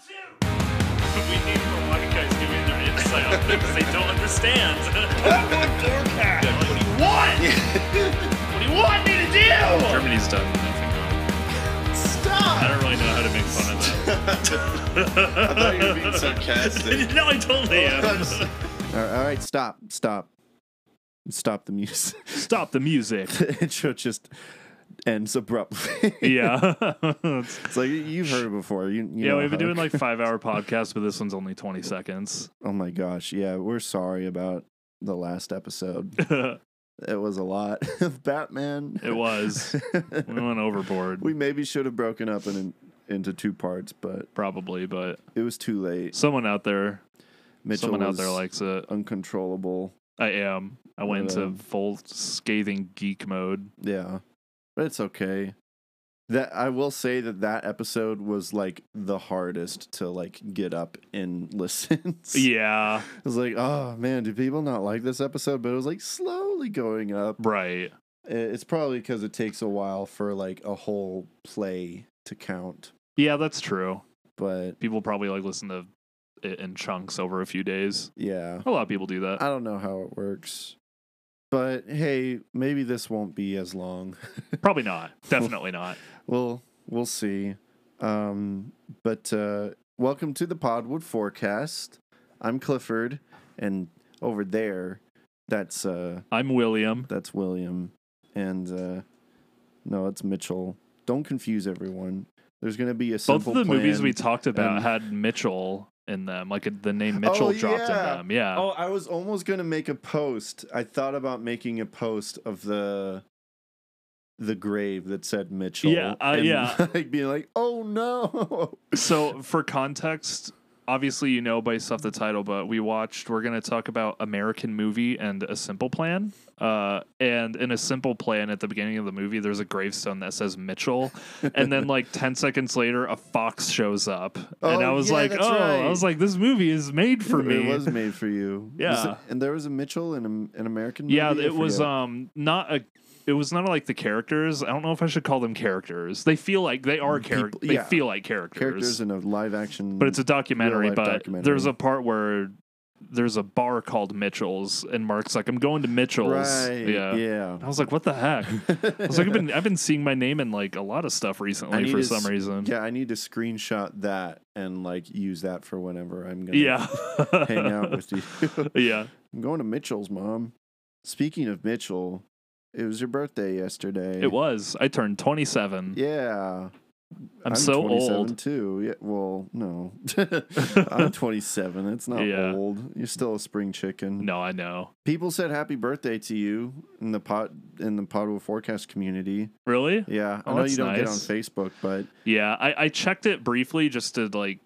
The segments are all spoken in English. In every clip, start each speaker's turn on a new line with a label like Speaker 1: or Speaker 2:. Speaker 1: We need more white guys giving their insight on things they don't understand. what do you want? what do you want me to do? Germany's done nothing. I
Speaker 2: Stop!
Speaker 1: don't really know how to make fun of that.
Speaker 2: I thought you were being sarcastic.
Speaker 1: no, I
Speaker 2: Oh,
Speaker 1: totally am.
Speaker 2: all all right, stop, stop, stop the music.
Speaker 1: Stop the music.
Speaker 2: the intro just ends abruptly.
Speaker 1: Yeah.
Speaker 2: It's like you've heard it before. You, you
Speaker 1: yeah,
Speaker 2: know
Speaker 1: we've been
Speaker 2: how-
Speaker 1: doing like five hour podcasts, but this one's only 20 seconds.
Speaker 2: Oh my gosh, yeah, we're sorry about the last episode.
Speaker 1: it
Speaker 2: It was a lot of Batman.
Speaker 1: was. We went overboard,
Speaker 2: we maybe should have broken up in, into two parts, but
Speaker 1: probably, but
Speaker 2: it was too late.
Speaker 1: someone out there,
Speaker 2: Mitchell
Speaker 1: someone out
Speaker 2: was
Speaker 1: there likes it.
Speaker 2: uncontrollable.
Speaker 1: I am. I went
Speaker 2: But, um,
Speaker 1: into full scathing geek mode.
Speaker 2: Yeah, but it's okay. That I will say that that episode was like the hardest to like get up and listen.
Speaker 1: Yeah,
Speaker 2: I was like, oh man, do people not like this episode? But it was like slowly going up.
Speaker 1: right.
Speaker 2: I- It's probably because it takes a while for like a whole play to count.
Speaker 1: Yeah, that's true.
Speaker 2: But
Speaker 1: People probably like listen to it in chunks over a few days.
Speaker 2: yeah,
Speaker 1: A lot of people do that.
Speaker 2: I don't know how it works. But hey, maybe this won't be as long.
Speaker 1: Probably not. Definitely not.
Speaker 2: We'll we'll see. Um, but uh, welcome to the Podwood Forecast. I'm Clifford, and over there, that's uh,
Speaker 1: I'm William.
Speaker 2: that's William, and uh, no, it's Mitchell. Don't confuse everyone. There's gonna be a
Speaker 1: Both
Speaker 2: simple
Speaker 1: of the
Speaker 2: plan.
Speaker 1: movies we talked about
Speaker 2: and-
Speaker 1: had Mitchell in them. Like the name Mitchell
Speaker 2: Oh,
Speaker 1: dropped
Speaker 2: yeah.
Speaker 1: in them. Yeah.
Speaker 2: Oh, I was almost gonna make a post. I thought about making a post of the the grave that said Mitchell.
Speaker 1: Yeah, uh,
Speaker 2: and,
Speaker 1: yeah.
Speaker 2: Like being like, oh no.
Speaker 1: So for context, obviously you know based off the title, but we watched. We're gonna talk about American movie and A Simple Plan. Uh, and in A Simple Plan, at the beginning of the movie, there's a gravestone that says Mitchell, and then like ten seconds later, a fox shows up, and
Speaker 2: Oh,
Speaker 1: I was
Speaker 2: yeah,
Speaker 1: like,
Speaker 2: that's
Speaker 1: oh,
Speaker 2: right.
Speaker 1: I was like, this movie is made for
Speaker 2: it,
Speaker 1: me.
Speaker 2: was made for you. Was
Speaker 1: Yeah.
Speaker 2: it- and there was a Mitchell in a- an American.
Speaker 1: yeah,
Speaker 2: movie? I
Speaker 1: it was
Speaker 2: forget.
Speaker 1: um not a. It was not like the characters. I don't know if I should call them characters. They feel like they are characters.
Speaker 2: People-
Speaker 1: They
Speaker 2: yeah.
Speaker 1: feel like characters.
Speaker 2: characters in a live action.
Speaker 1: but it's a documentary.
Speaker 2: life
Speaker 1: But
Speaker 2: documentary.
Speaker 1: there's a part where there's a bar called Mitchell's, and Mark's like, "I'm going to Mitchell's."
Speaker 2: right.
Speaker 1: Yeah.
Speaker 2: yeah.
Speaker 1: I was like, "What the heck?" I was like, "I've been I've been seeing my name in like a lot of stuff
Speaker 2: I
Speaker 1: recently
Speaker 2: need
Speaker 1: for
Speaker 2: to
Speaker 1: some
Speaker 2: s-
Speaker 1: reason."
Speaker 2: Yeah, I need to screenshot that and like use that for whenever I'm gonna
Speaker 1: Yeah.
Speaker 2: hang out with you.
Speaker 1: yeah.
Speaker 2: I'm going to Mitchell's, mom. Speaking of Mitchell, it was your birthday yesterday.
Speaker 1: It was. I turned 27.
Speaker 2: Yeah.
Speaker 1: I'm so
Speaker 2: 27
Speaker 1: old.
Speaker 2: too. Yeah, well, no. I'm 27. It's not
Speaker 1: Yeah.
Speaker 2: old. You're still a spring chicken.
Speaker 1: No, I know.
Speaker 2: People said happy birthday to you in the pot in the Podwell forecast community.
Speaker 1: Really?
Speaker 2: Yeah, I
Speaker 1: Oh,
Speaker 2: know
Speaker 1: that's
Speaker 2: you don't get on
Speaker 1: nice.
Speaker 2: Facebook, but
Speaker 1: Yeah. I I checked it briefly just to like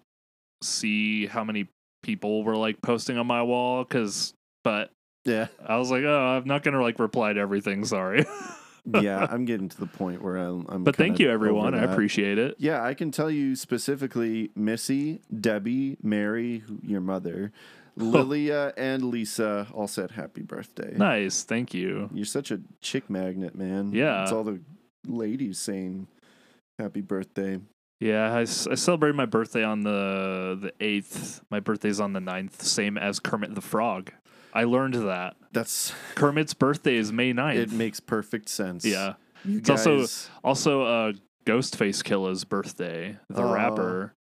Speaker 1: see how many people were like posting on my wall because but
Speaker 2: yeah,
Speaker 1: i was like oh i'm not gonna like reply to everything sorry
Speaker 2: yeah, I'm getting to the point where I'm. I'm
Speaker 1: But
Speaker 2: kinda
Speaker 1: thank you, everyone.
Speaker 2: over
Speaker 1: I
Speaker 2: that.
Speaker 1: appreciate it.
Speaker 2: Yeah, I can tell you specifically Missy, Debbie, Mary, who- your mother, Lilia, and Lisa all said happy birthday.
Speaker 1: Nice. Thank you.
Speaker 2: You're such a chick magnet, man.
Speaker 1: Yeah.
Speaker 2: It's all the ladies saying happy birthday.
Speaker 1: Yeah, I, s- I celebrated my birthday on the the eighth. My birthday's on the 9th, same as Kermit the Frog. I learned that
Speaker 2: That's
Speaker 1: Kermit's birthday is May 9th.
Speaker 2: it makes perfect sense.
Speaker 1: yeah.
Speaker 2: You
Speaker 1: It's also-
Speaker 2: guys-
Speaker 1: Also, uh, Ghostface Killa's birthday, the
Speaker 2: Oh.
Speaker 1: rapper.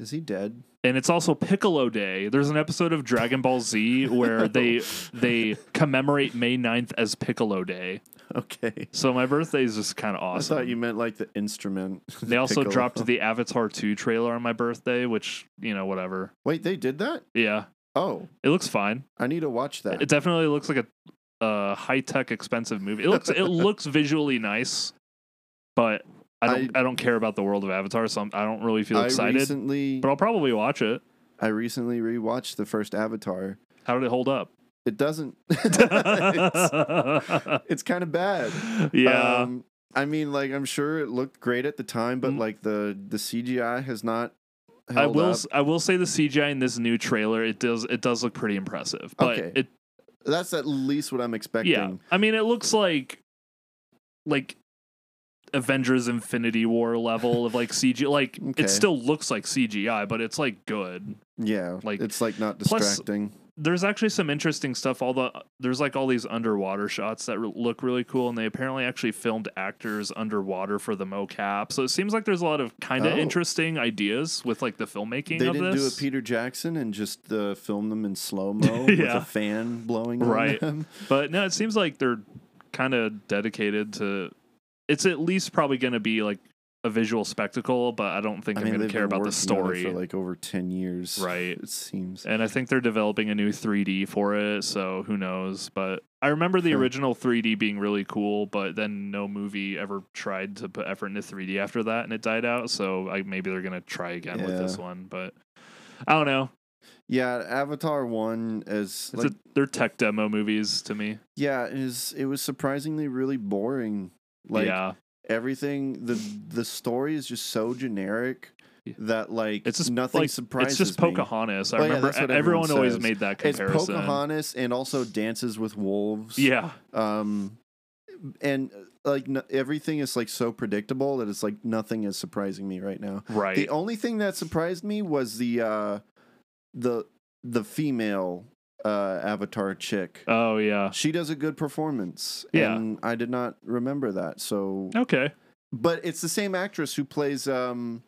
Speaker 2: is he dead?
Speaker 1: And it's also Piccolo Day. There's an episode of Dragon Ball Z where they they commemorate May 9th as Piccolo Day.
Speaker 2: Okay.
Speaker 1: So my birthday is just kind of awesome.
Speaker 2: I thought you meant like the instrument.
Speaker 1: They also
Speaker 2: Piccolo.
Speaker 1: dropped the Avatar 2 trailer on my birthday, which, you know, whatever.
Speaker 2: Wait, they did that?
Speaker 1: Yeah.
Speaker 2: Oh,
Speaker 1: It looks fine.
Speaker 2: I need to watch that.
Speaker 1: It definitely looks like a uh, high-tech expensive movie. It looks it looks visually nice, but I don't I, don't care about the world of Avatar, so I'm, I don't really feel
Speaker 2: I
Speaker 1: excited.
Speaker 2: recently
Speaker 1: but I'll probably watch it.
Speaker 2: I recently rewatched the first Avatar.
Speaker 1: How did it hold up?
Speaker 2: It doesn't. it's, it's kind of bad.
Speaker 1: yeah.
Speaker 2: Um, I mean, like I'm sure it looked great at the time, but
Speaker 1: Mm.
Speaker 2: like the the CGI has not. Held
Speaker 1: I will
Speaker 2: Up.
Speaker 1: s I will say the CGI in this new trailer it does it does look pretty impressive. But
Speaker 2: Okay.
Speaker 1: it
Speaker 2: That's at least what I'm expecting.
Speaker 1: Yeah, I mean, it looks like like Avengers Infinity War level of like CG. Like
Speaker 2: Okay.
Speaker 1: it still looks like CGI, but it's like good.
Speaker 2: Yeah, like
Speaker 1: Like-
Speaker 2: it's like not
Speaker 1: Plus-
Speaker 2: distracting.
Speaker 1: There's actually some interesting stuff. All the there's like all these underwater shots that re- look really cool, and they apparently actually filmed actors underwater for the mocap. So it seems like there's a lot of kind of
Speaker 2: Oh.
Speaker 1: interesting ideas with like the filmmaking
Speaker 2: they
Speaker 1: of
Speaker 2: didn't
Speaker 1: this.
Speaker 2: do a Peter Jackson and just uh, film them in slow mo with
Speaker 1: Yeah.
Speaker 2: a fan blowing
Speaker 1: Right.
Speaker 2: on them.
Speaker 1: But no, it seems like they're kind of dedicated to. It's at least probably going to be like a visual spectacle, but I don't think I
Speaker 2: I
Speaker 1: am
Speaker 2: mean,
Speaker 1: going
Speaker 2: they've
Speaker 1: to care
Speaker 2: been
Speaker 1: about the
Speaker 2: working on it
Speaker 1: story,
Speaker 2: for like over ten years.
Speaker 1: right?
Speaker 2: It seems.
Speaker 1: And I think they're developing a new 3D for it, so who knows? But I remember the
Speaker 2: Huh.
Speaker 1: original 3D being really cool, but then no movie ever tried to put effort into 3D after that, and it died out. So I, maybe they're gonna try again with this
Speaker 2: Yeah.
Speaker 1: one, but I don't know.
Speaker 2: Yeah, Avatar One is
Speaker 1: It's
Speaker 2: like,
Speaker 1: a, they're tech demo movies to me.
Speaker 2: yeah, it is it was surprisingly really boring. Like
Speaker 1: yeah,
Speaker 2: everything the the story is just so generic
Speaker 1: Yeah.
Speaker 2: that like
Speaker 1: it's just
Speaker 2: nothing
Speaker 1: like,
Speaker 2: surprises
Speaker 1: It's just
Speaker 2: me.
Speaker 1: Pocahontas. I
Speaker 2: Well, yeah,
Speaker 1: remember e-,
Speaker 2: that's what
Speaker 1: everyone,
Speaker 2: everyone
Speaker 1: always
Speaker 2: says.
Speaker 1: made that
Speaker 2: It's
Speaker 1: comparison.
Speaker 2: Pocahontas and also Dances with Wolves.
Speaker 1: Yeah,
Speaker 2: Um, and like n- everything is like so predictable that it's like nothing is surprising me right now.
Speaker 1: right.
Speaker 2: The only thing that surprised me was the uh, the the female uh, Avatar chick.
Speaker 1: oh yeah.
Speaker 2: she does a good performance.
Speaker 1: Yeah.
Speaker 2: And I did not remember that. So
Speaker 1: Okay.
Speaker 2: but it's the same actress who plays um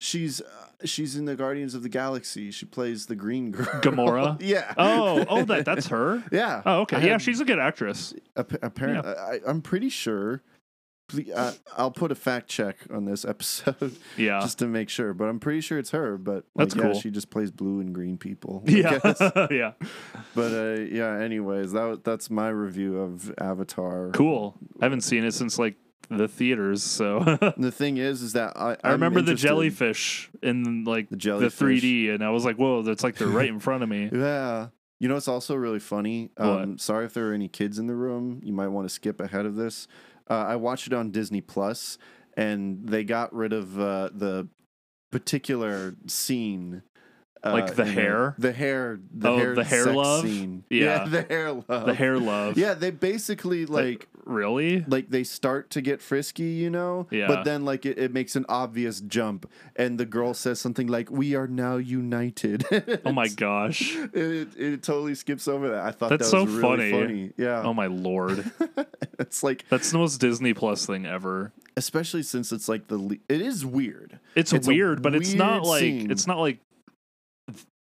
Speaker 2: she's uh, she's in the Guardians of the Galaxy. She plays the green girl.
Speaker 1: Gamora?
Speaker 2: yeah.
Speaker 1: Oh, oh, that that's her.
Speaker 2: Yeah.
Speaker 1: Oh, okay.
Speaker 2: I
Speaker 1: yeah,
Speaker 2: had-
Speaker 1: she's a good actress.
Speaker 2: apparently I, I'm pretty sure Ple- uh, I'll put a fact check on this episode
Speaker 1: Yeah.
Speaker 2: just to make sure, but I'm pretty sure it's her. But like,
Speaker 1: That's
Speaker 2: yeah,
Speaker 1: cool.
Speaker 2: she just plays blue and green people. I guess.
Speaker 1: yeah. yeah.
Speaker 2: but uh, yeah. Anyways, that wa- that's my review of Avatar.
Speaker 1: Cool. I haven't seen it since like the theaters, so
Speaker 2: And the thing is, is that I
Speaker 1: I
Speaker 2: I'm
Speaker 1: remember
Speaker 2: interested-
Speaker 1: the jellyfish in like
Speaker 2: The
Speaker 1: the,
Speaker 2: jellyfish.
Speaker 1: 3D, and I was like, "Whoa, that's like they're right in front of me."
Speaker 2: Yeah. You know, it's also really funny. Um, sorry if there are any kids in the room. You might want to skip ahead of this. Uh, I watched it on Disney Plus, and they got rid of uh, the particular scene. uh,
Speaker 1: Like the
Speaker 2: in it.
Speaker 1: hair?
Speaker 2: The hair. The
Speaker 1: Oh,
Speaker 2: hair,
Speaker 1: the hair
Speaker 2: sex
Speaker 1: love?
Speaker 2: Scene.
Speaker 1: Yeah.
Speaker 2: The hair love.
Speaker 1: The hair love.
Speaker 2: Yeah. They basically like.
Speaker 1: really?
Speaker 2: like they start to get frisky, you know,
Speaker 1: Yeah.
Speaker 2: but then like it, it makes an obvious jump, and the girl says something like, "We are now united."
Speaker 1: Oh my gosh.
Speaker 2: it, it, it totally skips over that. I thought
Speaker 1: That's
Speaker 2: that was
Speaker 1: so
Speaker 2: really funny.
Speaker 1: funny.
Speaker 2: Yeah,
Speaker 1: Oh my lord.
Speaker 2: it's like
Speaker 1: That's the most Disney Plus thing ever.
Speaker 2: especially since it's like the le- it is weird.
Speaker 1: It's,
Speaker 2: It's a
Speaker 1: weird, but it's not
Speaker 2: weird
Speaker 1: like
Speaker 2: scene.
Speaker 1: it's not like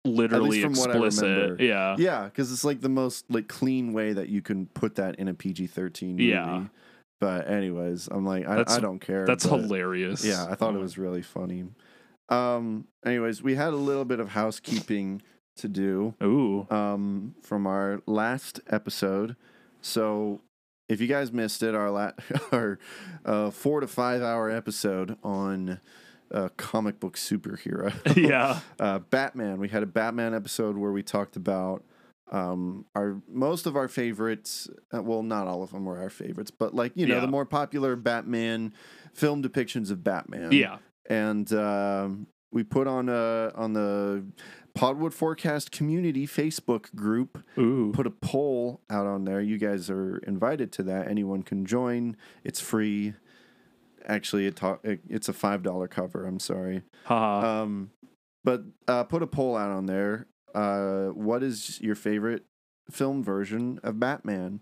Speaker 1: literally
Speaker 2: from what I
Speaker 1: explicit.
Speaker 2: remember.
Speaker 1: Yeah.
Speaker 2: Yeah, because it's like the most like clean way that you can put that in a PG thirteen.
Speaker 1: Yeah.
Speaker 2: but anyways, I'm like I,
Speaker 1: That's-
Speaker 2: I don't care.
Speaker 1: That's
Speaker 2: but-
Speaker 1: hilarious.
Speaker 2: Yeah, I thought
Speaker 1: Oh
Speaker 2: it
Speaker 1: my-
Speaker 2: was really funny. Um, anyways, we had a little bit of housekeeping to do.
Speaker 1: Ooh.
Speaker 2: um, from our last episode. So if you guys missed it, our la- our uh, four to five hour episode on uh, comic book superhero,
Speaker 1: yeah.
Speaker 2: uh, Batman. We had a Batman episode where we talked about um, our most of our favorites. Uh, well, not all of them were our favorites, but like you know
Speaker 1: Yeah.
Speaker 2: the more popular Batman film depictions of Batman
Speaker 1: Yeah.
Speaker 2: and um, we put on a on the Podwood Forecast community Facebook group
Speaker 1: Ooh.
Speaker 2: put a poll out on there. You guys are invited to that. Anyone can join. It's free. Actually, it, ta- it it's a five dollar cover. I'm sorry.
Speaker 1: Haha.
Speaker 2: Um, but uh, put a poll out on there. Uh, what is your favorite film version of Batman?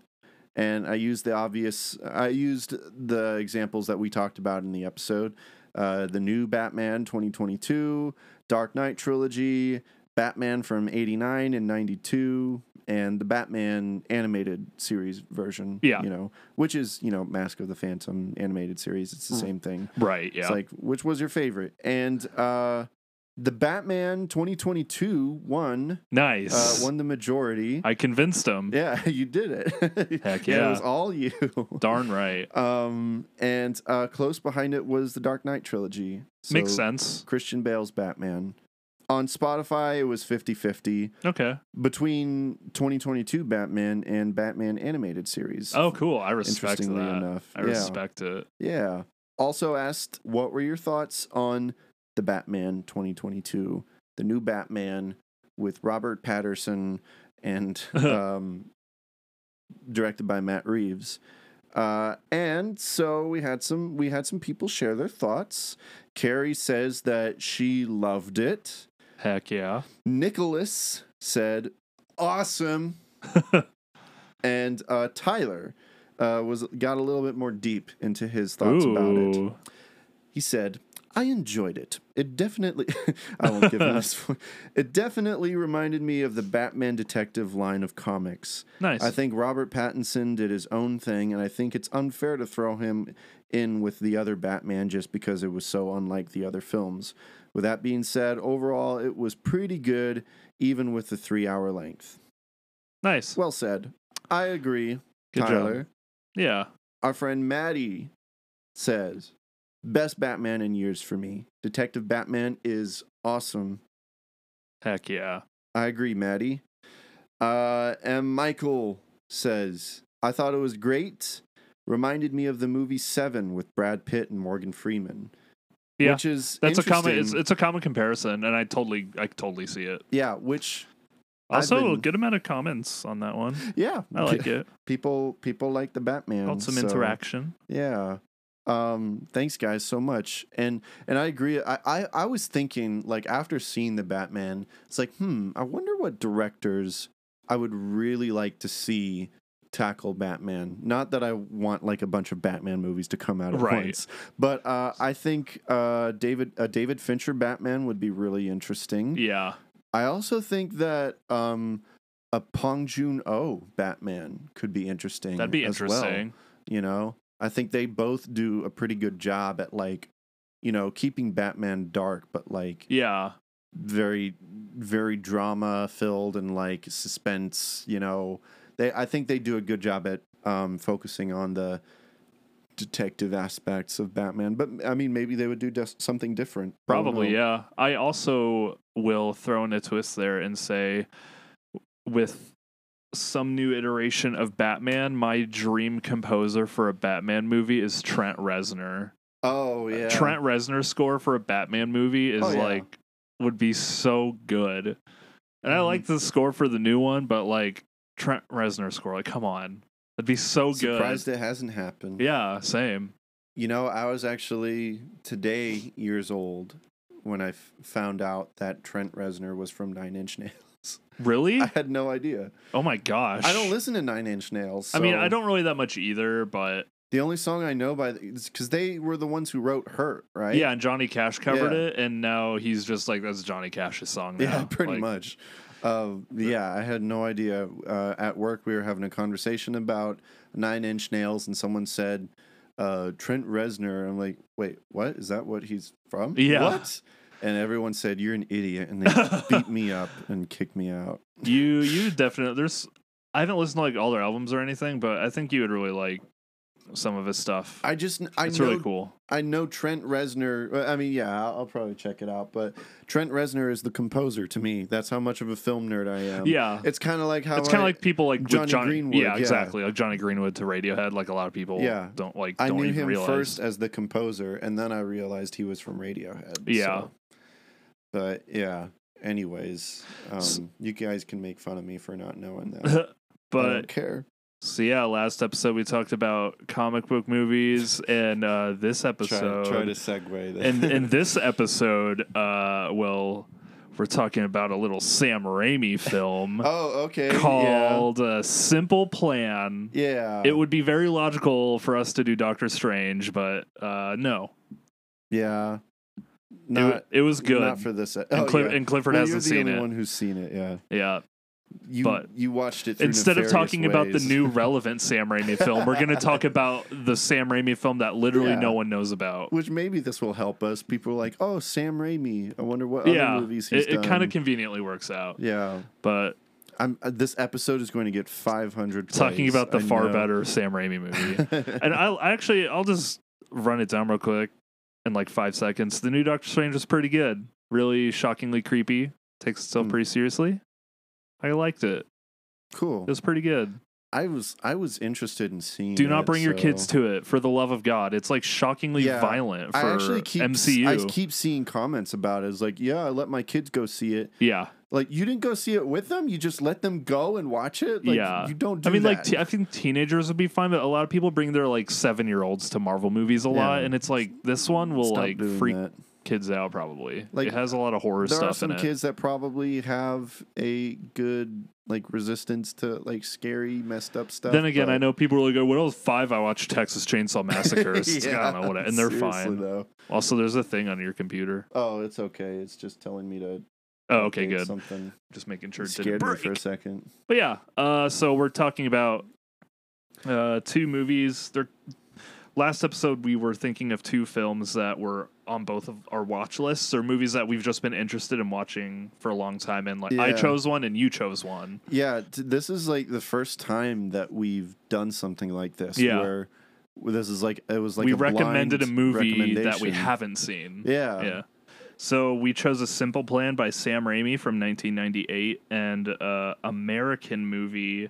Speaker 2: And I used the obvious. I used the examples that we talked about in the episode. Uh, the new Batman 2022, Dark Knight trilogy, Batman from 89 and 92, and the Batman animated series version.
Speaker 1: Yeah.
Speaker 2: You know, which is, you know, Mask of the Phantom animated series. It's the same thing.
Speaker 1: right. Yeah.
Speaker 2: It's like, which was your favorite? And uh, the Batman 2022 won, uh,
Speaker 1: nice.
Speaker 2: won the majority.
Speaker 1: I convinced him.
Speaker 2: yeah, you did it.
Speaker 1: Heck
Speaker 2: It
Speaker 1: yeah.
Speaker 2: was all you.
Speaker 1: Darn right.
Speaker 2: Um, and uh, close behind it was the Dark Knight trilogy. So
Speaker 1: Makes sense.
Speaker 2: Christian Bale's Batman. On Spotify, it was 50 50
Speaker 1: Okay.
Speaker 2: between 2022 Batman and Batman animated series.
Speaker 1: Oh, cool. I respect that.
Speaker 2: interestingly enough.
Speaker 1: I
Speaker 2: yeah.
Speaker 1: respect it.
Speaker 2: Yeah. Also asked, what were your thoughts on the Batman 2022, the new Batman with Robert Patterson and um, directed by Matt Reeves? Uh, and so we had some we had some people share their thoughts. Carrie says that she loved it.
Speaker 1: Heck yeah.
Speaker 2: Nicholas said, "Awesome." and uh, Tyler uh, was got a little bit more deep into his thoughts about it.
Speaker 1: Ooh.
Speaker 2: He said, I enjoyed it. It definitely, I won't give him this one. It definitely reminded me of the Batman Detective line of comics.
Speaker 1: Nice.
Speaker 2: I think Robert Pattinson did his own thing, and I think it's unfair to throw him in with the other Batman just because it was so unlike the other films. With that being said, overall, it was pretty good, even with the three hour length.
Speaker 1: nice.
Speaker 2: Well said. I agree,
Speaker 1: Good job.
Speaker 2: Tyler.
Speaker 1: Yeah.
Speaker 2: Our friend Maddie says, Best Batman in years for me. Detective Batman is awesome.
Speaker 1: Heck yeah.
Speaker 2: I agree, Maddie. Uh, and Michael says, I thought it was great. Reminded me of the movie Seven with Brad Pitt and Morgan Freeman.
Speaker 1: Yeah,
Speaker 2: Which is
Speaker 1: That's a common. It's
Speaker 2: interesting.
Speaker 1: it's a common comparison, and I totally I totally see it.
Speaker 2: yeah, which I've
Speaker 1: Also,
Speaker 2: been-
Speaker 1: good amount of comments on that one.
Speaker 2: yeah,
Speaker 1: I like it.
Speaker 2: People people like the Batman.
Speaker 1: Felt some
Speaker 2: so-
Speaker 1: interaction.
Speaker 2: Yeah. Um, thanks guys so much. And and I agree. I, I, I was thinking, like, after seeing the Batman, it's like, hmm, I wonder what directors I would really like to see tackle Batman. Not that I want like a bunch of Batman movies to come out at
Speaker 1: Right.
Speaker 2: once. But uh, I think uh, David uh, David Fincher Batman would be really interesting.
Speaker 1: Yeah.
Speaker 2: I also think that um a Pong Jun O Batman could be interesting.
Speaker 1: That'd be
Speaker 2: as well
Speaker 1: interesting.
Speaker 2: you know i think they both do a pretty good job at like you know keeping batman dark but like
Speaker 1: Yeah.
Speaker 2: very very drama filled and like suspense you know they i think they do a good job at um focusing on the detective aspects of batman but i mean maybe they would do just something different I don't
Speaker 1: Probably,
Speaker 2: know.
Speaker 1: yeah. I also will throw in a twist there and say, with some new iteration of Batman, my dream composer for a Batman movie is Trent Reznor.
Speaker 2: oh yeah
Speaker 1: Trent Reznor's score for a Batman movie is
Speaker 2: Oh, yeah.
Speaker 1: like would be so good. And I
Speaker 2: Mhm.
Speaker 1: like the score for the new one, but like Trent Reznor's score, like come on, that'd be so good.
Speaker 2: surprised it hasn't happened
Speaker 1: Yeah, same.
Speaker 2: You know, I was actually today years old when I f- found out that Trent Reznor was from Nine Inch Nails.
Speaker 1: Really?
Speaker 2: I had no idea.
Speaker 1: oh my gosh.
Speaker 2: I don't listen to Nine Inch Nails.
Speaker 1: I mean, I
Speaker 2: so
Speaker 1: don't really that much either, but
Speaker 2: The only song I know by because they were the ones who wrote "Hurt," right?
Speaker 1: Yeah, and Johnny Cash covered
Speaker 2: Yeah.
Speaker 1: it, and now he's just like that's Johnny Cash's song. Now.
Speaker 2: yeah, pretty
Speaker 1: Like,
Speaker 2: much. Um, yeah, I had no idea. Uh, at work, we were having a conversation about Nine Inch Nails, and someone said uh, Trent Reznor. I'm like, wait, what is that? What he's from?
Speaker 1: Yeah.
Speaker 2: What? And everyone said you're an idiot, and they beat me up and kicked me out.
Speaker 1: You you definitely there's I haven't listened to like all their albums or anything, but I think you would really like some of his stuff.
Speaker 2: I just I
Speaker 1: it's
Speaker 2: know
Speaker 1: really cool.
Speaker 2: I know Trent Reznor. well, I mean, yeah, I'll, I'll probably check it out. But Trent Reznor is the composer to me. That's how much of a film nerd I am.
Speaker 1: yeah,
Speaker 2: It's kind of like how
Speaker 1: it's kind of
Speaker 2: I-
Speaker 1: like people like with
Speaker 2: Johnny
Speaker 1: Johnny
Speaker 2: Greenwood,
Speaker 1: Yeah,
Speaker 2: yeah.
Speaker 1: exactly. Like Johnny Greenwood to Radiohead. Like a lot of people.
Speaker 2: Yeah.
Speaker 1: don't like.
Speaker 2: I
Speaker 1: don't
Speaker 2: knew
Speaker 1: even
Speaker 2: him
Speaker 1: realize.
Speaker 2: first as the composer, and then I realized he was from Radiohead.
Speaker 1: Yeah.
Speaker 2: so. But yeah. Anyways,
Speaker 1: S-
Speaker 2: um, you guys can make fun of me for not knowing that. I
Speaker 1: But
Speaker 2: don't care.
Speaker 1: so yeah, last episode we talked about comic book movies, and uh, this episode
Speaker 2: segue
Speaker 1: and in this episode, uh, well, we're talking about a little Sam Raimi film
Speaker 2: oh, okay.
Speaker 1: Um, called uh, Simple Plan.
Speaker 2: yeah. Yeah.
Speaker 1: It would be very logical for us to do Doctor Strange, but uh, no,
Speaker 2: yeah.
Speaker 1: It wa-
Speaker 2: Not
Speaker 1: it, was good.
Speaker 2: Not for this. Oh,
Speaker 1: and, Cliff-
Speaker 2: yeah.
Speaker 1: and Clifford
Speaker 2: Well,
Speaker 1: hasn't
Speaker 2: you're the
Speaker 1: seen
Speaker 2: only
Speaker 1: it.
Speaker 2: one who's seen it. Yeah.
Speaker 1: Yeah.
Speaker 2: You
Speaker 1: But-
Speaker 2: you watched it through
Speaker 1: Instead of
Speaker 2: nefarious
Speaker 1: talking about the
Speaker 2: ways.
Speaker 1: new relevant Sam Raimi film, we're going to talk about the Sam Raimi film that literally
Speaker 2: Yeah.
Speaker 1: no one knows about.
Speaker 2: Which maybe this will help us. People are like, "Oh, Sam Raimi. I wonder what
Speaker 1: Yeah,
Speaker 2: other movies he's
Speaker 1: it, it
Speaker 2: done."
Speaker 1: kind of conveniently works out,
Speaker 2: yeah.
Speaker 1: but
Speaker 2: I'm uh, this episode is going to get 500
Speaker 1: talking
Speaker 2: plays.
Speaker 1: about the
Speaker 2: I
Speaker 1: far
Speaker 2: know.
Speaker 1: better Sam Raimi movie. and I'll I actually I'll just run it down real quick in like five seconds. The new Doctor Strange was pretty good. Really shockingly creepy. Takes itself
Speaker 2: Hmm.
Speaker 1: pretty seriously. I liked it. It
Speaker 2: cool.
Speaker 1: was pretty good.
Speaker 2: I was I was interested in seeing.
Speaker 1: Do not
Speaker 2: it,
Speaker 1: bring your
Speaker 2: so-
Speaker 1: kids to it, for the love of God. It's like shockingly
Speaker 2: Yeah,
Speaker 1: violent for
Speaker 2: I actually keep
Speaker 1: MCU.
Speaker 2: I keep seeing comments about it. It's like, yeah, I let my kids go see it.
Speaker 1: yeah,
Speaker 2: Like you didn't go see it with them. You just let them go and watch it. Like,
Speaker 1: yeah.
Speaker 2: you don't. Do
Speaker 1: I mean, like
Speaker 2: that.
Speaker 1: t- I think teenagers would be fine, but a lot of people bring their like seven year olds to Marvel movies a lot,
Speaker 2: Yeah.
Speaker 1: and it's like this one will
Speaker 2: Stop
Speaker 1: like
Speaker 2: doing
Speaker 1: freak
Speaker 2: that.
Speaker 1: kids out probably.
Speaker 2: Like,
Speaker 1: it has a lot of horror
Speaker 2: There
Speaker 1: stuff
Speaker 2: are some
Speaker 1: in it.
Speaker 2: kids that probably have a good like resistance to like scary, messed up stuff.
Speaker 1: then again,
Speaker 2: but-
Speaker 1: I know people are like, "Oh, when I was five, I watched Texas Chainsaw Massacre. It's- I don't know what, I- and they're
Speaker 2: seriously,
Speaker 1: fine.
Speaker 2: Though.
Speaker 1: Also, there's a thing on your computer.
Speaker 2: Oh, it's okay. It's just telling me to.
Speaker 1: Oh, okay,
Speaker 2: update
Speaker 1: good.
Speaker 2: Something
Speaker 1: Just making sure it didn't
Speaker 2: scared me
Speaker 1: break.
Speaker 2: for a second.
Speaker 1: But yeah, uh, so we're talking about uh, two movies. They're last episode we were thinking of two films that were on both of our watch lists or movies that we've just been interested in watching for a long time and like I
Speaker 2: Yeah.
Speaker 1: chose one and you chose one.
Speaker 2: Yeah, t- this is like the first time that we've done something like this.
Speaker 1: Yeah.
Speaker 2: where this is like it was like
Speaker 1: we
Speaker 2: a blind
Speaker 1: recommended a movie that we
Speaker 2: recommendation.
Speaker 1: haven't seen.
Speaker 2: Yeah,
Speaker 1: Yeah. So we chose A Simple Plan by Sam Raimi from 1998 and uh, American Movie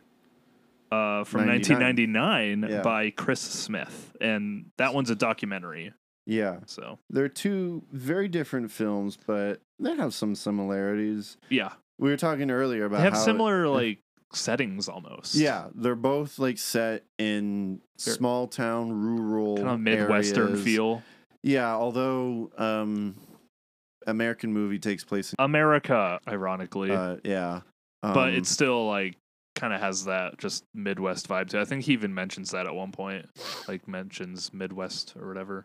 Speaker 1: uh, from
Speaker 2: 99.
Speaker 1: 1999
Speaker 2: Yeah.
Speaker 1: by Chris Smith. And that one's a documentary.
Speaker 2: yeah.
Speaker 1: So,
Speaker 2: They're two very different films, but they have some similarities.
Speaker 1: yeah.
Speaker 2: We were talking earlier about
Speaker 1: They have
Speaker 2: how-
Speaker 1: similar, like, settings almost.
Speaker 2: Yeah, they're both like set in
Speaker 1: They're-
Speaker 2: small town, rural,
Speaker 1: Kind of Midwestern
Speaker 2: areas.
Speaker 1: feel.
Speaker 2: Yeah, although um, American movie takes place
Speaker 1: America, ironically.
Speaker 2: in uh, yeah,
Speaker 1: but
Speaker 2: um,
Speaker 1: it's still, like, kind of has that just Midwest vibe to it. I think he even mentions that at one point. Like, mentions Midwest or whatever.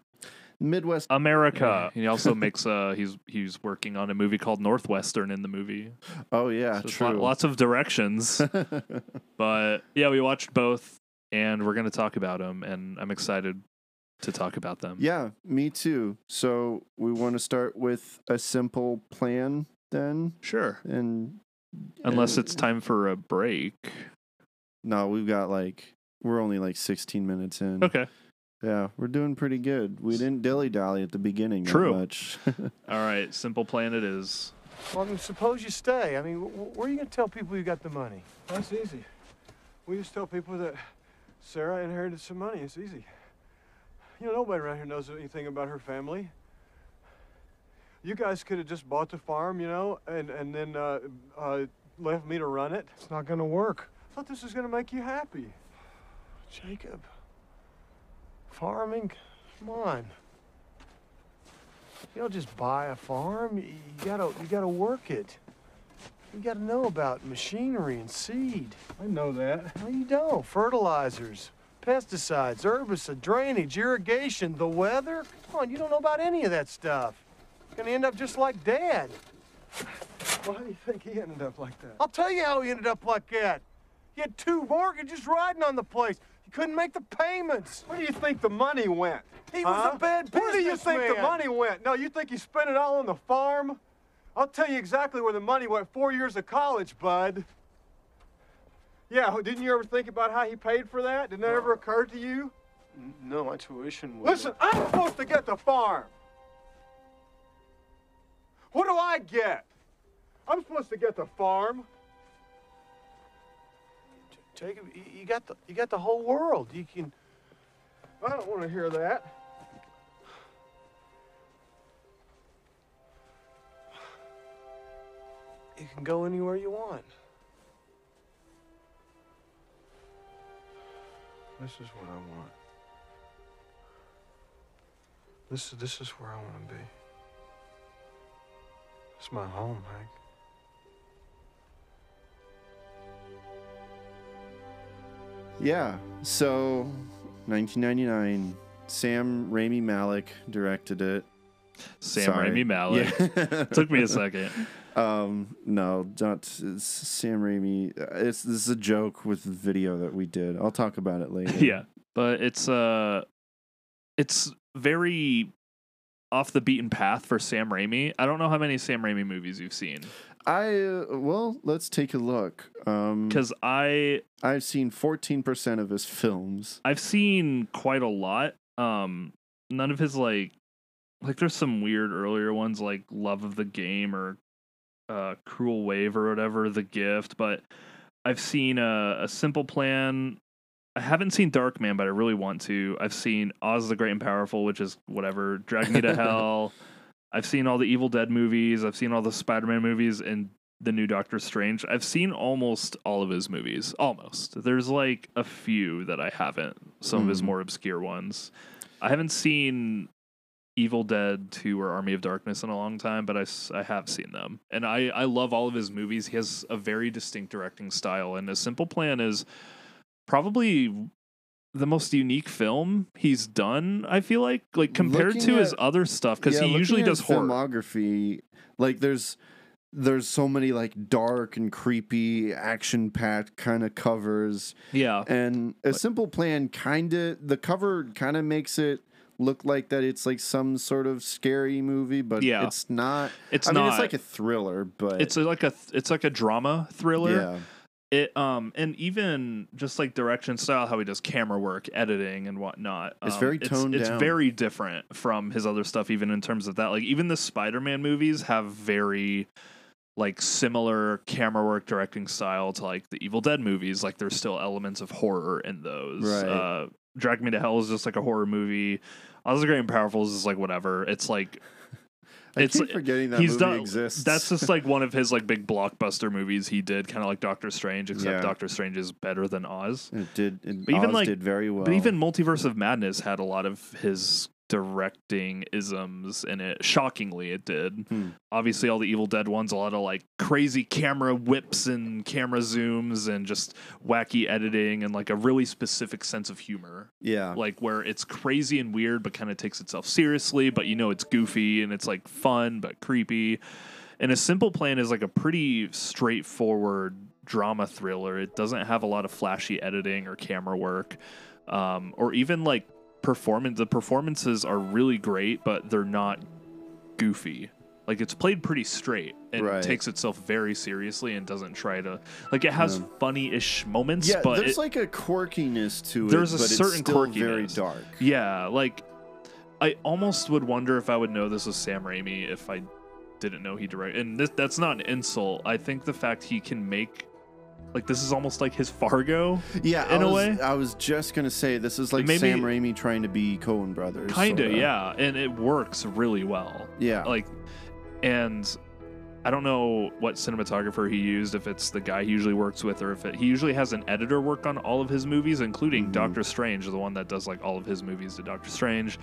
Speaker 2: Midwest.
Speaker 1: America. He also makes uh he's he's working on a movie called Northwestern in the movie.
Speaker 2: Oh yeah,
Speaker 1: So it's
Speaker 2: true.
Speaker 1: lot- lots of directions, but yeah, we watched both and we're going to talk about them and I'm excited to talk about them.
Speaker 2: yeah, me too. So we want to start with a simple plan then,
Speaker 1: Sure.
Speaker 2: and
Speaker 1: Unless it's time for a break.
Speaker 2: no, we've got like we're only like 16 minutes in.
Speaker 1: Okay.
Speaker 2: Yeah, we're doing pretty good. We didn't dilly dally at the beginning
Speaker 1: True.
Speaker 2: that much.
Speaker 1: All right, simple plan it is.
Speaker 3: Well, then suppose you stay. I mean, wh- wh- where are you going to tell people you got the money? That's easy. We just tell people that Sarah inherited some money. It's easy. You know, nobody around here knows anything about her family. You guys could have just bought the farm, you know, and, and then uh, uh, left me to run it. It's not going to work. I thought this was going to make you happy. Jacob. Farming? Come on. You don't just buy a farm. You you gotta, you gotta work it. You gotta know about machinery and seed. I know that. No, you don't. Fertilizers, pesticides, herbicide, drainage, irrigation, the weather. Come on, you don't know about any of that stuff. You're gonna end up just like Dad. Why do you think he ended up like that? I'll tell you how he ended up like that. He had two mortgages riding on the place. He couldn't make the payments.
Speaker 4: Where do you think the money went?
Speaker 3: He was a bad
Speaker 4: Where do you think the
Speaker 3: businessman.
Speaker 4: money went? No, you think he spent it all on the farm? I'll tell you exactly where the money went. Four years of college, bud. Yeah, didn't you ever think about how he paid for that? Didn't that ever occur to you?
Speaker 3: No, my tuition was.
Speaker 4: Listen, I'm supposed to get the farm. What do I get? I'm supposed to get the farm.
Speaker 3: Jacob, you, you got the you got the whole world. You can.
Speaker 4: I don't want to hear that.
Speaker 3: You can go anywhere you want. This is what I want. This this is where I want to be. It's my home, Hank.
Speaker 2: yeah, so 1999, Sam Raimi Malik directed it.
Speaker 1: Sam
Speaker 2: Sorry.
Speaker 1: Raimi Malik.
Speaker 2: Yeah.
Speaker 1: Took me a second.
Speaker 2: Um, no, not it's Sam Raimi. Uh, It's this is a joke with the video that we did. I'll talk about it later.
Speaker 1: yeah but it's uh it's very off the beaten path for Sam Raimi. I don't know how many Sam Raimi movies you've seen
Speaker 2: I uh, well, let's take a look. Um,
Speaker 1: cuz I
Speaker 2: I've seen 14 percent of his films.
Speaker 1: I've seen quite a lot. Um none of his like like there's some weird earlier ones like Love of the Game or uh Cruel Wave or whatever, The Gift, but I've seen uh, a, a Simple Plan. I haven't seen Dark Man, but I really want to. I've seen Oz the Great and Powerful, which is whatever. Drag Me to Hell. I've seen all the Evil Dead movies. I've seen all the Spider Man movies and the new Doctor Strange. I've seen almost all of his movies. Almost. There's like a few that I haven't. Some of his
Speaker 2: Hmm.
Speaker 1: more obscure ones. I haven't seen Evil Dead 2 or Army of Darkness in a long time, but I, s- I have seen them. And I, I love all of his movies. He has a very distinct directing style, and A Simple Plan is probably the most unique film he's done, I feel like, like compared
Speaker 2: Looking
Speaker 1: to his
Speaker 2: at-
Speaker 1: other stuff, because
Speaker 2: Yeah,
Speaker 1: he
Speaker 2: looking
Speaker 1: usually
Speaker 2: at
Speaker 1: does
Speaker 2: his
Speaker 1: horror.
Speaker 2: filmography. Like there's there's so many like dark and creepy action packed kind of covers
Speaker 1: Yeah.
Speaker 2: and a simple plan kind of the cover kind of makes it look like that it's like some sort of scary movie but
Speaker 1: Yeah.
Speaker 2: it's not
Speaker 1: It's
Speaker 2: I mean
Speaker 1: not.
Speaker 2: it's like a thriller but
Speaker 1: It's a- like a th- it's like a drama thriller.
Speaker 2: yeah
Speaker 1: It um and even just like direction style, how he does camera work, editing and whatnot.
Speaker 2: It's
Speaker 1: um,
Speaker 2: very toned
Speaker 1: It's
Speaker 2: down.
Speaker 1: very different from his other stuff, even in terms of that. Like even the Spider-Man movies have very like similar camera work directing style to like the Evil Dead movies. Like there's still elements of horror in those.
Speaker 2: Right.
Speaker 1: Uh, Drag Me to Hell is just like a horror movie. Oz the Great and Powerful is just like whatever. It's like
Speaker 2: I
Speaker 1: it's-
Speaker 2: keep forgetting that
Speaker 1: he's
Speaker 2: movie
Speaker 1: done-
Speaker 2: exists
Speaker 1: That's just like one of his like big blockbuster movies he did, kind of like Doctor Strange, except
Speaker 2: Yeah.
Speaker 1: Doctor Strange is better than Oz.
Speaker 2: it did it
Speaker 1: But even,
Speaker 2: Oz
Speaker 1: like-
Speaker 2: did very well
Speaker 1: But even Multiverse of Madness had a lot of his directing isms in it. Shockingly, it did.
Speaker 2: Hmm.
Speaker 1: Obviously, all the Evil Dead ones, a lot of like crazy camera whips and camera zooms and just wacky editing and like a really specific sense of humor
Speaker 2: yeah
Speaker 1: like where it's crazy and weird but kind of takes itself seriously but you know it's goofy and it's like fun but creepy and a simple plan is like a pretty straightforward drama thriller it doesn't have a lot of flashy editing or camera work um, or even like performance the performances are really great but they're not goofy like it's played pretty straight and
Speaker 2: Right.
Speaker 1: takes itself very seriously and doesn't try to like it has funny-ish moments
Speaker 2: yeah
Speaker 1: but it-
Speaker 2: there's like a quirkiness to it
Speaker 1: There's a
Speaker 2: but it's
Speaker 1: certain
Speaker 2: still very
Speaker 1: quirkiness.
Speaker 2: dark
Speaker 1: yeah, like I almost would wonder if I would know this was Sam Raimi if I didn't know he directed. And this, that's not an insult. I think the fact he can make like this is almost like his Fargo,
Speaker 2: yeah
Speaker 1: in
Speaker 2: I
Speaker 1: a
Speaker 2: was,
Speaker 1: way.
Speaker 2: I was just gonna say this is like
Speaker 1: Maybe-
Speaker 2: Sam Raimi trying to be Cohen Brothers
Speaker 1: kind of.
Speaker 2: sorta.
Speaker 1: Yeah, and it works really well.
Speaker 2: yeah
Speaker 1: Like, and I don't know what cinematographer he used. If it's the guy he usually works with, or if it, he usually has an editor work on all of his movies, including
Speaker 2: Mhm.
Speaker 1: Doctor Strange, the one that does like all of his movies to Doctor Strange.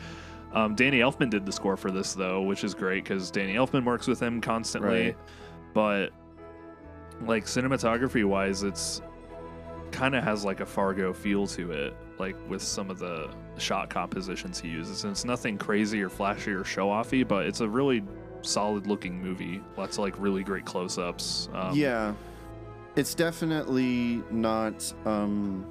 Speaker 1: Um, Danny Elfman did the score for this though, which is great because Danny Elfman works with him constantly.
Speaker 2: Right.
Speaker 1: But like cinematography wise, it's kind of has like a Fargo feel to it, like with some of the shot compositions he uses. And it's nothing crazy or flashy or show offy, but it's a really solid looking movie. Lots of like really great close ups. Um,
Speaker 2: yeah it's definitely not um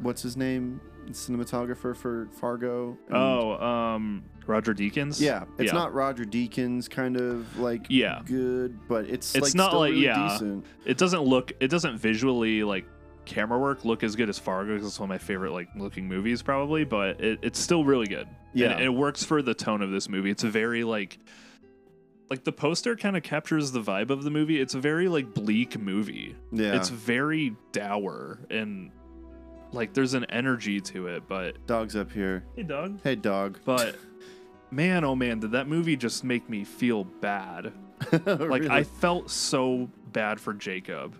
Speaker 2: what's his name cinematographer for fargo and-
Speaker 1: Oh, um, Roger Deakins.
Speaker 2: yeah
Speaker 1: yeah.
Speaker 2: it's not roger deakins kind of like
Speaker 1: Yeah.
Speaker 2: good but it's
Speaker 1: It's
Speaker 2: like,
Speaker 1: not
Speaker 2: still
Speaker 1: like-
Speaker 2: really
Speaker 1: yeah.
Speaker 2: decent
Speaker 1: It doesn't look. It doesn't visually like camera work look as good as Fargo 'cause it's one of my favorite like looking movies probably, but it, it's still really good. And
Speaker 2: Yeah.
Speaker 1: it- it works for the tone of this movie. It's a very like. Like the poster kind of captures the vibe of the movie. It's a very like bleak movie.
Speaker 2: yeah
Speaker 1: It's very dour and like there's an energy to it, but
Speaker 2: dog's up here
Speaker 1: hey, Doug.
Speaker 2: hey dog
Speaker 1: But man, oh man, did that movie just make me feel bad? Like I felt so bad for Jacob.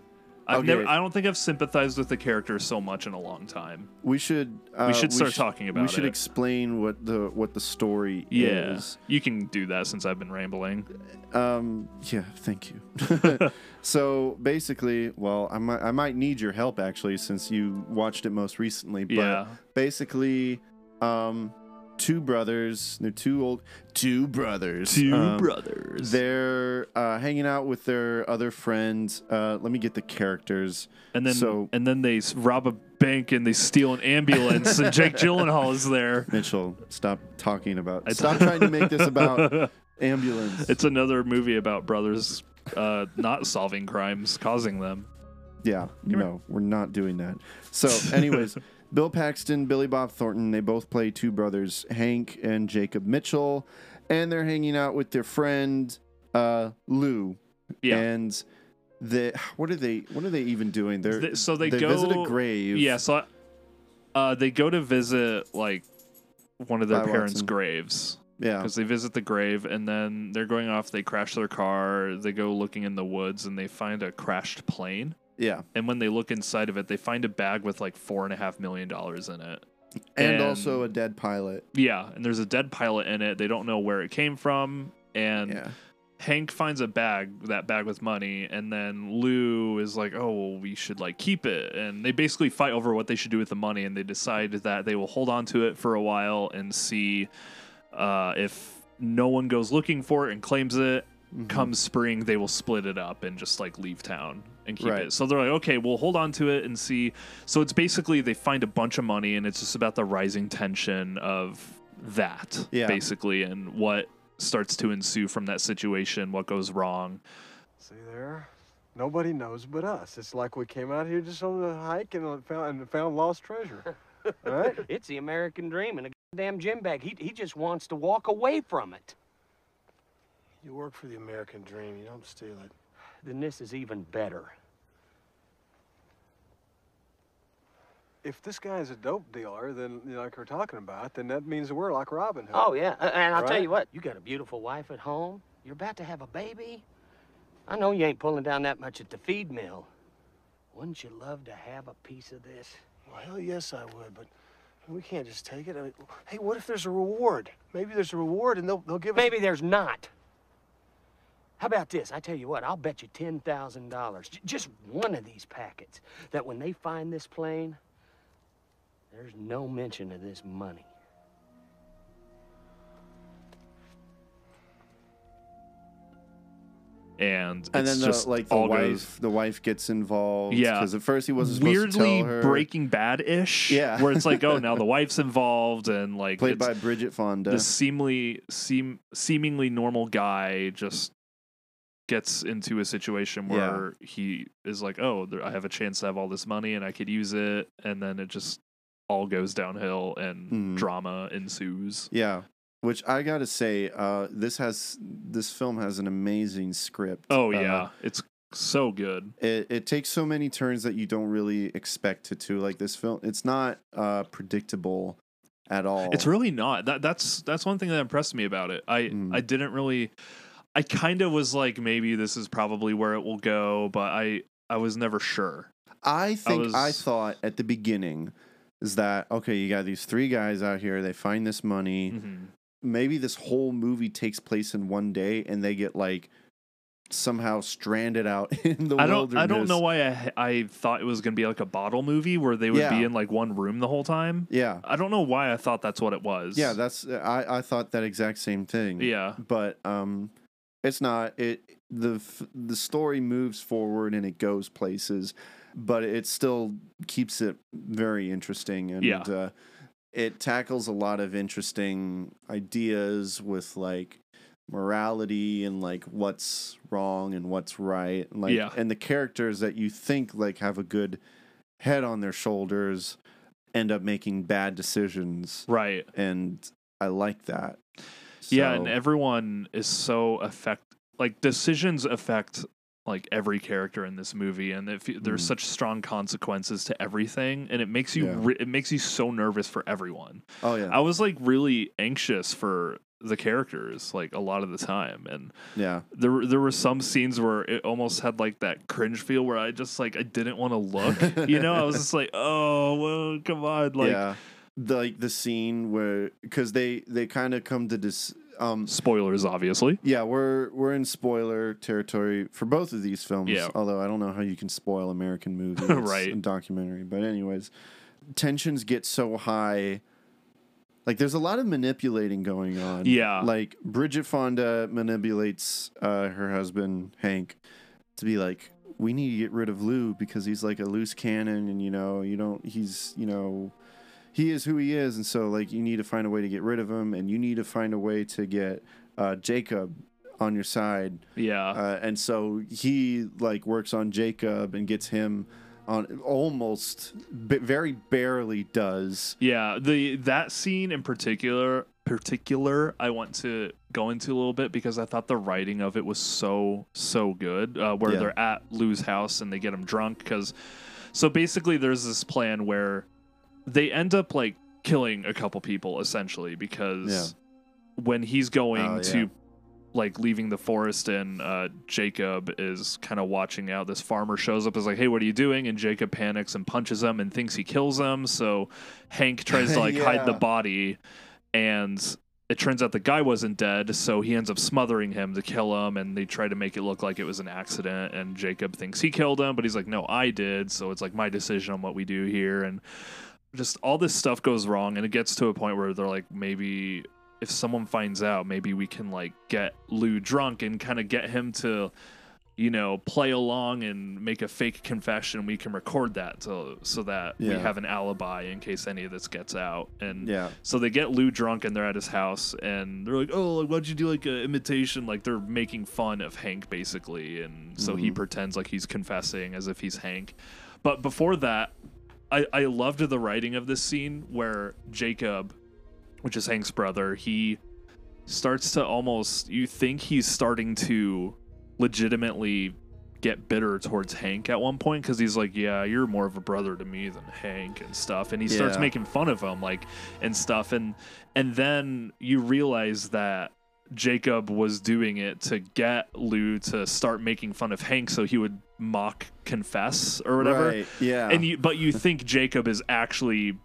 Speaker 1: I've
Speaker 2: Okay.
Speaker 1: never. I don't think I've sympathized with the character so much in a long time.
Speaker 2: we should uh,
Speaker 1: should start talking about
Speaker 2: we should
Speaker 1: it.
Speaker 2: explain what the what the story
Speaker 1: Yeah,
Speaker 2: is
Speaker 1: you can do that since I've been rambling.
Speaker 2: Um. Yeah. Thank you. so basically, well, I might I might need your help actually since you watched it most recently. But
Speaker 1: Yeah.
Speaker 2: Basically, um, two brothers. They're two old two brothers. um,
Speaker 1: brothers.
Speaker 2: They're uh, hanging out with their other friends. Uh, let me get the characters.
Speaker 1: and then
Speaker 2: so-
Speaker 1: and then they s- rob a bank and they steal an ambulance and Jake Gyllenhaal is there.
Speaker 2: Mitchell, stop talking about.
Speaker 1: I-
Speaker 2: Stop trying to make this about ambulance.
Speaker 1: It's another movie about brothers uh, not solving crimes, causing them.
Speaker 2: Yeah, no, we're not doing that. So, anyways, Bill Paxton, Billy Bob Thornton, they both play two brothers, Hank and Jacob Mitchell, and they're hanging out with their friend uh, Lou.
Speaker 1: Yeah.
Speaker 2: And the what are they what are they even doing? They're
Speaker 1: Th- so they,
Speaker 2: they
Speaker 1: go
Speaker 2: visit a grave.
Speaker 1: Yeah, so uh, they go to visit like one of their
Speaker 2: By
Speaker 1: parents'
Speaker 2: Watson.
Speaker 1: graves
Speaker 2: yeah.
Speaker 1: because they visit the grave and then they're going off. They crash their car. They go looking in the woods and they find a crashed plane.
Speaker 2: Yeah.
Speaker 1: And when they look inside of it, they find a bag with like four and a half million dollars in it.
Speaker 2: And,
Speaker 1: And-
Speaker 2: also a dead pilot.
Speaker 1: Yeah, and there's a dead pilot in it. They don't know where it came from. And
Speaker 2: yeah.
Speaker 1: Hank finds a bag, that bag with money, and then Lou is like, "Oh, well, we should like keep it." And they basically fight over what they should do with the money, and they decide that they will hold on to it for a while and see uh, if no one goes looking for it and claims it.
Speaker 2: Mm-hmm.
Speaker 1: Come spring, they will split it up and just like leave town and keep
Speaker 2: Right.
Speaker 1: it. So they're like, "Okay, we'll hold on to it and see." So it's basically they find a bunch of money, and it's just about the rising tension of that,
Speaker 2: Yeah.
Speaker 1: basically, and what starts to ensue from that situation, what goes wrong.
Speaker 4: See there? Nobody knows but us. It's like we came out here just on a hike and uh, found, and found lost treasure. All right?
Speaker 5: It's the American dream and a damn gym bag. He, he just wants to walk away from it.
Speaker 4: You work for the American dream. You don't steal it.
Speaker 5: Then this is even better.
Speaker 4: If this guy's a dope dealer, then you know, like we're talking about, then that means we're like Robin Hood.
Speaker 5: Oh, yeah. a- And I'll tell
Speaker 4: Right.
Speaker 5: you what, you got a beautiful wife at home. You're about to have a baby. I know you ain't pulling down that much at the feed mill. Wouldn't you love to have a piece of this?
Speaker 3: Well, hell yes, I would, but we can't just take it. I mean, hey, what if there's a reward? Maybe there's a reward and they'll, they'll give us.
Speaker 5: Maybe there's not. How about this? I tell you what, I'll bet you $10,000, j- just one of these packets, that when they find this plane, there's no mention of this money.
Speaker 1: And,
Speaker 2: And
Speaker 1: it's
Speaker 2: then the,
Speaker 1: just
Speaker 2: like the
Speaker 1: all
Speaker 2: wife
Speaker 1: goes
Speaker 2: the wife gets involved.
Speaker 1: Yeah.
Speaker 2: Because at first he wasn't supposed
Speaker 1: weirdly
Speaker 2: to tell her.
Speaker 1: Breaking Bad ish.
Speaker 2: Yeah.
Speaker 1: where it's like, oh, now the wife's involved, and like
Speaker 2: played
Speaker 1: it's
Speaker 2: by Bridget Fonda.
Speaker 1: the seemly, seem seemingly normal guy just gets into a situation
Speaker 2: Yeah.
Speaker 1: where he is like, oh, there, I have a chance to have all this money and I could use it, and then it just all goes downhill and
Speaker 2: Mhm.
Speaker 1: drama ensues.
Speaker 2: yeah. Which I gotta say, uh, this has this film has an amazing script.
Speaker 1: Oh
Speaker 2: Uh,
Speaker 1: yeah, it's so good.
Speaker 2: it, it takes so many turns that you don't really expect it to. Like this film, it's not uh, predictable at all.
Speaker 1: It's really not. That that's that's one thing that impressed me about it. I
Speaker 2: Mm.
Speaker 1: I didn't really I kind of was like maybe this is probably where it will go, but I I was never sure.
Speaker 2: I think I,
Speaker 1: was-
Speaker 2: thought at the beginning is that okay? You got these three guys out here. They find this money.
Speaker 1: Mm-hmm.
Speaker 2: Maybe this whole movie takes place in one day, and they get like somehow stranded out in the
Speaker 1: I don't
Speaker 2: wilderness.
Speaker 1: I don't know why I I thought it was going to be like a bottle movie where they would
Speaker 2: Yeah.
Speaker 1: be in like one room the whole time.
Speaker 2: Yeah,
Speaker 1: I don't know why I thought that's what it was.
Speaker 2: yeah. That's I. I thought that exact same thing.
Speaker 1: Yeah.
Speaker 2: but um it's not it the f- the story moves forward and it goes places but it still keeps it very interesting and
Speaker 1: Yeah.
Speaker 2: uh, it tackles a lot of interesting ideas with like morality and like what's wrong and what's right and like
Speaker 1: Yeah.
Speaker 2: and the characters that you think like have a good head on their shoulders end up making bad decisions
Speaker 1: Right.
Speaker 2: and i like that
Speaker 1: Yeah, and
Speaker 2: So-
Speaker 1: everyone is so affect like decisions affect like every character in this movie, and if you- there's
Speaker 2: Mhm.
Speaker 1: such strong consequences to everything, and it makes you
Speaker 2: Yeah.
Speaker 1: re- it makes you so nervous for everyone.
Speaker 2: oh yeah
Speaker 1: I was like really anxious for the characters like a lot of the time, and
Speaker 2: yeah
Speaker 1: there were- there were some scenes where it almost had like that cringe feel where I just like I didn't want to look, you know? I was just like, oh well, come on, like
Speaker 2: yeah. The, like the scene where because they they kind of come to this um
Speaker 1: spoilers, obviously.
Speaker 2: yeah we're we're in spoiler territory for both of these films
Speaker 1: Yeah.
Speaker 2: although i don't know how you can spoil american movies It's
Speaker 1: Right.
Speaker 2: a documentary but anyways tensions get so high like there's a lot of manipulating going on
Speaker 1: Yeah.
Speaker 2: like bridget fonda manipulates uh her husband hank to be like we need to get rid of lou because he's like a loose cannon and you know you don't he's you know he is who he is and so like you need to find a way to get rid of him and you need to find a way to get uh jacob on your side
Speaker 1: Yeah.
Speaker 2: uh, and so he like works on Jacob and gets him on almost b- very barely does
Speaker 1: Yeah, the that scene in particular, particular I want to go into a little bit because I thought the writing of it was so so good. Uh, where
Speaker 2: Yeah.
Speaker 1: they're at Lou's house and they get him drunk because so basically there's this plan where they end up like killing a couple people essentially because when he's going
Speaker 2: Oh,
Speaker 1: to
Speaker 2: yeah.
Speaker 1: like leaving the forest and uh, Jacob is kind of watching out. This farmer shows up, is like, "Hey, what are you doing?" And Jacob panics and punches him and thinks he kills him. So Hank tries to like hide the
Speaker 2: Yeah.
Speaker 1: body, and it turns out the guy wasn't dead. So he ends up smothering him to kill him, and they try to make it look like it was an accident. And Jacob thinks he killed him, but he's like, "No, I did." So it's like my decision on what we do here, and just all this stuff goes wrong, and it gets to a point where they're like, maybe if someone finds out, maybe we can like get Lou drunk and kind of get him to, you know, play along and make a fake confession. We can record that so so that we
Speaker 2: Yeah.
Speaker 1: have an alibi in case any of this gets out. And
Speaker 2: Yeah.
Speaker 1: so they get Lou drunk and they're at his house and they're like, "Oh, like, why'd you do like an imitation?" Like they're making fun of Hank basically, and so he pretends like he's confessing as if he's Hank. But before that, I I loved the writing of this scene where Jacob, which is Hank's brother, he starts to almost you think he's starting to legitimately get bitter towards Hank at one point because he's like, "Yeah, you're more of a brother to me than Hank and stuff," and he starts
Speaker 2: Yeah.
Speaker 1: making fun of him like and stuff, and and then you realize that Jacob was doing it to get Lou to start making fun of Hank so he would mock confess or whatever.
Speaker 2: Right. Yeah.
Speaker 1: And you, but you think Jacob is actually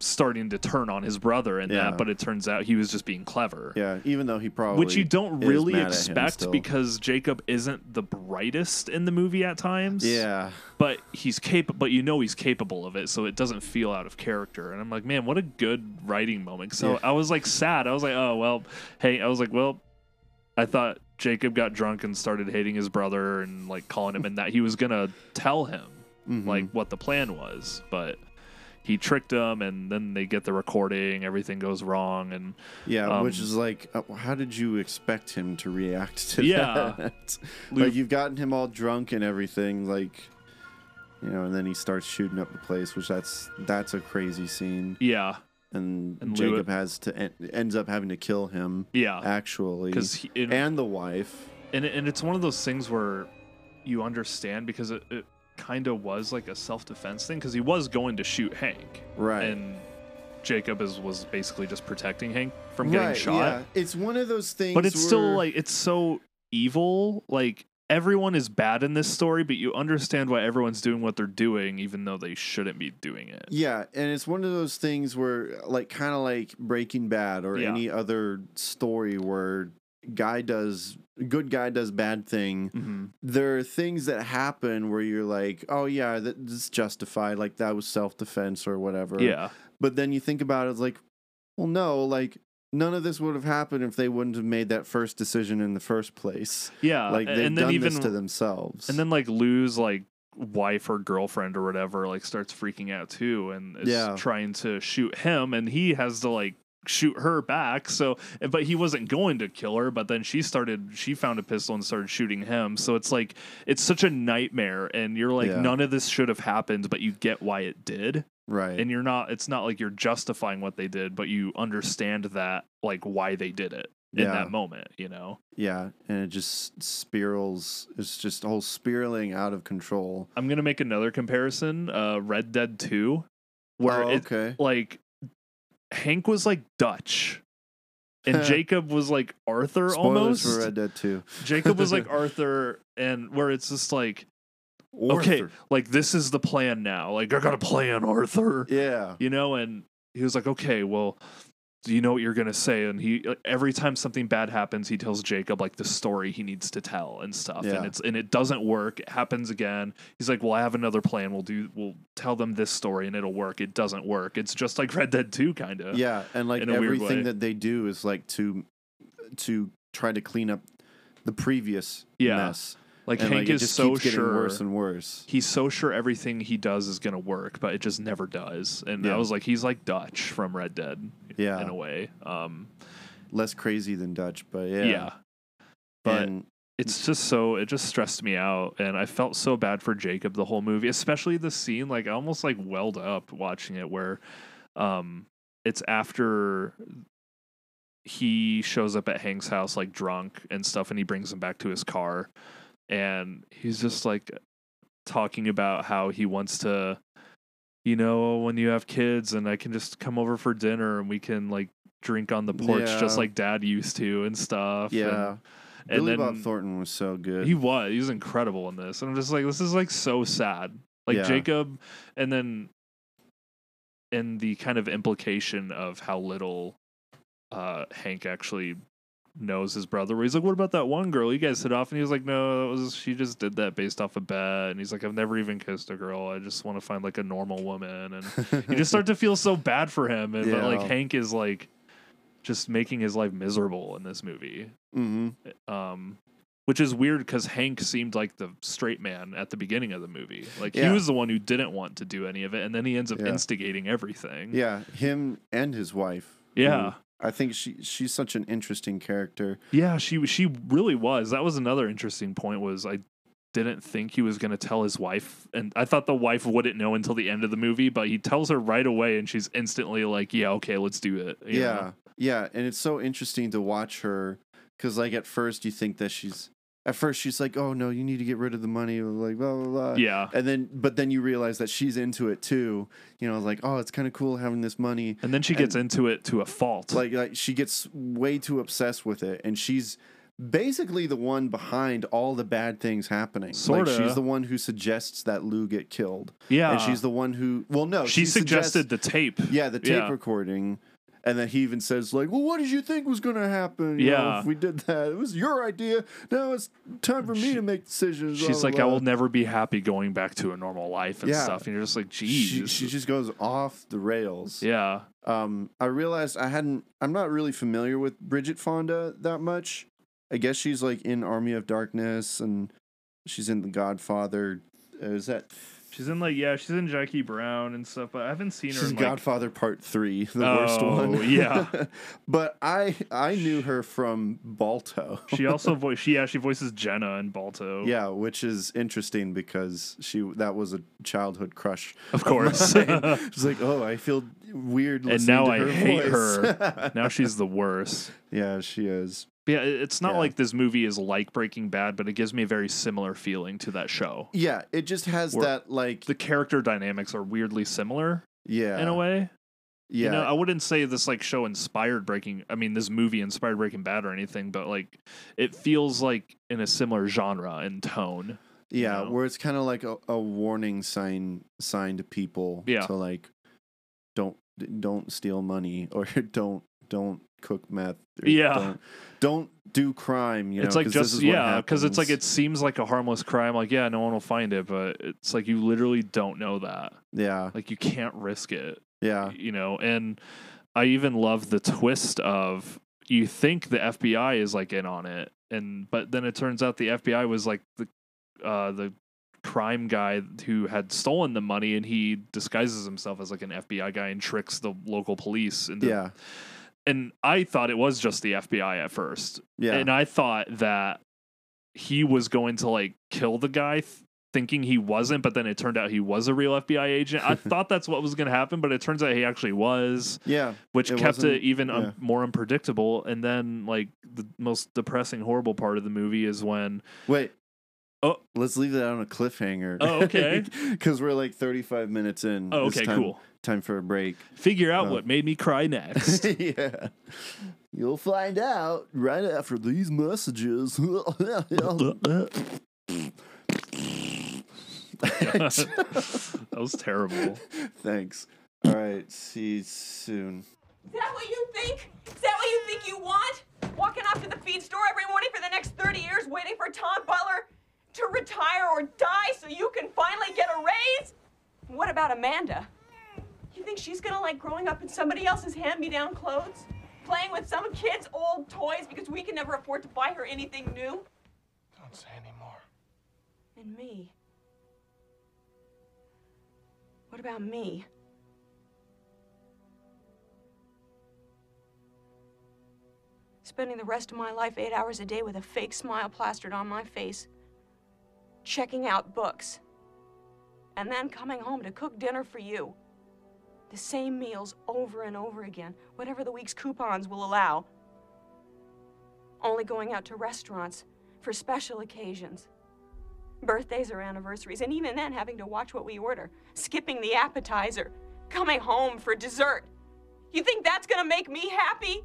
Speaker 1: starting to turn on his brother and
Speaker 2: Yeah.
Speaker 1: that, but it turns out he was just being clever
Speaker 2: yeah. Even though he probably
Speaker 1: which you don't
Speaker 2: is
Speaker 1: really
Speaker 2: mad at him
Speaker 1: expect
Speaker 2: still.
Speaker 1: because Jacob isn't the brightest in the movie at times.
Speaker 2: yeah.
Speaker 1: but he's capable. But you know he's capable of it, so it doesn't feel out of character. And I'm like, man, what a good writing moment. So
Speaker 2: Yeah.
Speaker 1: I was like sad. I was like, oh well, hey, I was like, well, I thought Jacob got drunk and started hating his brother and like calling him, and that he was gonna tell him
Speaker 2: Mm-hmm.
Speaker 1: like what the plan was, but. He tricked him, and then they get the recording. Everything goes wrong, and
Speaker 2: Yeah,
Speaker 1: Um,
Speaker 2: which is like, uh, how did you expect him to react to
Speaker 1: Yeah.
Speaker 2: that?
Speaker 1: Lou-
Speaker 2: like you've gotten him all drunk and everything, like, you know, and then he starts shooting up the place, which that's that's a crazy scene.
Speaker 1: yeah,
Speaker 2: And,
Speaker 1: And Lou-
Speaker 2: Jacob has to en- ends up having to kill him.
Speaker 1: Yeah.
Speaker 2: actually,
Speaker 1: 'Cause he- in-
Speaker 2: and the wife.
Speaker 1: and it- and it's one of those things where you understand because it, it kind of was like a self defense thing because he was going to shoot Hank,
Speaker 2: Right.
Speaker 1: And Jacob is was basically just protecting Hank from getting shot,
Speaker 2: It's one of those things,
Speaker 1: but it's still
Speaker 2: where-
Speaker 1: like it's so evil, like. Everyone is bad in this story, but you understand why everyone's doing what they're doing, even though they shouldn't be doing it.
Speaker 2: Yeah, and it's one of those things where, like, kind of like Breaking Bad or
Speaker 1: Yeah.
Speaker 2: any other story where guy does good guy does bad thing.
Speaker 1: Mm-hmm.
Speaker 2: There are things that happen where you're like, oh yeah, that- that's justified. Like that was self defense or whatever.
Speaker 1: Yeah,
Speaker 2: But then you think about it, it's like, well, no, like none of this would have happened if they wouldn't have made that first decision in the first place.
Speaker 1: yeah.
Speaker 2: like
Speaker 1: a-
Speaker 2: they've
Speaker 1: and then
Speaker 2: done
Speaker 1: even
Speaker 2: this to themselves.
Speaker 1: And then like Lou's like wife or girlfriend or whatever like starts freaking out too and is
Speaker 2: Yeah.
Speaker 1: trying to shoot him and he has to like shoot her back. So but he wasn't going to kill her, but then she started she found a pistol and started shooting him. So it's like it's such a nightmare and you're like
Speaker 2: Yeah.
Speaker 1: none of this should have happened, but you get why it did.
Speaker 2: right.
Speaker 1: And you're not it's not like you're justifying what they did, but you understand that like why they did it in
Speaker 2: Yeah.
Speaker 1: that moment, you know.
Speaker 2: Yeah, and it just spirals. It's just whole spiraling out of control.
Speaker 1: I'm gonna make another comparison. Uh, Red Dead Two, where
Speaker 2: Oh,
Speaker 1: it-
Speaker 2: okay,
Speaker 1: like Hank was like Dutch, and Jacob was like Arthur
Speaker 2: spoilers
Speaker 1: almost.
Speaker 2: for Red Dead Two.
Speaker 1: Jacob was like Arthur, and where it's just like okay,
Speaker 2: Arthur.
Speaker 1: like this is the plan now. Like I got a plan, Arthur.
Speaker 2: yeah,
Speaker 1: You know, and he was like, okay, well. Do you know what you're gonna say? And he like, every time something bad happens, he tells Jacob like the story he needs to tell and stuff.
Speaker 2: Yeah.
Speaker 1: And it's and it doesn't work. It happens again. He's like, "Well, I have another plan. We'll do. We'll tell them this story, and it'll work." It doesn't work. It's just like Red Dead Two, kind of.
Speaker 2: yeah, and like
Speaker 1: in a weird way.
Speaker 2: everything that they do is like to to try to clean up the previous
Speaker 1: Yeah.
Speaker 2: mess.
Speaker 1: Like
Speaker 2: And,
Speaker 1: Hank
Speaker 2: it
Speaker 1: is
Speaker 2: just
Speaker 1: so
Speaker 2: keeps getting
Speaker 1: sure
Speaker 2: worse and worse.
Speaker 1: he's so sure everything he does is gonna work, but it just never does. And I
Speaker 2: Yeah.
Speaker 1: was like, he's like Dutch from Red Dead,
Speaker 2: Yeah.
Speaker 1: in a way. Um,
Speaker 2: Less crazy than Dutch, but yeah,
Speaker 1: yeah. But
Speaker 2: And-
Speaker 1: it's just so it just stressed me out, and I felt so bad for Jacob the whole movie, especially the scene. Like I almost like welled up watching it, where um, it's after he shows up at Hank's house like drunk and stuff, and he brings him back to his car, and he's just like talking about how he wants to, you know, when you have kids, and I can just come over for dinner and we can like drink on the porch
Speaker 2: Yeah.
Speaker 1: just like Dad used to and stuff. and-
Speaker 2: Yeah.
Speaker 1: and,
Speaker 2: Billy
Speaker 1: then
Speaker 2: Bob Thornton was so good.
Speaker 1: he was. He was incredible in this. And I'm just like, this is like so sad. Like
Speaker 2: Yeah.
Speaker 1: Jacob, and then, and the kind of implication of how little uh, Hank actually knows his brother. Where he's like, what about that one girl? You guys hit off. And he was like, no, that was, she just did that based off a bet. And he's like, I've never even kissed a girl. I just want to find like a normal woman. And you just start to feel so bad for him. And but like
Speaker 2: Yeah.
Speaker 1: Hank is like just making his life miserable in this movie
Speaker 2: hmm
Speaker 1: um which is weird because Hank seemed like the straight man at the beginning of the movie. Like
Speaker 2: Yeah.
Speaker 1: he was the one who didn't want to do any of it, and then he ends up
Speaker 2: Yeah.
Speaker 1: instigating everything.
Speaker 2: Yeah, him and his wife. who
Speaker 1: yeah,
Speaker 2: I think she she's such an interesting character.
Speaker 1: yeah. She she really was. That was another interesting point. Was I didn't think he was going to tell his wife, and I thought the wife wouldn't know until the end of the movie. But he tells her right away, and she's instantly like, "Yeah, okay, let's do it." you
Speaker 2: yeah.
Speaker 1: know?
Speaker 2: Yeah, and it's so interesting to watch her cuz like at first you think that she's at first she's like, "Oh no, you need to get rid of the money," like blah blah blah.
Speaker 1: yeah.
Speaker 2: And then but then you realize that she's into it too. You know, like, "Oh, it's kind of cool having this money."
Speaker 1: And then she gets into it to a fault.
Speaker 2: like like she gets way too obsessed with it and she's basically the one behind all the bad things happening
Speaker 1: Sorta.
Speaker 2: like she's the one who suggests that lou get killed
Speaker 1: yeah,
Speaker 2: and she's the one who well no
Speaker 1: she,
Speaker 2: suggests-
Speaker 1: suggested the tape.
Speaker 2: yeah the tape recording and then he even says like well what did you think was going to happen You know,
Speaker 1: Yeah.
Speaker 2: if we did that it was your idea now it's time for me to make decisions
Speaker 1: She's
Speaker 2: blah,
Speaker 1: like,
Speaker 2: blah,
Speaker 1: I will
Speaker 2: blah."
Speaker 1: never be happy going back to a normal life and
Speaker 2: Yeah.
Speaker 1: stuff. And you're just like,
Speaker 2: she,
Speaker 1: geez.
Speaker 2: she just goes off the rails
Speaker 1: yeah.
Speaker 2: um, I realized I hadn't. I'm not really familiar with Bridget Fonda that much. I guess she's like in Army of Darkness, and she's in The Godfather. Uh, Is that
Speaker 1: She's in like, yeah, she's in Jackie Brown and stuff, but I haven't seen
Speaker 2: she's Godfather Part Three, the worst
Speaker 1: Oh,
Speaker 2: one?
Speaker 1: yeah.
Speaker 2: but I I knew her from Balto.
Speaker 1: she also voice she yeah, she voices Jenna in Balto.
Speaker 2: yeah, which is interesting because she that was a childhood crush.
Speaker 1: Of course. and
Speaker 2: She's like, oh, I feel weird. listening
Speaker 1: now
Speaker 2: to
Speaker 1: I
Speaker 2: her
Speaker 1: hate
Speaker 2: voice."
Speaker 1: her. now she's the worst.
Speaker 2: yeah, she is.
Speaker 1: But yeah, it- it's not
Speaker 2: Yeah.
Speaker 1: like this movie is like Breaking Bad, but it gives me a very similar feeling to that show.
Speaker 2: Yeah, it just has
Speaker 1: Or-
Speaker 2: that like
Speaker 1: The character dynamics are weirdly similar
Speaker 2: yeah
Speaker 1: in a way.
Speaker 2: Yeah,
Speaker 1: You know, I wouldn't say this like show inspired Breaking. I mean, this movie inspired Breaking Bad or anything, but like, it feels like in a similar genre and tone.
Speaker 2: yeah,
Speaker 1: know?
Speaker 2: where it's kind of like a, a warning sign sign to people
Speaker 1: Yeah.
Speaker 2: to like don't don't steal money or don't don't cook meth or
Speaker 1: Yeah.
Speaker 2: don't, don't do crime you know
Speaker 1: it's like
Speaker 2: 'cause
Speaker 1: just
Speaker 2: this is what
Speaker 1: yeah, because it's like it
Speaker 2: happens.
Speaker 1: seems like a harmless crime. Like yeah, no one will find it, but it's like you literally don't know that.
Speaker 2: yeah
Speaker 1: Like you can't risk it.
Speaker 2: yeah
Speaker 1: You know, and I even love the twist of you think the FBI is like in on it, and but then it turns out the FBI was like the uh, the crime guy who had stolen the money, and he disguises himself as like an FBI guy and tricks the local police. Into,
Speaker 2: yeah
Speaker 1: and I thought it was just the FBI at first,
Speaker 2: yeah
Speaker 1: and I thought that he was going to like kill the guy. th- Thinking he wasn't, but then it turned out he was a real FBI agent. I thought that's what was going to happen, but it turns out he actually was
Speaker 2: yeah
Speaker 1: which
Speaker 2: It
Speaker 1: kept
Speaker 2: wasn't-
Speaker 1: it even un-
Speaker 2: yeah.
Speaker 1: more unpredictable. And then, like the most depressing, horrible part of the movie is when
Speaker 2: wait
Speaker 1: Oh.
Speaker 2: let's leave that on a cliffhanger
Speaker 1: Oh, okay.
Speaker 2: because we're like 35 minutes in
Speaker 1: oh,
Speaker 2: It's
Speaker 1: okay,
Speaker 2: time,
Speaker 1: cool.
Speaker 2: time for a break
Speaker 1: Figure out
Speaker 2: Oh.
Speaker 1: what made me cry next.
Speaker 2: yeah. You'll find out right after these messages.
Speaker 1: that was terrible.
Speaker 2: Thanks. All right. See you soon.
Speaker 6: Is that what you think? Is that what you think you want? Walking off to the feed store every morning for the next 30 years, waiting for Tom Butler to retire or die so you can finally get a raise? What about Amanda? You think she's gonna like growing up in somebody else's hand me down clothes? Playing with some kid's old toys because we can never afford to buy her anything new?
Speaker 4: Don't say anymore.
Speaker 6: And me? What about me? Spending the rest of my life eight hours a day with a fake smile plastered on my face, checking out books, and then coming home to cook dinner for you. The same meals over and over again, whatever the week's coupons will allow. only going out to restaurants for special occasions. Birthdays or anniversaries, and even then having to watch what we order, skipping the appetizer, coming home for dessert. You think that's gonna make me happy?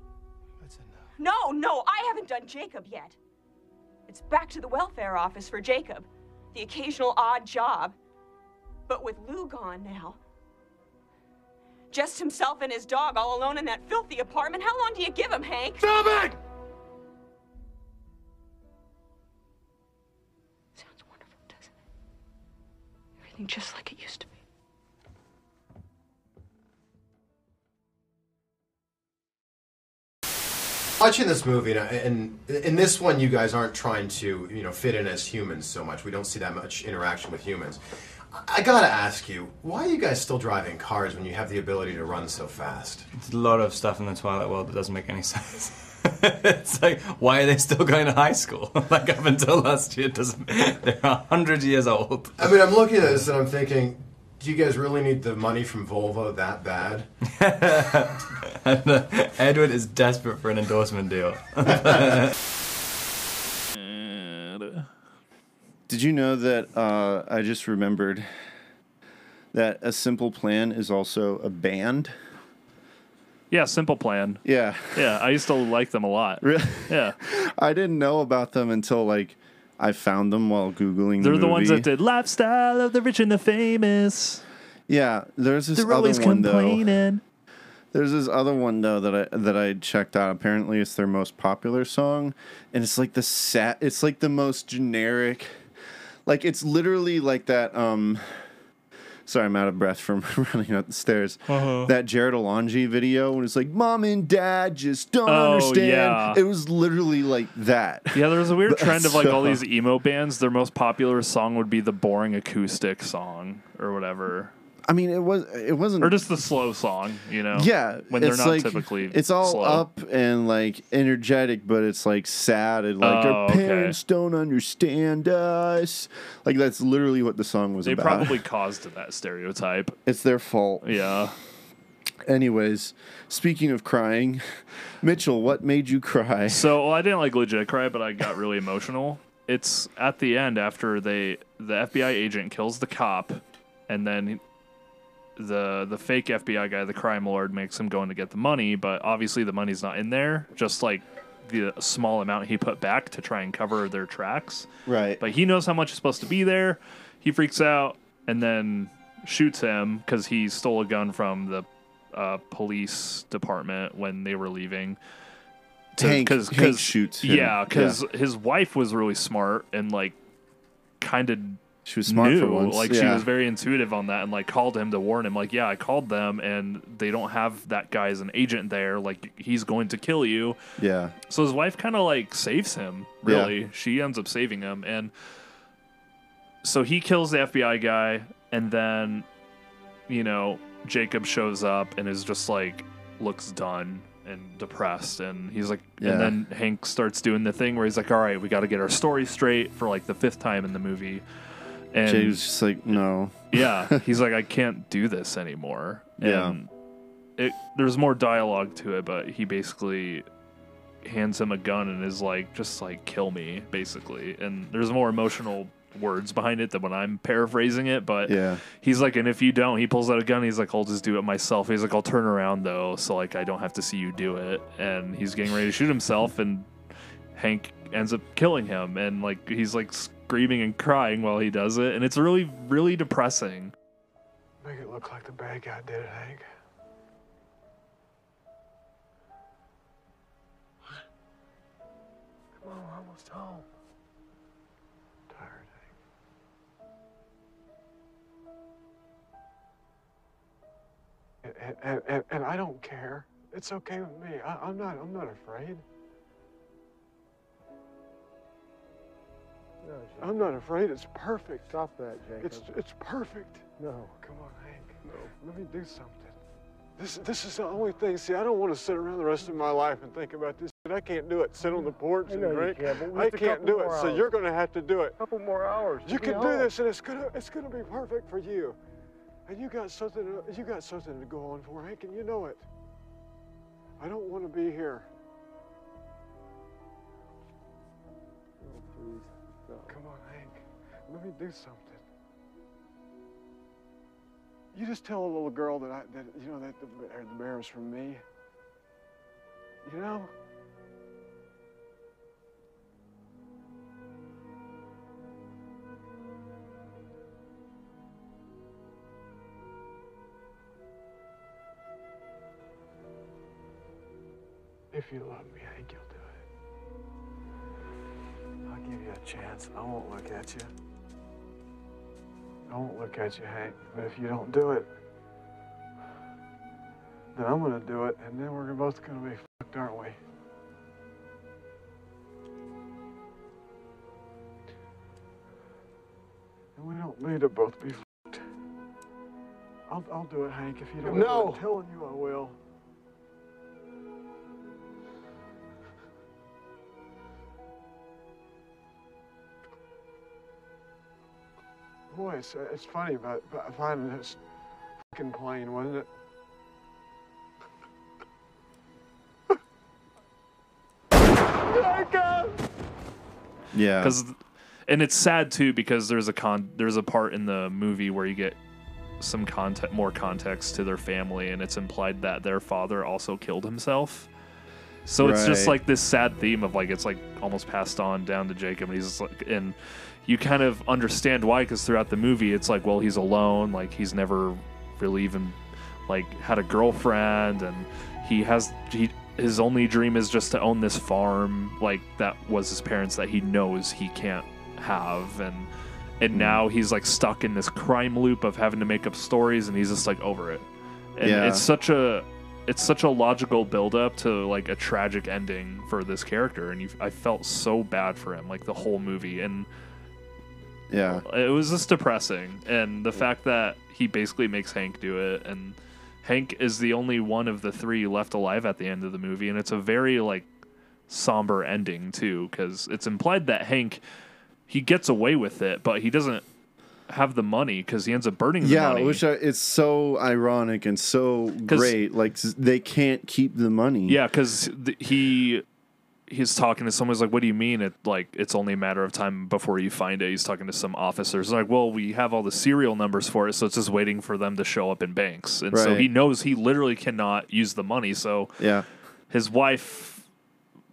Speaker 4: That's enough.
Speaker 6: No, no, I haven't done Jacob yet. It's back to the welfare office for Jacob, the occasional odd job. But with Lou gone now, just himself and his dog all alone in that filthy apartment, how long do you give him, Hank?
Speaker 4: Stop it!
Speaker 6: Sounds wonderful, doesn't it? Everything just like it used to be.
Speaker 7: Watching this movie, and, and in this one, you guys aren't trying to you know fit in as humans so much. We don't see that much interaction with humans. I- I gotta ask you, why are you guys still driving cars when you have the ability to run so fast?
Speaker 8: There's a lot of stuff in the Twilight world that doesn't make any sense. it's like, why are they still going to high school? like up until last year, it doesn't they're hundred years old.
Speaker 7: I mean, I'm looking at this and I'm thinking, do you guys really need the money from Volvo that bad?
Speaker 8: And, uh, Edward is desperate for an endorsement deal.
Speaker 1: And-
Speaker 2: Did you know that uh, I just remembered that a simple plan is also a band?
Speaker 1: yeah, Simple Plan.
Speaker 2: Yeah.
Speaker 1: Yeah, I used to like them a lot.
Speaker 2: Really?
Speaker 1: Yeah,
Speaker 2: I didn't know about them until like I found them while googling.
Speaker 1: they're
Speaker 2: the,
Speaker 1: the ones
Speaker 2: movie.
Speaker 1: that did "Lifestyle of the Rich and the Famous."
Speaker 2: Yeah, there's this
Speaker 1: They're
Speaker 2: other
Speaker 1: always
Speaker 2: one though.
Speaker 1: complaining.
Speaker 2: There's this other one though that I that I checked out. Apparently, it's their most popular song, and it's like the sat. It's like the most generic. Like it's literally like that. Um, sorry, I'm out of breath from running up the stairs.
Speaker 1: Uh-huh.
Speaker 2: That Jared Alonji video when it's like, "Mom and Dad just don't
Speaker 1: Oh,
Speaker 2: understand."
Speaker 1: yeah.
Speaker 2: It was literally like that.
Speaker 1: Yeah, there was a weird trend of like all
Speaker 2: So-
Speaker 1: these emo bands. Their most popular song would be the boring acoustic song or whatever,
Speaker 2: I mean, it was it wasn't
Speaker 1: or just the slow song. You know,
Speaker 2: Yeah,
Speaker 1: when they're
Speaker 2: it's
Speaker 1: not
Speaker 2: like-
Speaker 1: typically
Speaker 2: it's all
Speaker 1: slow.
Speaker 2: up and like energetic, but it's like sad and like
Speaker 1: Oh,
Speaker 2: our
Speaker 1: okay.
Speaker 2: parents don't understand us. Like that's literally what the song was
Speaker 1: They
Speaker 2: about.
Speaker 1: probably caused that stereotype.
Speaker 2: it's their fault.
Speaker 1: Yeah.
Speaker 2: Anyways, speaking of crying, Mitchell, what made you cry?
Speaker 1: So uh, well, I didn't like legit cry, but I got really emotional. It's at the end after they the FBI agent kills the cop, and then the the fake FBI guy, the crime lord, makes him go in to get the money. But obviously the money's not in there. Just like the small amount he put back to try and cover their tracks.
Speaker 2: Right.
Speaker 1: But he knows how much is supposed to be there. He freaks out and then shoots him because he stole a gun from the uh, police department when they were leaving. To-
Speaker 2: Hank- Hank shoots him.
Speaker 1: Yeah, because his wife was really smart and like kind of
Speaker 2: she was smart
Speaker 1: knew.
Speaker 2: for once.
Speaker 1: Like she
Speaker 2: yeah.
Speaker 1: was very intuitive on that and like called him to warn him. Like, yeah, I called them and they don't have that guy as an agent there. Like he's going to kill you.
Speaker 2: Yeah.
Speaker 1: So his wife kind of like saves him,
Speaker 2: Yeah.
Speaker 1: really. She ends up saving him. And so he kills the FBI guy. And then, you know, Jacob shows up and is just like, looks done and depressed. And he's like,
Speaker 2: Yeah.
Speaker 1: and then Hank starts doing the thing where he's like, all right, we got to get our story straight for like the fifth time in the movie. And
Speaker 2: Jay was just like, no.
Speaker 1: yeah, he's like, I can't do this anymore.
Speaker 2: Yeah.
Speaker 1: And it, there's more dialogue to it, but he basically hands him a gun and is like, just like, kill me, basically. And there's more emotional words behind it than when I'm paraphrasing it, but
Speaker 2: Yeah.
Speaker 1: he's like, and if you don't, he pulls out a gun. He's like, I'll just do it myself. He's like, I'll turn around though, so like I don't have to see you do it. And he's getting ready to shoot himself, and Hank ends up killing him, and like he's like screaming and crying while he does it, and it's really really depressing.
Speaker 4: Make it look like the bad guy did it, Hank. Come on, we're almost home. Tired, Hank. And, and, and, and I don't care. It's okay with me. I, I'm not. I'm not afraid.
Speaker 3: No, Jacob.
Speaker 4: I'm not afraid. It's perfect.
Speaker 3: Stop that, Jacob.
Speaker 4: It's it's perfect.
Speaker 3: No.
Speaker 4: Come on, Hank. Let me do something. This this is the only thing. See, I don't want to sit around the rest of my life and think about this. shit. I can't do it. Sit on the porch
Speaker 3: I
Speaker 4: and
Speaker 3: know you
Speaker 4: drink.
Speaker 3: can't, but we
Speaker 4: I
Speaker 3: have a
Speaker 4: can't
Speaker 3: couple
Speaker 4: do it.
Speaker 3: more
Speaker 4: So
Speaker 3: hours.
Speaker 4: you're gonna have to do it.
Speaker 3: couple more hours.
Speaker 4: You can do this, and it's gonna it's gonna be perfect for you. And you got something to- you got something to go on for, Hank, and you know it. I don't want to be here. Come on, Hank. Let me do something. You just tell a little girl that I that you know that the, bear- the bear is from me. You know. If you love me, Hank, you'll do it. I'll give you a chance and I won't look at you. I won't look at you, Hank, but if you don't do it, then I'm gonna do it and then we're both gonna be fucked, aren't we? And we don't need to both be fucked. I'll, I'll do it, Hank, if you don't no. I'm telling you I will. Boy, it's, uh, it's funny about, about finding this fucking plane, wasn't it?
Speaker 2: Yeah.
Speaker 1: because and it's sad too because there's a con there's a part in the movie where you get some content more context to their family and it's implied that their father also killed himself so it's just
Speaker 2: Right.
Speaker 1: like this sad theme of like it's like almost passed on down to jacob and he's just like and you kind of understand why because throughout the movie it's like well he's alone like he's never really even like had a girlfriend and he has he his only dream is just to own this farm like that was his parents that he knows he can't have and and now he's like stuck in this crime loop of having to make up stories and he's just like over it and
Speaker 2: Yeah.
Speaker 1: it's such a it's such a logical build up to like a tragic ending for this character and you, i felt so bad for him like the whole movie and
Speaker 2: yeah.
Speaker 1: it was just depressing and the fact that he basically makes hank do it and hank is the only one of the three left alive at the end of the movie and it's a very like somber ending too because it's implied that hank he gets away with it but he doesn't have the money because he ends up burning the
Speaker 2: Yeah,
Speaker 1: money
Speaker 2: which I, it's so ironic and so great. Like s- they can't keep the money.
Speaker 1: Yeah, because th- he he's talking to someone. He's like, "What do you mean? It like it's only a matter of time before you find it." He's talking to some officers. Like, well, we have all the serial numbers for it, so it's just waiting for them to show up in banks. And so
Speaker 2: Right.
Speaker 1: he knows he literally cannot use the money. So
Speaker 2: Yeah.
Speaker 1: his wife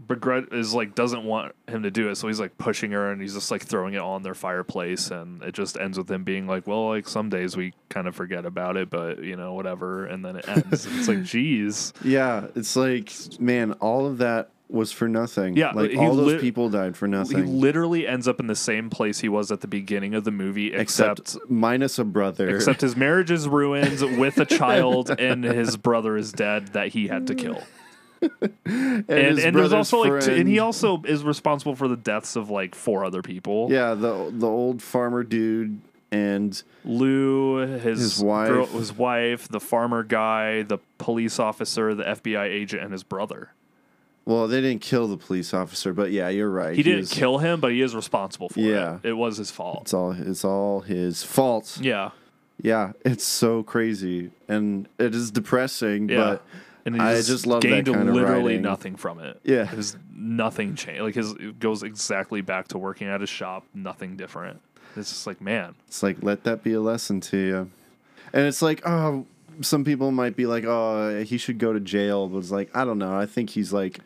Speaker 1: regret is like doesn't want him to do it so he's like pushing her and he's just like throwing it on their fireplace and it just ends with him being like well like some days we kind of forget about it but you know whatever and then it ends it's like geez
Speaker 2: Yeah, it's like man, all of that was for nothing.
Speaker 1: Yeah,
Speaker 2: like
Speaker 1: he
Speaker 2: all those
Speaker 1: lit-
Speaker 2: people died for
Speaker 1: He
Speaker 2: nothing.
Speaker 1: literally ends up in the same place he was at the beginning of the movie,
Speaker 2: except,
Speaker 1: except
Speaker 2: minus a brother.
Speaker 1: except his marriage is ruined with a child, and his brother is dead that he had to kill. And
Speaker 2: his
Speaker 1: and there's
Speaker 2: brother's
Speaker 1: also like, t- and he
Speaker 2: friend.
Speaker 1: also is responsible for the deaths of like four other people.
Speaker 2: yeah, the the old farmer dude and
Speaker 1: Lou, his,
Speaker 2: His wife.
Speaker 1: girl- his wife, the farmer guy, the police officer, the FBI agent, and his brother.
Speaker 2: well, they didn't kill the police officer, but yeah, you're right.
Speaker 1: He, didn't
Speaker 2: was-
Speaker 1: kill him, but he is responsible for
Speaker 2: Yeah.
Speaker 1: it. It was his fault.
Speaker 2: It's all it's all his fault.
Speaker 1: Yeah,
Speaker 2: Yeah, it's so crazy and it is depressing,
Speaker 1: Yeah.
Speaker 2: but
Speaker 1: and he
Speaker 2: I just love that
Speaker 1: gained
Speaker 2: kind of
Speaker 1: literally
Speaker 2: writing.
Speaker 1: nothing from it.
Speaker 2: Yeah.
Speaker 1: it was nothing changed. Like his it goes exactly back to working at his shop, nothing different. It's just like man,
Speaker 2: It's like let that be a lesson to you. And it's like, oh, some people might be like, oh, he should go to jail, but it's like, I don't know. I think he's like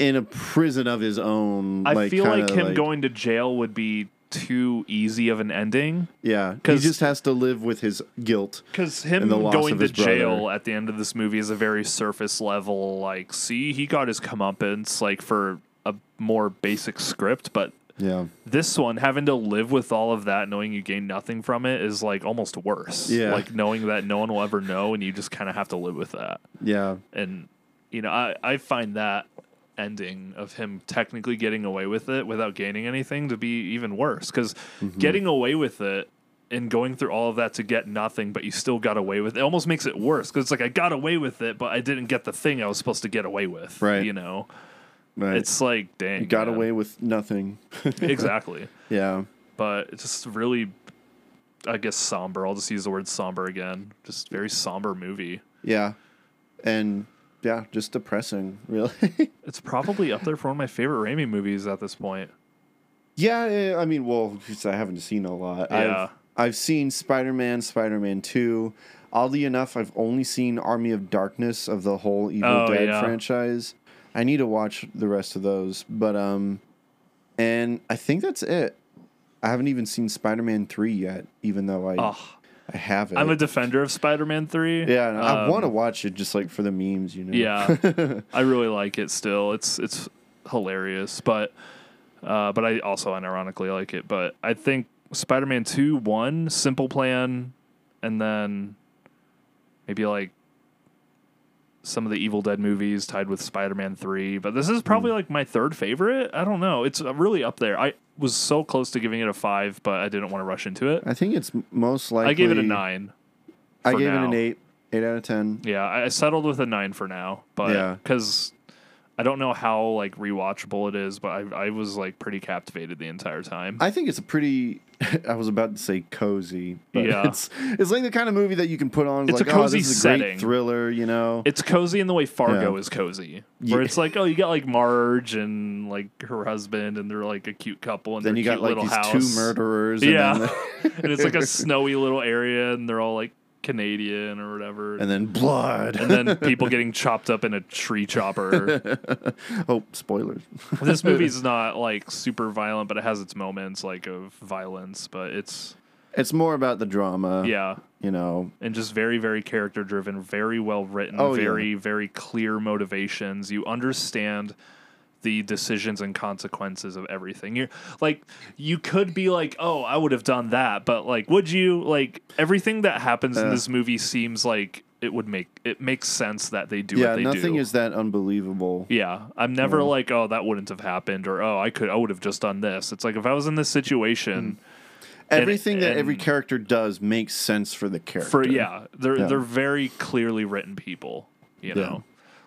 Speaker 2: in a prison of his own.
Speaker 1: I feel like
Speaker 2: kinda
Speaker 1: him going to jail would be too easy of an ending
Speaker 2: Yeah, he
Speaker 1: 'cause-
Speaker 2: just has to live with his guilt.
Speaker 1: because him
Speaker 2: And the loss
Speaker 1: going
Speaker 2: of
Speaker 1: to
Speaker 2: his brother.
Speaker 1: jail at the end of this movie is a very surface level. Like, see, he got his comeuppance like for a more basic script, but
Speaker 2: Yeah,
Speaker 1: this one having to live with all of that knowing you gain nothing from it is like almost worse
Speaker 2: Yeah.
Speaker 1: like knowing that no one will ever know and you just kind of have to live with that
Speaker 2: yeah,
Speaker 1: and you know I, I find that ending of him technically getting away with it without gaining anything to be even worse because
Speaker 2: Mm-hmm.
Speaker 1: getting away with it and going through all of that to get nothing but you still got away with it, it almost makes it worse because it's like i got away with it but i didn't get the thing i was supposed to get away with
Speaker 2: Right.
Speaker 1: you know
Speaker 2: right.
Speaker 1: it's like dang
Speaker 2: he got
Speaker 1: man.
Speaker 2: away with nothing.
Speaker 1: exactly
Speaker 2: yeah,
Speaker 1: but it's just really i guess somber i'll just use the word somber again just very somber movie
Speaker 2: yeah, and yeah, just depressing, really.
Speaker 1: it's probably up there for one of my favorite Raimi movies at this point
Speaker 2: Yeah, eh, I mean, well, 'cause I haven't seen a lot.
Speaker 1: Yeah.
Speaker 2: I've, I've seen Spider Man, Spider Man 2. Oddly enough, I've only seen Army of Darkness of the whole Evil
Speaker 1: Oh,
Speaker 2: Dead
Speaker 1: yeah.
Speaker 2: franchise. I need to watch the rest of those. But, um, and I think that's it. I haven't even seen Spider Man 3 yet, even though I,
Speaker 1: Ugh.
Speaker 2: I have it.
Speaker 1: I'm a defender of Spider-Man Three.
Speaker 2: yeah, and I
Speaker 1: Um,
Speaker 2: want to watch it just like for the memes, you know?
Speaker 1: Yeah, I really like it still. It's it's hilarious, but uh, but I also unironically like it. But I think Spider-Man Two, one Simple Plan, and then maybe like some of the Evil Dead movies tied with Spider-Man Three. But this is probably
Speaker 2: Hmm.
Speaker 1: like my third favorite. I don't know. It's uh, really up there. I was so close to giving it a five, but I didn't want to rush into it.
Speaker 2: I think it's m- most likely.
Speaker 1: I gave it a nine.
Speaker 2: I
Speaker 1: for
Speaker 2: gave it
Speaker 1: now.
Speaker 2: an 8. 8 out of 10.
Speaker 1: Yeah, I I settled with a nine for now, but
Speaker 2: Yeah.
Speaker 1: because I don't know how like rewatchable it is, but I I was like pretty captivated the entire time.
Speaker 2: I think it's a pretty. I was about to say cozy, but
Speaker 1: Yeah.
Speaker 2: it's it's like the kind of movie that you can put on.
Speaker 1: It's a
Speaker 2: like,
Speaker 1: cozy
Speaker 2: oh, this is a
Speaker 1: setting.
Speaker 2: great thriller, you know.
Speaker 1: it's cozy in the way Fargo
Speaker 2: Yeah.
Speaker 1: is cozy, where
Speaker 2: Yeah.
Speaker 1: it's like oh you got like Marge and like her husband and they're like a cute couple and
Speaker 2: then
Speaker 1: their
Speaker 2: you
Speaker 1: cute
Speaker 2: got like
Speaker 1: little
Speaker 2: these
Speaker 1: house.
Speaker 2: two murderers. and
Speaker 1: yeah,
Speaker 2: then,
Speaker 1: and it's like a snowy little area and they're all like Canadian or whatever,
Speaker 2: and then blood.
Speaker 1: and then people getting chopped up in a tree chopper.
Speaker 2: oh, spoilers!
Speaker 1: this movie's not like super violent, but it has its moments like of violence. But it's
Speaker 2: It's more about the drama.
Speaker 1: yeah,
Speaker 2: you know.
Speaker 1: and just very very character driven, very well written,
Speaker 2: Oh, yeah.
Speaker 1: very very clear motivations. You understand the decisions and consequences of everything. You're like you could be like, "Oh, I would have done that," but like would you? Like everything that happens in
Speaker 2: Uh.
Speaker 1: this movie seems like it would make it makes sense that they do
Speaker 2: Yeah,
Speaker 1: what they
Speaker 2: nothing
Speaker 1: do.
Speaker 2: is that unbelievable.
Speaker 1: Yeah, I'm never like, oh, that wouldn't have happened, or oh, I could, I would have just done this. It's like if I was in this
Speaker 2: Mm.
Speaker 1: situation,
Speaker 2: Everything that every
Speaker 1: and-
Speaker 2: character does makes sense for the character.
Speaker 1: for yeah, they're
Speaker 2: Yeah.
Speaker 1: they're very clearly written people, you
Speaker 2: Yeah.
Speaker 1: know,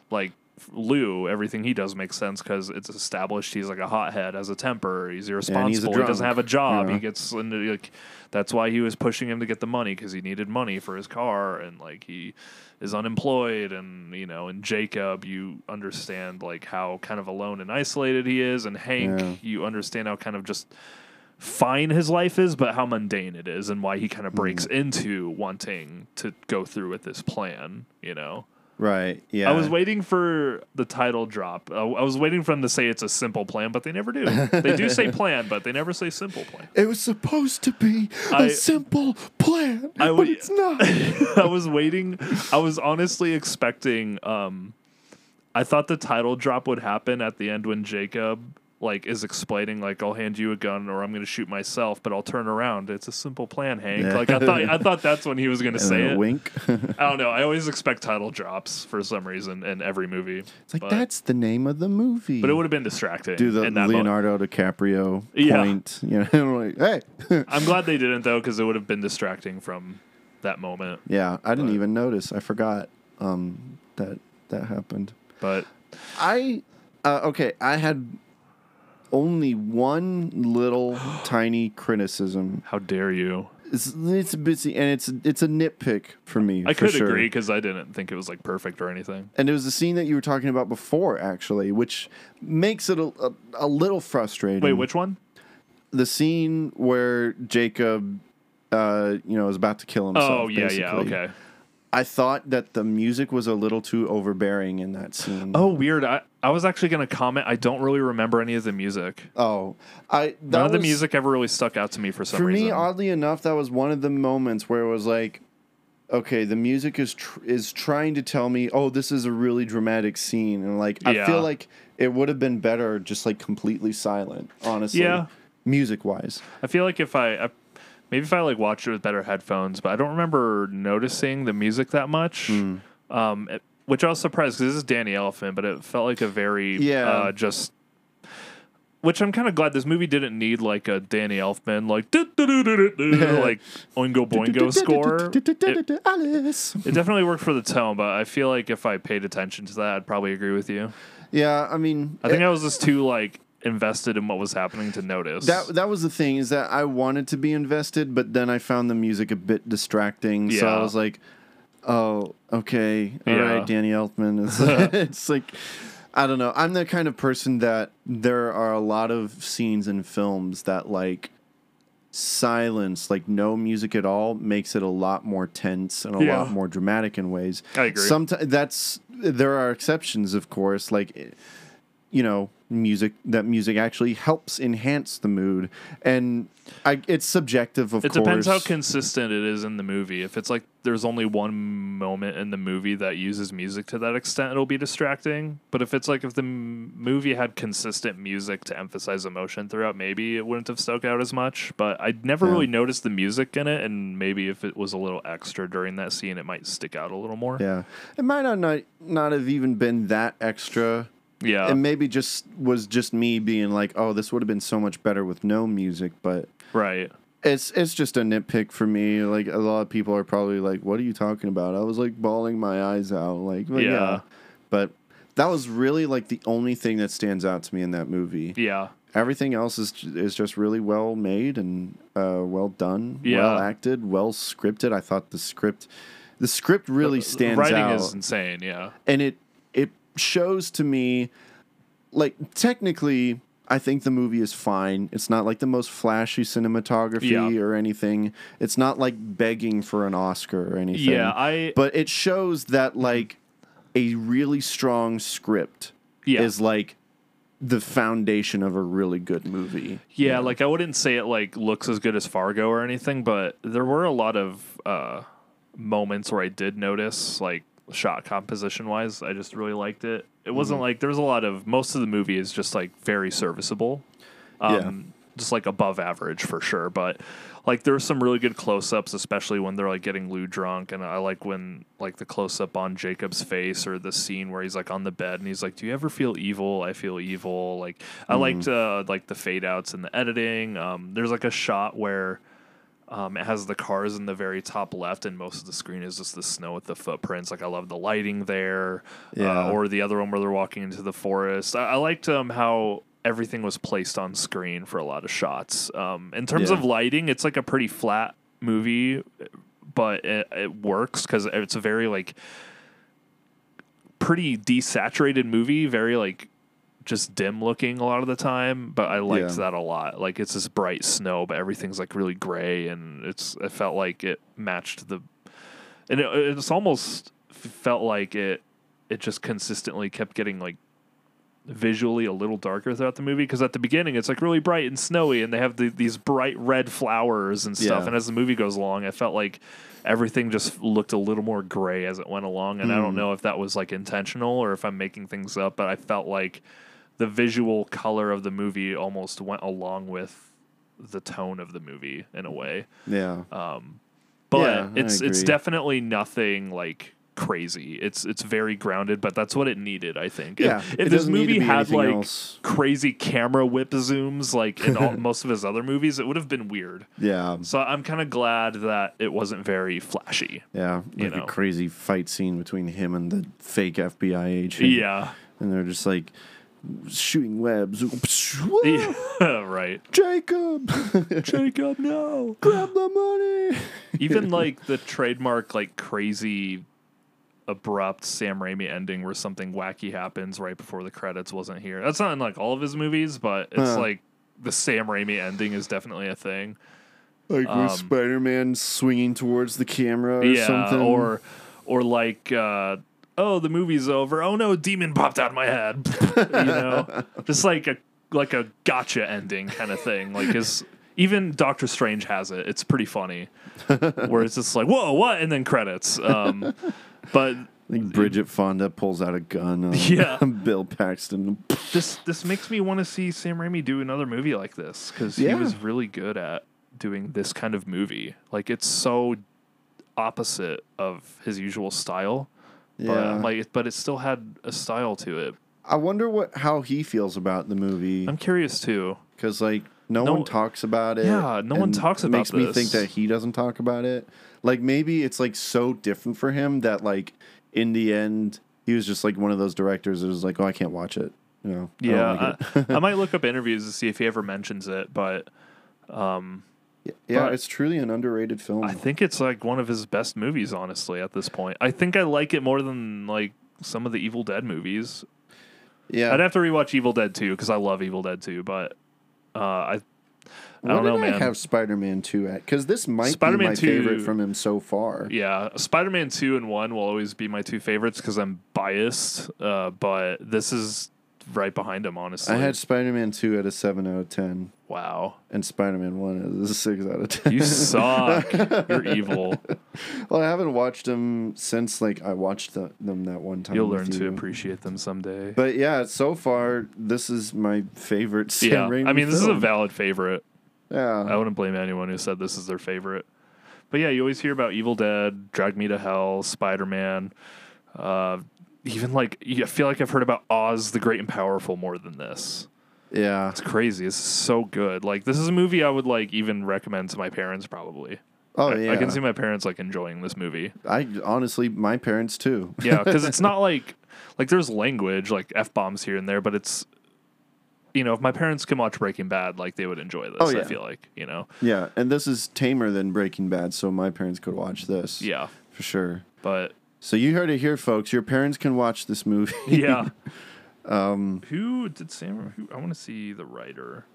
Speaker 1: like Lou, everything he does makes sense because it's established he's like a hothead, has a temper, he's irresponsible, he doesn't
Speaker 2: drunk,
Speaker 1: have a job,
Speaker 2: yeah.
Speaker 1: he gets into like that's why he was pushing him to get the money because he needed money for his car, and like he is unemployed, and you know, and Jacob, you understand like how kind of alone and isolated he is, and Hank,
Speaker 2: Yeah.
Speaker 1: you understand how kind of just fine his life is, but how mundane it is and why he kind of breaks
Speaker 2: Mm-hmm.
Speaker 1: into wanting to go through with this plan, you know?
Speaker 2: right. Yeah,
Speaker 1: I was waiting for the title drop. I, I was waiting for them to say it's a simple plan, but they never do. they do say plan, but they never say simple plan.
Speaker 2: It was supposed to be a
Speaker 1: I-
Speaker 2: simple plan,
Speaker 1: I
Speaker 2: but
Speaker 1: w-
Speaker 2: it's not.
Speaker 1: I was waiting. I was honestly expecting. Um, I thought the title drop would happen at the end when Jacob like is explaining like I'll hand you a gun or I'm gonna shoot myself, but I'll turn around. It's a simple plan, Hank.
Speaker 2: Yeah.
Speaker 1: Like I thought. I thought that's when he was gonna
Speaker 2: And then
Speaker 1: say
Speaker 2: a
Speaker 1: it.
Speaker 2: wink.
Speaker 1: I don't know. I always expect title drops for some reason in every movie.
Speaker 2: It's like
Speaker 1: but,
Speaker 2: that's the name of the movie.
Speaker 1: But it would have been distracting.
Speaker 2: do the
Speaker 1: in that moment.
Speaker 2: Leonardo DiCaprio
Speaker 1: Yeah.
Speaker 2: point. You know, like, hey,
Speaker 1: I'm glad they didn't though, because it would have been distracting from that moment.
Speaker 2: yeah, I didn't even notice. I forgot um, that that happened.
Speaker 1: But
Speaker 2: I uh, okay. I had only one little tiny criticism.
Speaker 1: how dare you?
Speaker 2: It's it's busy and it's it's a nitpick for me.
Speaker 1: I
Speaker 2: for
Speaker 1: could agree
Speaker 2: sure.
Speaker 1: 'cause agree because I didn't think it was like perfect or anything.
Speaker 2: And it was the scene that you were talking about before, actually, which makes it a, a, a little frustrating.
Speaker 1: Wait, which one?
Speaker 2: the scene where Jacob, uh, you know, is about to kill himself.
Speaker 1: Oh yeah, yeah,
Speaker 2: basically.
Speaker 1: okay.
Speaker 2: I thought that the music was a little too overbearing in that scene.
Speaker 1: Oh weird. I, I was actually gonna comment. I don't really remember any of the music.
Speaker 2: oh, I that
Speaker 1: None of the
Speaker 2: was-
Speaker 1: music ever really stuck out to me for some
Speaker 2: for
Speaker 1: reason.
Speaker 2: me. uh, Oddly enough, that was one of the moments where it was like, okay, the music is tr- is trying to tell me, oh, this is a really dramatic scene, and like I
Speaker 1: Yeah.
Speaker 2: feel like it would have been better just like completely silent, honestly.
Speaker 1: Yeah.
Speaker 2: Music wise,
Speaker 1: I feel like if I, I maybe if I like watched it with better headphones, but I don't remember noticing the music that much.
Speaker 2: Hmm.
Speaker 1: Um, it- which I was surprised because this is Danny Elephant, but it felt like a very
Speaker 2: Yeah.
Speaker 1: uh, just. Which I'm kind of glad this movie didn't need like a Danny Elfman like "Du- du- du- du- du- du," like Oingo Boingo score. It,
Speaker 2: Alice.
Speaker 1: it definitely worked for the tone, but I feel like if I paid attention to that, I'd probably agree with you.
Speaker 2: Yeah, I mean,
Speaker 1: I think I was just too like invested in what was happening to notice.
Speaker 2: That that was the thing is that I wanted to be invested, but then I found the music a bit distracting. So
Speaker 1: Yeah.
Speaker 2: I was like, "Oh, okay, all right,
Speaker 1: Yeah.
Speaker 2: Danny Elfman." It's, it's like I don't know. I'm the kind of person that there are a lot of scenes in films that like silence, like no music at all, makes it a lot more tense and a
Speaker 1: Yeah.
Speaker 2: lot more dramatic in ways.
Speaker 1: I agree.
Speaker 2: Sometimes that's there are exceptions, of course. Like i- you know, music that music actually helps enhance the mood, and I, it's subjective, of
Speaker 1: It
Speaker 2: course.
Speaker 1: depends how consistent it is in the movie. If it's like there's only one moment in the movie that uses music to that extent, it'll be distracting. But if it's like if the m- movie had consistent music to emphasize emotion throughout, maybe it wouldn't have stuck out as much. But I never
Speaker 2: Yeah.
Speaker 1: really noticed the music in it, and maybe if it was a little extra during that scene, it might stick out a little more.
Speaker 2: yeah, it might not, not not have even been that extra.
Speaker 1: Yeah.
Speaker 2: and maybe just was just me being like, oh, this would have been so much better with no music, but
Speaker 1: right.
Speaker 2: it's it's just a nitpick for me. Like a lot of people are probably like, what are you talking about? I was like bawling my eyes out, like but yeah.
Speaker 1: Yeah.
Speaker 2: but that was really like the only thing that stands out to me in that movie.
Speaker 1: Yeah.
Speaker 2: Everything else is is just really well made and uh, well done, well
Speaker 1: Yeah.
Speaker 2: acted, well scripted. I thought the script, the script really stands
Speaker 1: Uh, Writing
Speaker 2: out
Speaker 1: is insane. Yeah.
Speaker 2: and it it shows to me like technically I think the movie is fine. It's not like the most flashy cinematography
Speaker 1: Yeah.
Speaker 2: or anything. It's not like begging for an Oscar or anything.
Speaker 1: Yeah. I.
Speaker 2: but it shows that like a really strong script
Speaker 1: Yeah.
Speaker 2: is like the foundation of a really good movie.
Speaker 1: Yeah, like I wouldn't say it like looks as good as Fargo or anything, but there were a lot of uh moments where I did notice like shot composition wise, I just really liked it. It wasn't like there was a lot of most of the movie is just like very serviceable. Um just like above average for sure, but like there's some really good close-ups especially when they're like getting Lou drunk and I like when like the close-up on Jacob's face or the scene where he's like on the bed and he's like do you ever feel evil? I feel evil. Like I
Speaker 2: Mm-hmm.
Speaker 1: liked uh, like the fade outs and the editing. Um there's like a shot where um, it has the cars in the very top left, and most of the screen is just the snow with the footprints. Like I love the lighting there,
Speaker 2: Yeah.
Speaker 1: uh, or the other one where they're walking into the forest. I, I liked um, how everything was placed on screen for a lot of shots. Um, in terms
Speaker 2: Yeah.
Speaker 1: of lighting, it's like a pretty flat movie, but it, it works because it's a very like pretty desaturated movie, very like just dim looking a lot of the time, but I liked
Speaker 2: Yeah.
Speaker 1: that a lot. Like it's this bright snow, but everything's like really gray and it's it felt like it matched the and it, it's almost f- felt like it it just consistently kept getting like visually a little darker throughout the movie because at the beginning it's like really bright and snowy and they have the, these bright red flowers and stuff
Speaker 2: Yeah.
Speaker 1: and as the movie goes along i felt like everything just looked a little more gray as it went along and i
Speaker 2: Mm.
Speaker 1: don't know if that was like intentional or if i'm making things up but i felt like the visual color of the movie almost went along with the tone of the movie in a way Um,
Speaker 2: Yeah.
Speaker 1: but
Speaker 2: Yeah, I
Speaker 1: it's it's
Speaker 2: agree.
Speaker 1: definitely nothing like crazy. It's it's very grounded, but that's what it needed, I think. If-
Speaker 2: Yeah,
Speaker 1: If,
Speaker 2: it
Speaker 1: this
Speaker 2: doesn't need to
Speaker 1: movie
Speaker 2: be
Speaker 1: had
Speaker 2: anything
Speaker 1: like
Speaker 2: else.
Speaker 1: crazy camera whip zooms like in all, most of his other movies, it would have been weird.
Speaker 2: yeah.
Speaker 1: So I'm kind of glad that it wasn't very flashy.
Speaker 2: Yeah. Like
Speaker 1: You
Speaker 2: a
Speaker 1: know.
Speaker 2: crazy fight scene between him and the fake FBI agent.
Speaker 1: Yeah.
Speaker 2: and they're just like shooting webs.
Speaker 1: yeah. right.
Speaker 2: Jacob,
Speaker 1: Jacob, no.
Speaker 2: grab the money.
Speaker 1: Even like the trademark like crazy abrupt Sam Raimi ending where something wacky happens right before the credits wasn't here. That's not in like all of his movies, but it's
Speaker 2: Huh.
Speaker 1: like the Sam Raimi ending is definitely a thing.
Speaker 2: Like with Spider Man swinging towards the camera or
Speaker 1: Um, yeah,
Speaker 2: something.
Speaker 1: or or like uh oh the movie's over. Oh no, demon popped out of my head. you know, just like a like a gotcha ending kind of thing. Like is even Doctor Strange has it. It's pretty funny. Where it's just like, "Whoa, what?" and then credits. Um but
Speaker 2: like Bridget Fonda pulls out a gun. On
Speaker 1: Yeah.
Speaker 2: Bill Paxton.
Speaker 1: this this makes me want to see Sam Raimi do another movie like this because
Speaker 2: Yeah.
Speaker 1: he was really good at doing this kind of movie. Like it's so opposite of his usual style. But
Speaker 2: Yeah.
Speaker 1: I'm like, but it still had a style to it.
Speaker 2: I wonder what how he feels about the movie
Speaker 1: I'm curious too.
Speaker 2: because like no,
Speaker 1: No-
Speaker 2: one talks about it.
Speaker 1: Yeah, no one
Speaker 2: and
Speaker 1: talks
Speaker 2: it
Speaker 1: about
Speaker 2: Makes me think
Speaker 1: this.
Speaker 2: that he doesn't talk about it. Like maybe it's like so different for him that like in the end he was just like one of those directors that was like, oh, I can't watch it. You know? I don't like
Speaker 1: Yeah,
Speaker 2: it.
Speaker 1: I, I might look up interviews to see if he ever mentions it, but um,
Speaker 2: Yeah,
Speaker 1: But-
Speaker 2: it's truly an underrated film.
Speaker 1: I think it's like one of his best movies, honestly. At this point, I think I like it more than like some of the Evil Dead movies.
Speaker 2: Yeah.
Speaker 1: I'd have to rewatch Evil Dead 2 because I love Evil Dead 2, but uh, I I
Speaker 2: Where
Speaker 1: don't know,
Speaker 2: did I
Speaker 1: man.
Speaker 2: have Spider Man Two at? Because this might be
Speaker 1: Spider-Man
Speaker 2: my
Speaker 1: 2
Speaker 2: favorite from him so far.
Speaker 1: yeah, Spider Man 2 and 1 will always be my two favorites because I'm biased, uh, but this is right behind them, honestly.
Speaker 2: I had Spider Man Two at a seven out of ten,
Speaker 1: wow.
Speaker 2: and Spider Man One is a six out of ten.
Speaker 1: You suck. You're evil.
Speaker 2: well, I haven't watched them since like I watched the, them that one time.
Speaker 1: You'll
Speaker 2: with
Speaker 1: learn to
Speaker 2: you.
Speaker 1: appreciate them someday.
Speaker 2: But yeah, so far this is my favorite. Sam
Speaker 1: yeah,
Speaker 2: Raimi
Speaker 1: I mean, this is a
Speaker 2: film.
Speaker 1: valid favorite. I
Speaker 2: yeah.
Speaker 1: wouldn't blame anyone who said this is their favorite. But yeah, you always hear about Evil Dead, Drag Me to Hell, Spider Man. Uh, even like, I feel like I've heard about Oz the Great and Powerful more than this.
Speaker 2: Yeah.
Speaker 1: It's crazy. It's so good. Like, this is a movie I would like even recommend to my parents, probably.
Speaker 2: Oh
Speaker 1: I-
Speaker 2: yeah.
Speaker 1: I can see my parents like enjoying this movie.
Speaker 2: I honestly, my parents too.
Speaker 1: Yeah, because it's not like like there's language like f bombs here and there, but it's you know if my parents can watch Breaking Bad, like they would enjoy this.
Speaker 2: Oh, yeah.
Speaker 1: I feel like you know,
Speaker 2: yeah, and this is tamer than Breaking Bad, so my parents could watch this.
Speaker 1: yeah.
Speaker 2: for sure.
Speaker 1: But
Speaker 2: So you heard it here, folks. Your parents can watch this movie.
Speaker 1: yeah, um, who did Sam? Who I want to see the writer,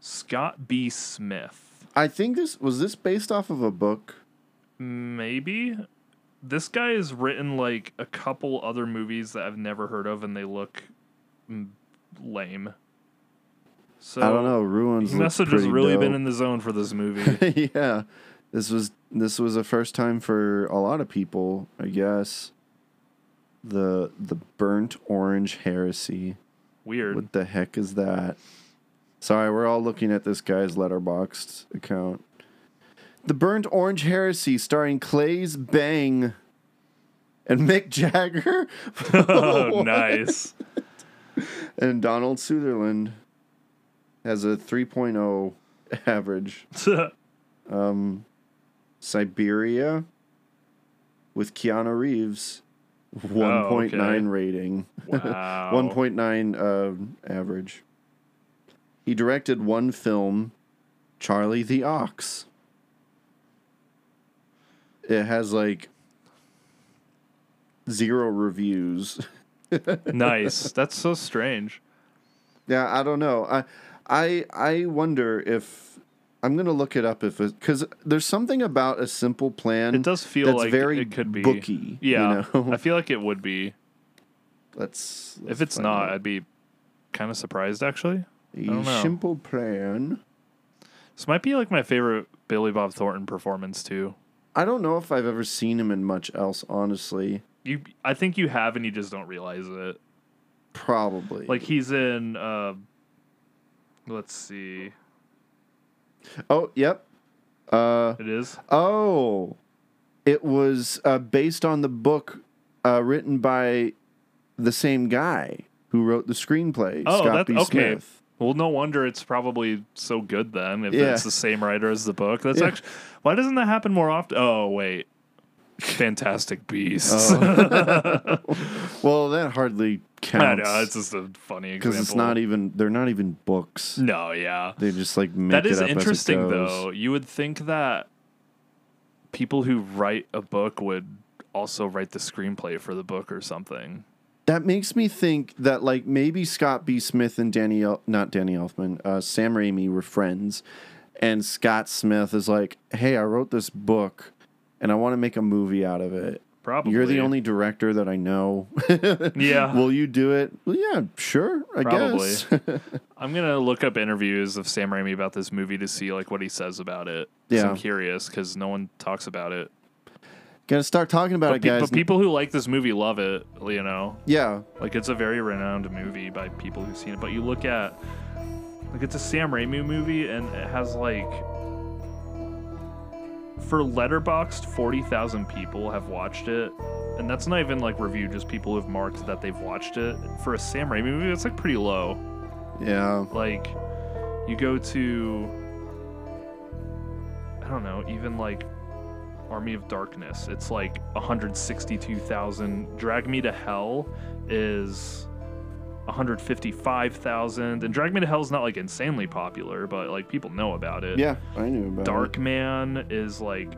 Speaker 1: Scott B. Smith.
Speaker 2: I think this was this based off of a book.
Speaker 1: Maybe this guy has written like a couple other movies that I've never heard of, and they look mm, lame. So
Speaker 2: I don't know. Ruins.
Speaker 1: He must have
Speaker 2: looks
Speaker 1: just
Speaker 2: pretty
Speaker 1: really been
Speaker 2: dope.
Speaker 1: in the zone for this movie.
Speaker 2: yeah, this was this was a first time for a lot of people, I guess. The the burnt orange heresy.
Speaker 1: Weird.
Speaker 2: What the heck is that? Sorry, we're all looking at this guy's letterboxed account. The Burnt Orange Heresy, starring Clay's Bang and Mick Jagger
Speaker 1: oh, nice.
Speaker 2: and Donald Sutherland, has a 3.0 average. Um, Siberia with Keanu Reeves, 1.9
Speaker 1: Oh, okay.
Speaker 2: rating.
Speaker 1: wow.
Speaker 2: 1.9 uh, average. He directed one film, Charlie the Ox. It has like zero reviews.
Speaker 1: nice. That's so strange.
Speaker 2: Yeah, I don't know. I I I wonder if I'm gonna look it up if it because there's something about a simple plan.
Speaker 1: It does feel
Speaker 2: that's
Speaker 1: like
Speaker 2: very
Speaker 1: it could be
Speaker 2: booky.
Speaker 1: Yeah,
Speaker 2: you know?
Speaker 1: I feel like it would be.
Speaker 2: let's,
Speaker 1: If it's not, I'd be kind of surprised actually. don't know.
Speaker 2: a simple plan.
Speaker 1: This might be like my favorite Billy Bob Thornton performance too.
Speaker 2: I don't know if I've ever seen him in much else. Honestly,
Speaker 1: You, I think you have, and you just don't realize it.
Speaker 2: probably
Speaker 1: Like he's in. Uh, let's see.
Speaker 2: Oh, yep. Uh,
Speaker 1: It is.
Speaker 2: oh, it was uh, based on the book uh, written by the same guy who wrote the screenplay,
Speaker 1: Oh,
Speaker 2: Scott
Speaker 1: that's
Speaker 2: B.
Speaker 1: okay.
Speaker 2: Smith.
Speaker 1: Well, no wonder it's probably so good then. If
Speaker 2: Yeah.
Speaker 1: it's the same writer as the book, that's
Speaker 2: Yeah.
Speaker 1: actually why doesn't that happen more often? Oh wait, Fantastic Beasts.
Speaker 2: Oh. Well, that hardly
Speaker 1: I
Speaker 2: counts.
Speaker 1: know it's just a funny example.
Speaker 2: because it's not even they're not even books.
Speaker 1: No, yeah,
Speaker 2: They just like make
Speaker 1: that
Speaker 2: it
Speaker 1: is
Speaker 2: up as it
Speaker 1: interesting
Speaker 2: goes.
Speaker 1: though. You would think that people who write a book would also write the screenplay for the book or something.
Speaker 2: That makes me think that like maybe Scott B. Smith and Danny, El- not Danny Elfman, uh, Sam Raimi were friends, and Scott Smith is like, "Hey, I wrote this book, and I want to make a movie out of it.
Speaker 1: Probably
Speaker 2: You're the only director that I know.
Speaker 1: Yeah,
Speaker 2: Will you do it? Well, yeah, sure, I
Speaker 1: Probably.
Speaker 2: guess.
Speaker 1: I'm gonna look up interviews of Sam Raimi about this movie to see like what he says about it. 'Cause
Speaker 2: Yeah.
Speaker 1: I'm curious because no one talks about it.
Speaker 2: Gotta start talking about it,
Speaker 1: Pe-
Speaker 2: guys.
Speaker 1: but people who like this movie love it, you know.
Speaker 2: yeah,
Speaker 1: Like it's a very renowned movie by people who've seen it. But you look at like it's a Sam Raimi movie and it has like for letterboxed 40,000 people have watched it. And that's not even like review, just people who've marked that they've watched it. For a Sam Raimi movie, it's like pretty low.
Speaker 2: yeah.
Speaker 1: Like you go to I don't know, even like Army of Darkness, it's like 162,000. Drag Me to Hell is 155,000. And Drag Me to Hell is not like insanely popular, but like people know about it.
Speaker 2: Yeah, I knew about
Speaker 1: Dark
Speaker 2: it.
Speaker 1: Man is like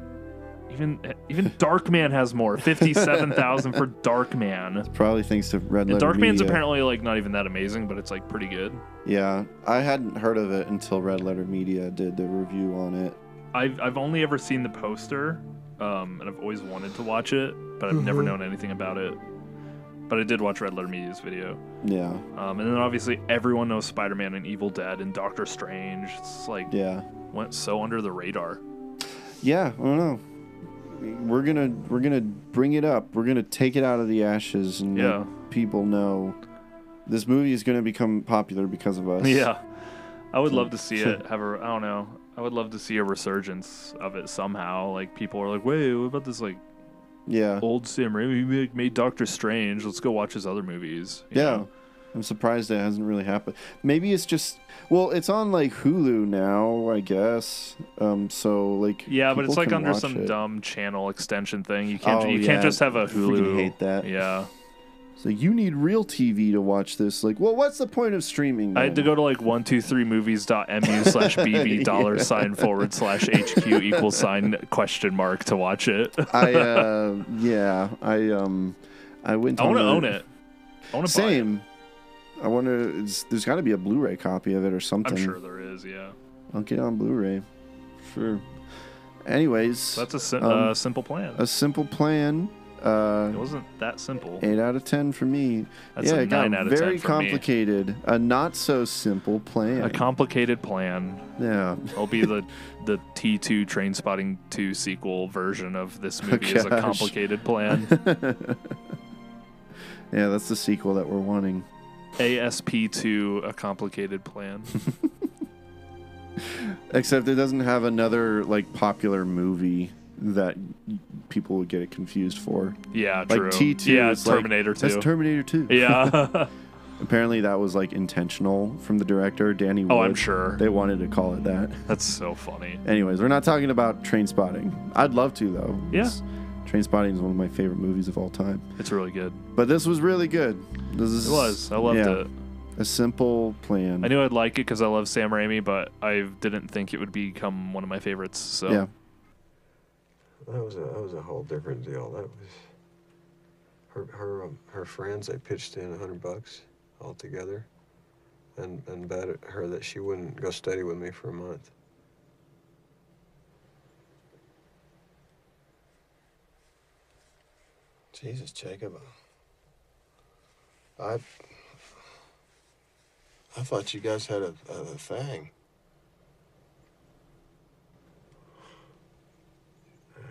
Speaker 1: Even eh, even Darkman has more. Fifty seven thousand for Darkman.
Speaker 2: Probably thanks to Red
Speaker 1: And
Speaker 2: Letter
Speaker 1: Darkman's
Speaker 2: Media.
Speaker 1: apparently like not even that amazing, but it's like pretty good.
Speaker 2: Yeah, I hadn't heard of it until Red Letter Media did the review on it.
Speaker 1: I've I've only ever seen the poster, um, and I've always wanted to watch it, but I've never known anything about it. But I did watch Red Letter Media's video,
Speaker 2: Yeah,
Speaker 1: um, and then obviously everyone knows Spider Man and Evil Dead and Doctor Strange. It's like
Speaker 2: yeah,
Speaker 1: went so under the radar.
Speaker 2: yeah. I don't know. We're gonna we're gonna bring it up. We're gonna take it out of the ashes and
Speaker 1: Yeah.
Speaker 2: let people know this movie is gonna become popular because of us.
Speaker 1: Yeah, I would love to see it have a. I don't know. I would love to see a resurgence of it somehow. Like people are like, wait, what about this like
Speaker 2: yeah,
Speaker 1: old Sam Raimi made- made Doctor Strange? Let's go watch his other movies. you
Speaker 2: yeah.
Speaker 1: know?
Speaker 2: I'm surprised it hasn't really happened. Maybe it's just well, it's on like Hulu now, I guess. Um, so like
Speaker 1: Yeah, but
Speaker 2: people
Speaker 1: it's like
Speaker 2: can
Speaker 1: under
Speaker 2: watch
Speaker 1: some
Speaker 2: it.
Speaker 1: dumb channel extension thing. You can't.
Speaker 2: Oh,
Speaker 1: you
Speaker 2: yeah.
Speaker 1: can't just have
Speaker 2: I
Speaker 1: a
Speaker 2: freaking
Speaker 1: Hulu.
Speaker 2: hate that.
Speaker 1: Yeah,
Speaker 2: So you need real TV to watch this. Like, well, what's the point of streaming?
Speaker 1: I had to
Speaker 2: then?
Speaker 1: go to like one two three movies.mu slash bb dollar sign forward slash hq equal sign question mark to watch it.
Speaker 2: I uh, yeah, I um, I went.
Speaker 1: I want to
Speaker 2: on a-
Speaker 1: own it. I want to buy it.
Speaker 2: Same. I want to. There's got to be a Blu-ray copy of it or something.
Speaker 1: I'm sure there is. Yeah,
Speaker 2: I'll get it on Blu-ray. Sure. Anyways,
Speaker 1: so that's a sim-
Speaker 2: Um,
Speaker 1: uh, simple plan.
Speaker 2: a simple plan. Uh,
Speaker 1: It wasn't that simple.
Speaker 2: eight out of ten for me.
Speaker 1: That's
Speaker 2: yeah,
Speaker 1: a
Speaker 2: it got
Speaker 1: nine out of 10
Speaker 2: very
Speaker 1: for me.
Speaker 2: complicated. A not so simple plan.
Speaker 1: A complicated plan.
Speaker 2: yeah.
Speaker 1: It'll be the the T2 Train Spotting 2 sequel version of this movie is a
Speaker 2: Oh, gosh.
Speaker 1: complicated plan.
Speaker 2: Yeah, that's the sequel that we're wanting.
Speaker 1: ASP2 a complicated plan.
Speaker 2: Except it doesn't have another like popular movie that people would get it confused for.
Speaker 1: Yeah,
Speaker 2: Like
Speaker 1: true.
Speaker 2: T2
Speaker 1: yeah,
Speaker 2: is like,
Speaker 1: Terminator 2.
Speaker 2: That's Terminator 2.
Speaker 1: yeah.
Speaker 2: Apparently that was like intentional from the director Danny Wood.
Speaker 1: Oh, I'm sure.
Speaker 2: They wanted to call it that.
Speaker 1: That's so funny.
Speaker 2: Anyways, we're not talking about Train Spotting. I'd love to though.
Speaker 1: Yeah.
Speaker 2: Train Spotting is one of my favorite movies of all time.
Speaker 1: It's really good.
Speaker 2: But this was really good. This is,
Speaker 1: It was. I loved
Speaker 2: yeah,
Speaker 1: it.
Speaker 2: A simple plan.
Speaker 1: I knew I'd like it because I love Sam Raimi, but I didn't think it would become one of my favorites. So
Speaker 2: Yeah.
Speaker 9: That was a that was a whole different deal. That was her her um, her friends. They pitched in a hundred bucks all together, and and bet at her that she wouldn't go study with me for a month. Jesus, Jacob. uh, I I thought you guys had a, a, a thing. Uh,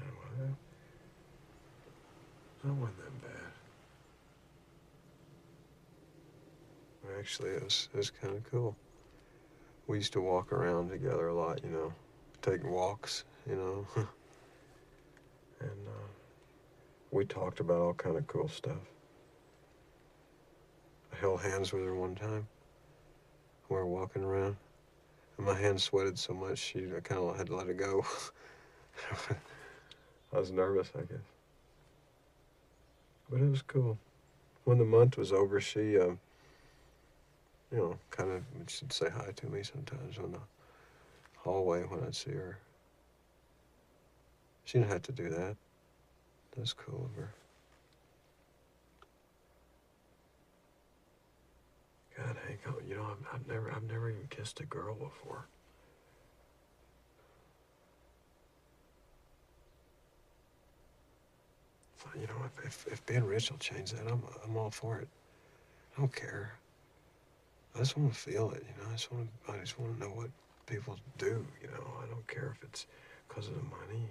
Speaker 9: That wasn't that bad. Actually, it was, it was kind of cool. We used to walk around together a lot, you know, take walks, you know. and uh, we talked about all kind of cool stuff. I held hands with her one time. We were walking around, and my hand sweated so much, she I kind of had to let it go. I was nervous, I guess. But it was cool. When the month was over, she, um, you know, kind of she'd say hi to me sometimes on the hallway when I'd see her. She didn't have to do that. That was cool of her. God, Hank, oh, you know, I've, I've never, I've never even kissed a girl before. Well, You know, if, if, if being rich will change that, I'm, I'm all for it. I don't care. I just want to feel it, you know. I just want to, I just want to know what people do, you know. I don't care if it's because of the money.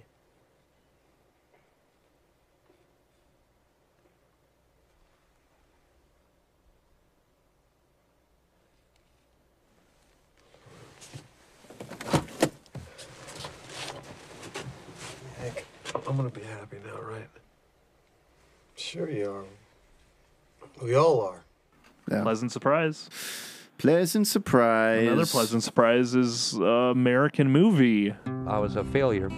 Speaker 9: Hank, I'm gonna be happy now, right? Sure you are. We all are.
Speaker 1: pleasant surprise.
Speaker 2: Pleasant surprise.
Speaker 1: Another pleasant surprise is uh, American movie.
Speaker 10: I was a failure.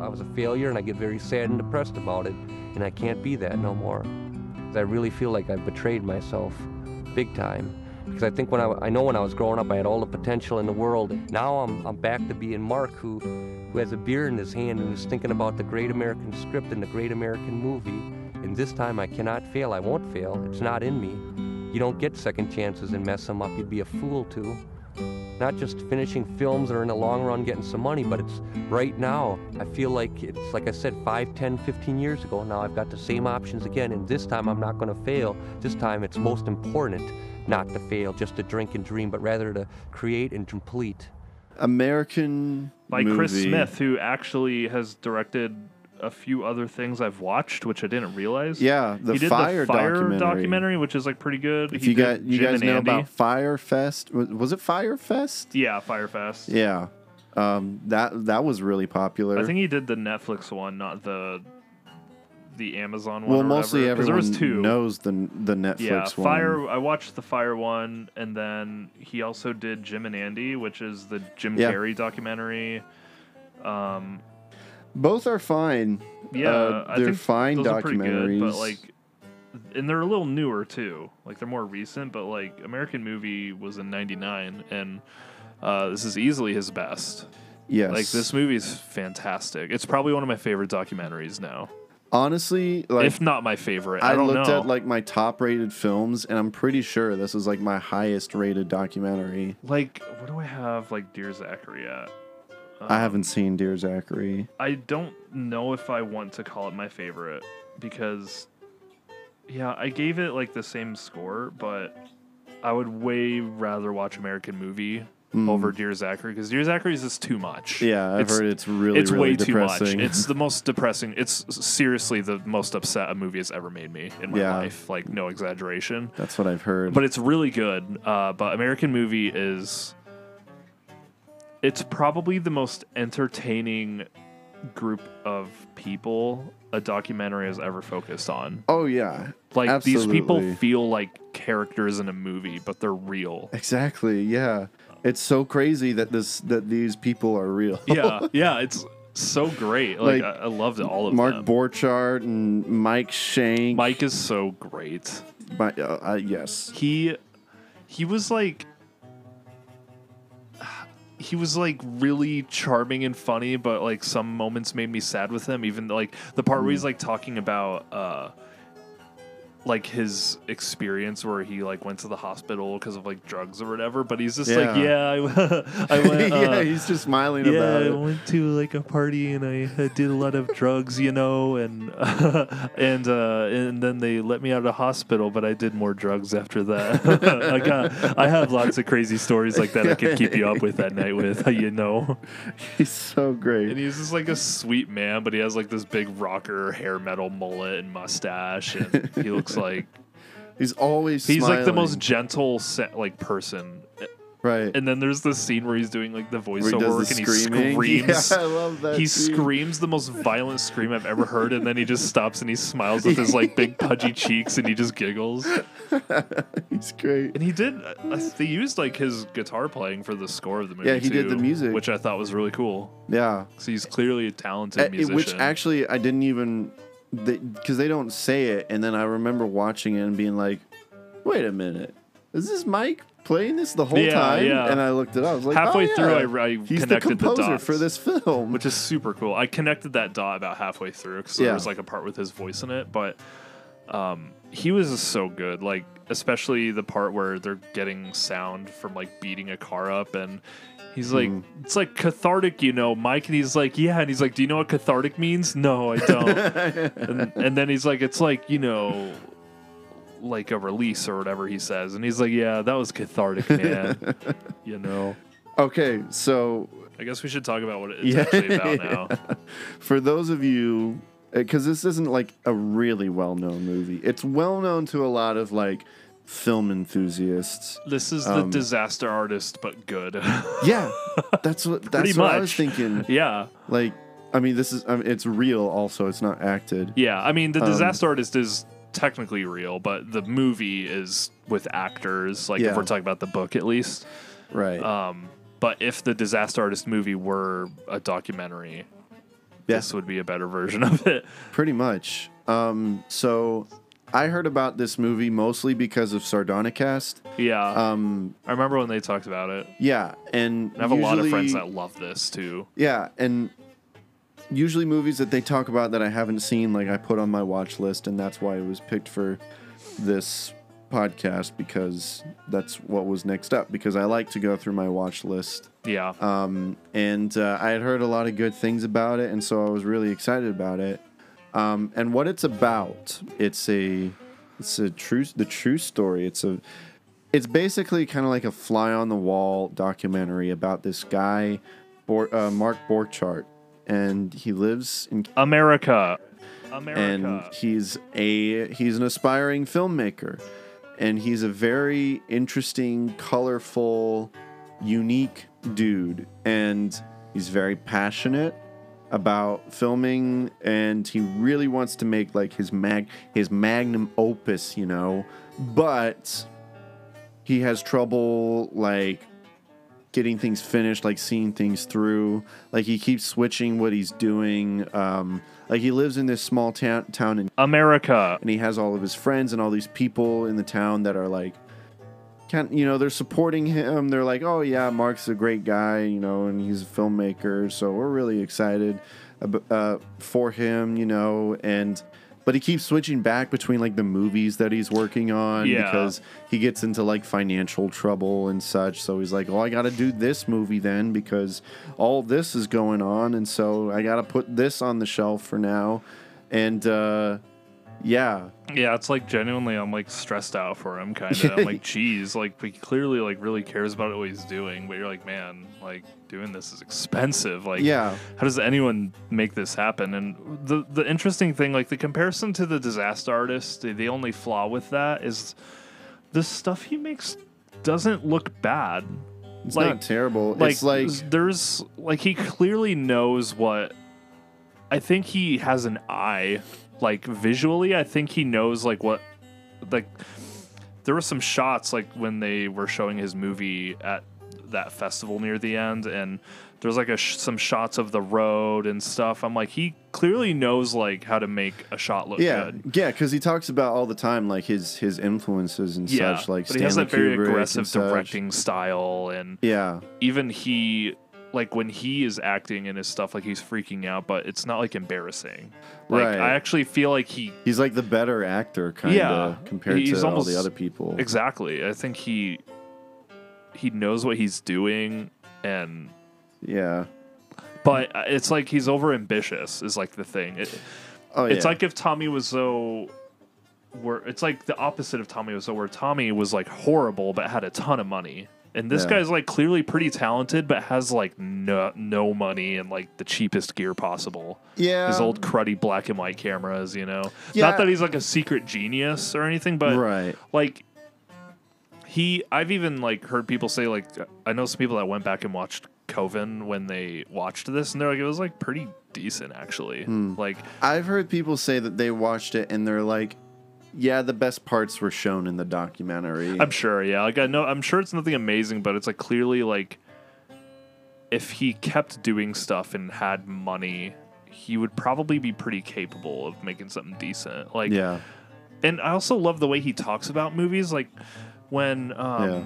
Speaker 10: I was a failure, and I get very sad and depressed about it, and I can't be that no more. 'Cause I really feel like I've betrayed myself big time, Because I think when I, I know when I was growing up, I had all the potential in the world. Now I'm, I'm back to being Mark, who, who has a beer in his hand and is thinking about the great American script and the great American movie. And this time I cannot fail. I won't fail. It's not in me. You don't get second chances and mess them up. You'd be a fool to not just finishing films or in the long run getting some money, but it's right now. I feel like it's, like I said, 5, 10, 15 years ago. Now I've got the same options again, and this time I'm not going to fail. This time it's most important not to fail, just to drink and dream, but rather to create and complete.
Speaker 2: American
Speaker 1: by Chris
Speaker 2: movie.
Speaker 1: Smith, who actually has directed a few other things I've watched, which I didn't realize.
Speaker 2: Yeah, the
Speaker 1: he did
Speaker 2: Fire
Speaker 1: the fire
Speaker 2: documentary.
Speaker 1: which is like pretty good.
Speaker 2: If
Speaker 1: He
Speaker 2: you
Speaker 1: did
Speaker 2: got you
Speaker 1: Jim
Speaker 2: guys
Speaker 1: and
Speaker 2: know
Speaker 1: Andy.
Speaker 2: about Firefest, was, was it Firefest?
Speaker 1: yeah, Firefest.
Speaker 2: Yeah, um, that that was really popular.
Speaker 1: I think he did the Netflix one, not the the Amazon one.
Speaker 2: well,
Speaker 1: or
Speaker 2: mostly
Speaker 1: whatever, 'cause
Speaker 2: everyone
Speaker 1: there was two.
Speaker 2: knows the the Netflix
Speaker 1: yeah,
Speaker 2: one.
Speaker 1: Fire. I watched the Fire one, and then he also did Jim and Andy, which is the Jim
Speaker 2: Yeah.
Speaker 1: Carrey documentary. Um,
Speaker 2: Both are fine.
Speaker 1: yeah,
Speaker 2: Uh,
Speaker 1: I
Speaker 2: they're
Speaker 1: think
Speaker 2: fine
Speaker 1: those are pretty good,
Speaker 2: documentaries.
Speaker 1: but like, and they're a little newer too. Like they're more recent, but like American Movie was in '99, and uh, this is easily his best.
Speaker 2: yes,
Speaker 1: Like this movie's fantastic. It's probably one of my favorite documentaries now,
Speaker 2: Honestly, like
Speaker 1: if not my favorite. I,
Speaker 2: I,
Speaker 1: don't
Speaker 2: looked
Speaker 1: know.
Speaker 2: at like my top rated films, and I'm pretty sure this is like my highest rated documentary.
Speaker 1: like what do I have like Dear Zachary at?
Speaker 2: I haven't seen Dear Zachary.
Speaker 1: I don't know if I want to call it my favorite because, yeah, I gave it like the same score, but I would way rather watch American Movie over Dear Zachary because Dear Zachary's is too much.
Speaker 2: Hmm. Yeah, I've heard it's really,
Speaker 1: it's
Speaker 2: really
Speaker 1: way too
Speaker 2: depressing.
Speaker 1: much. It's the most depressing. It's seriously the most upset a movie has ever made me in my
Speaker 2: Yeah.
Speaker 1: life. Like no exaggeration
Speaker 2: That's what I've heard.
Speaker 1: but it's really good. Uh, but American Movie is it's probably the most entertaining group of people a documentary has ever focused on.
Speaker 2: oh yeah,
Speaker 1: Like these
Speaker 2: Absolutely.
Speaker 1: people feel like characters in a movie, but they're real.
Speaker 2: exactly. Yeah, it's so crazy that this that these people are real.
Speaker 1: yeah, yeah, it's so great. Like,
Speaker 2: Like,
Speaker 1: I, I loved all of
Speaker 2: Mark
Speaker 1: them.
Speaker 2: Borchardt and Mike Shank.
Speaker 1: Mike is so great.
Speaker 2: My, uh, uh, yes.
Speaker 1: he he was like he was like really charming and funny but like some moments made me sad with him even like the part where he's
Speaker 2: Mm.
Speaker 1: like talking about uh like his experience where he like went to the hospital because of like drugs or whatever but he's just like
Speaker 2: Yeah.
Speaker 1: yeah i, I went uh,
Speaker 2: yeah, he's just smiling
Speaker 1: yeah,
Speaker 2: about
Speaker 1: I
Speaker 2: it.
Speaker 1: went to like a party and I uh, did a lot of drugs, you know, and uh, and uh, and then they let me out of the hospital, but I did more drugs after that. I got, I have lots of crazy stories like that I could keep you up with that night with, you know.
Speaker 2: He's so
Speaker 1: And
Speaker 2: great.
Speaker 1: he's just like a sweet man, but he has like this big rocker hair metal mullet and mustache, and he looks like
Speaker 2: He's always
Speaker 1: he's like the
Speaker 2: smiling.
Speaker 1: most gentle se- like person.
Speaker 2: right.
Speaker 1: And then there's this scene where he's doing like the
Speaker 2: Where he
Speaker 1: voiceover
Speaker 2: does
Speaker 1: work,
Speaker 2: the
Speaker 1: and he
Speaker 2: screaming.
Speaker 1: screams.
Speaker 2: Yeah, I love that.
Speaker 1: he
Speaker 2: scene.
Speaker 1: screams the most violent scream I've ever heard, and then he just stops and he smiles with his like big pudgy cheeks and he just giggles.
Speaker 2: He's great.
Speaker 1: And he did. Uh, they used like his guitar playing for the score of the movie.
Speaker 2: Yeah, he did
Speaker 1: too,
Speaker 2: the music.
Speaker 1: which I thought was really cool.
Speaker 2: Yeah.
Speaker 1: So he's clearly a talented
Speaker 2: Uh, it-
Speaker 1: musician.
Speaker 2: Which actually, I didn't even because they, don't say it, and then I remember watching it and being like, "Wait a minute, is this Mike playing this the whole
Speaker 1: Yeah,
Speaker 2: time?"
Speaker 1: yeah.
Speaker 2: And I looked it up. I was like,
Speaker 1: Halfway
Speaker 2: "Oh,
Speaker 1: through,
Speaker 2: yeah,
Speaker 1: I re- I
Speaker 2: he's the
Speaker 1: connected the
Speaker 2: composer
Speaker 1: dots."
Speaker 2: for this film.
Speaker 1: which is super cool. I connected that dot about halfway through because
Speaker 2: Yeah.
Speaker 1: there was like a part with his voice in it, but um, he was just so good. Like especially the part where they're getting sound from like beating a car up and. He's like,
Speaker 2: Mm-hmm.
Speaker 1: it's like cathartic, you know, Mike. And he's like, yeah. And he's like, do you know what cathartic means? No, I don't. and, and then he's like, it's like, you know, like a release or whatever he says. And he's like, yeah, that was cathartic, man. you know,
Speaker 2: okay, so
Speaker 1: I guess we should talk about what it's
Speaker 2: Yeah.
Speaker 1: actually about now.
Speaker 2: for those of you because this isn't like a really well-known movie it's well known to a lot of like film enthusiasts Um,
Speaker 1: This is the disaster artist, but good.
Speaker 2: yeah that's what
Speaker 1: Pretty
Speaker 2: that's what i was
Speaker 1: much.
Speaker 2: thinking
Speaker 1: yeah,
Speaker 2: like i mean this is I mean, it's real also it's not acted
Speaker 1: yeah. I mean, the
Speaker 2: um,
Speaker 1: disaster artist is technically real, but the movie is with actors. Like
Speaker 2: Yeah.
Speaker 1: if we're talking about the book, at least.
Speaker 2: right
Speaker 1: Um, but if the disaster artist movie were a documentary,
Speaker 2: Yeah.
Speaker 1: this would be a better version of it.
Speaker 2: pretty much um so I heard about this movie mostly because of Sardonicast.
Speaker 1: Yeah.
Speaker 2: Um,
Speaker 1: I remember when they talked about it.
Speaker 2: yeah, and
Speaker 1: I have a lot of friends
Speaker 2: usually-
Speaker 1: that love this too.
Speaker 2: Yeah, and usually movies that they talk about that I haven't seen, like I put on my watch list, and that's why it was picked for this podcast because that's what was next up. Because I like to go through my watch list,
Speaker 1: Yeah.
Speaker 2: um, and uh, I had heard a lot of good things about it, and so I was really excited about it. Um, and what it's about, it's a, it's a true, the true story. It's a, it's basically kind of like a fly on the wall documentary about this guy, Bor- uh, Mark Borchardt, and he lives in
Speaker 1: America. America.
Speaker 2: and he's a he's an aspiring filmmaker and he's a very interesting colorful unique dude and he's very passionate about filming and he really wants to make like his mag his magnum opus you know but he has trouble like getting things finished, like seeing things through. Like he keeps switching what he's doing. Um, like he lives in this small town, town in
Speaker 1: America.
Speaker 2: and he has all of his friends and all these people in the town that are like can you know they're supporting him they're like oh yeah mark's a great guy you know and he's a filmmaker so we're really excited ab- uh, for him you know and but he keeps switching back between like the movies that he's working on
Speaker 1: Yeah.
Speaker 2: because he gets into like financial trouble and such so he's like oh i gotta do this movie then because all this is going on and so i gotta put this on the shelf for now and uh yeah,
Speaker 1: Yeah, it's like genuinely, I'm like stressed out for him, kind of. I'm like, geez, like he clearly like really cares about what he's doing, but you're like, man, like doing this is expensive. Like,
Speaker 2: Yeah.
Speaker 1: how does anyone make this happen? And the the interesting thing, like the comparison to the disaster artist, the, the only flaw with that is the stuff he makes doesn't look bad.
Speaker 2: it's
Speaker 1: Like-
Speaker 2: not terrible.
Speaker 1: Like,
Speaker 2: it's like
Speaker 1: there's like he clearly knows what I think he has an eye like visually I think he knows like what like there were some shots like when they were showing his movie at that festival near the end and there's like a sh- some shots of the road and stuff I'm like he clearly knows like how to make a shot look
Speaker 2: yeah,
Speaker 1: good
Speaker 2: yeah, because he talks about all the time like his his influences and
Speaker 1: yeah
Speaker 2: such. Like
Speaker 1: but he has
Speaker 2: Stanley
Speaker 1: that very
Speaker 2: Kubrick and
Speaker 1: aggressive
Speaker 2: such.
Speaker 1: directing style and
Speaker 2: Yeah,
Speaker 1: even he like when he is acting in his stuff like he's freaking out but it's not like embarrassing like
Speaker 2: Right.
Speaker 1: i actually feel like he
Speaker 2: he's like the better actor kind of
Speaker 1: Yeah,
Speaker 2: compared
Speaker 1: he's
Speaker 2: to all
Speaker 1: almost-
Speaker 2: the other people.
Speaker 1: exactly i think he he knows what he's doing and
Speaker 2: yeah.
Speaker 1: but uh, it's like he's over ambitious is like the thing it,
Speaker 2: Oh yeah.
Speaker 1: it's like if tommy was so where it's like the opposite of tommy was so where tommy was like horrible but had a ton of money and this
Speaker 2: Yeah.
Speaker 1: guy's like clearly pretty talented but has like no, no money and like the cheapest gear possible
Speaker 2: yeah.
Speaker 1: his old cruddy black and white cameras, you know.
Speaker 2: Yeah.
Speaker 1: Not that he's like a secret genius or anything, but
Speaker 2: right.
Speaker 1: like he I've even like heard people say like I know some people that went back and watched Coven when they watched this and they're like it was like pretty decent actually.
Speaker 2: Hmm.
Speaker 1: Like
Speaker 2: I've heard people say that they watched it and they're like, yeah, the best parts were shown in the documentary.
Speaker 1: I'm sure, yeah. Like I know I'm sure it's nothing amazing, but it's like clearly like if he kept doing stuff and had money, he would probably be pretty capable of making something decent. Like
Speaker 2: yeah.
Speaker 1: and I also love the way he talks about movies. Like when um,
Speaker 2: Yeah.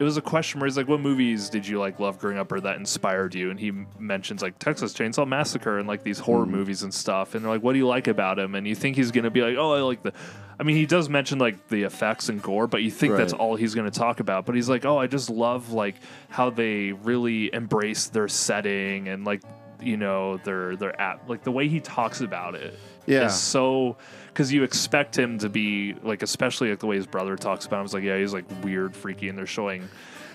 Speaker 1: it was a question where he's like, "What movies did you like love growing up, or that inspired you?" And he m- mentions like Texas Chainsaw Massacre and like these
Speaker 2: Hmm.
Speaker 1: horror movies and stuff. And they're like, "What do you like about him?" And you think he's gonna be like, "Oh, I like the." I mean, he does mention like the effects and gore, but you think that's
Speaker 2: Right.
Speaker 1: all he's going to talk about. But he's like, "Oh, I just love like how they really embrace their setting and like you know their their app like the way he talks about it
Speaker 2: Yeah.
Speaker 1: is so because you expect him to be like especially like the way his brother talks about him it's like yeah he's like weird freaky and they're showing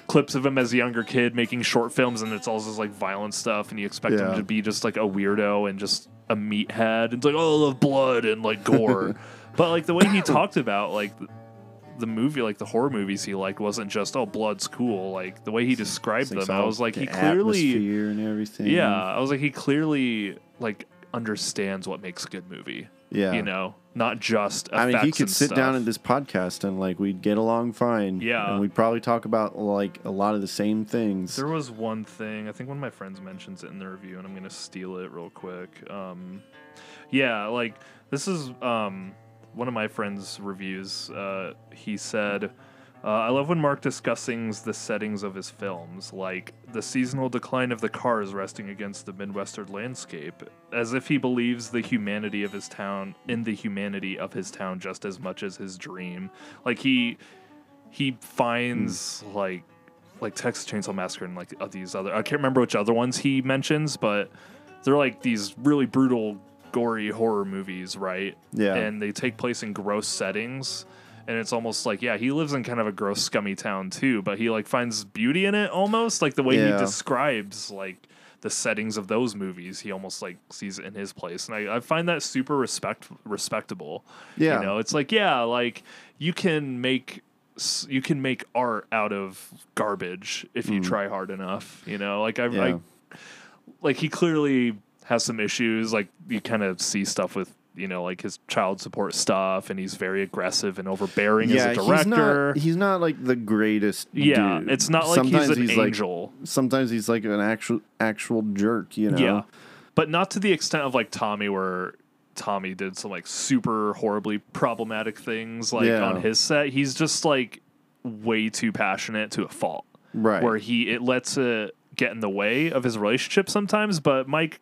Speaker 1: clips of him as a younger kid making short films and it's all this like violent stuff and you expect
Speaker 2: Yeah.
Speaker 1: him to be just like a weirdo and just a meathead it's like oh the blood and like gore but like the way he talked about like th- the movie like the horror movies he liked wasn't just oh blood's cool like the way he described
Speaker 2: It's like
Speaker 1: them i
Speaker 2: all
Speaker 1: was like
Speaker 2: the
Speaker 1: he clearly
Speaker 2: atmosphere and everything.
Speaker 1: yeah, I was like, he clearly like understands what makes a good movie.
Speaker 2: Yeah.
Speaker 1: You know, not just.
Speaker 2: I mean, he
Speaker 1: effects
Speaker 2: could
Speaker 1: and
Speaker 2: sit
Speaker 1: stuff.
Speaker 2: down at this podcast and like we'd get along fine.
Speaker 1: Yeah.
Speaker 2: and we'd probably talk about like a lot of the same things.
Speaker 1: There was one thing I think one of my friends mentions it in the review, and I'm gonna steal it real quick. Um, yeah, like this is um, one of my friends' reviews, uh, he said, uh, I love when Mark discusses the settings of his films, like the seasonal decline of the cars resting against the Midwestern landscape, as if he believes the humanity of his town in the humanity of his town just as much as his dream. Like he he finds like like Texas Chainsaw Massacre and like of these other I can't remember which other ones he mentions, but they're like these really brutal, gory horror movies, right?
Speaker 2: Yeah.
Speaker 1: And they take place in gross settings. And it's almost like, yeah, he lives in kind of a gross, scummy town too, but he like finds beauty in it almost. Like the way
Speaker 2: Yeah.
Speaker 1: he describes like the settings of those movies, he almost like sees it in his place. And I, I find that super respect respectable.
Speaker 2: Yeah.
Speaker 1: You know, it's like, yeah, like you can make s- you can make art out of garbage if you try hard enough, you know? Like I,
Speaker 2: Hmm. Yeah.
Speaker 1: I like he clearly has some issues. Like you kind of see stuff with you know like his child support stuff, and he's very aggressive and overbearing as a
Speaker 2: he's
Speaker 1: director.
Speaker 2: not, he's not like the greatest.
Speaker 1: yeah,
Speaker 2: dude.
Speaker 1: it's not like
Speaker 2: Sometimes
Speaker 1: he's an
Speaker 2: like-
Speaker 1: angel.
Speaker 2: sometimes he's like an actual actual jerk. You know.
Speaker 1: Yeah, but not to the extent of like Tommy, where Tommy did some like super horribly problematic things like
Speaker 2: Yeah.
Speaker 1: on his set. He's just like way too passionate to a fault.
Speaker 2: Right.
Speaker 1: where he it lets it get in the way of his relationship sometimes but mike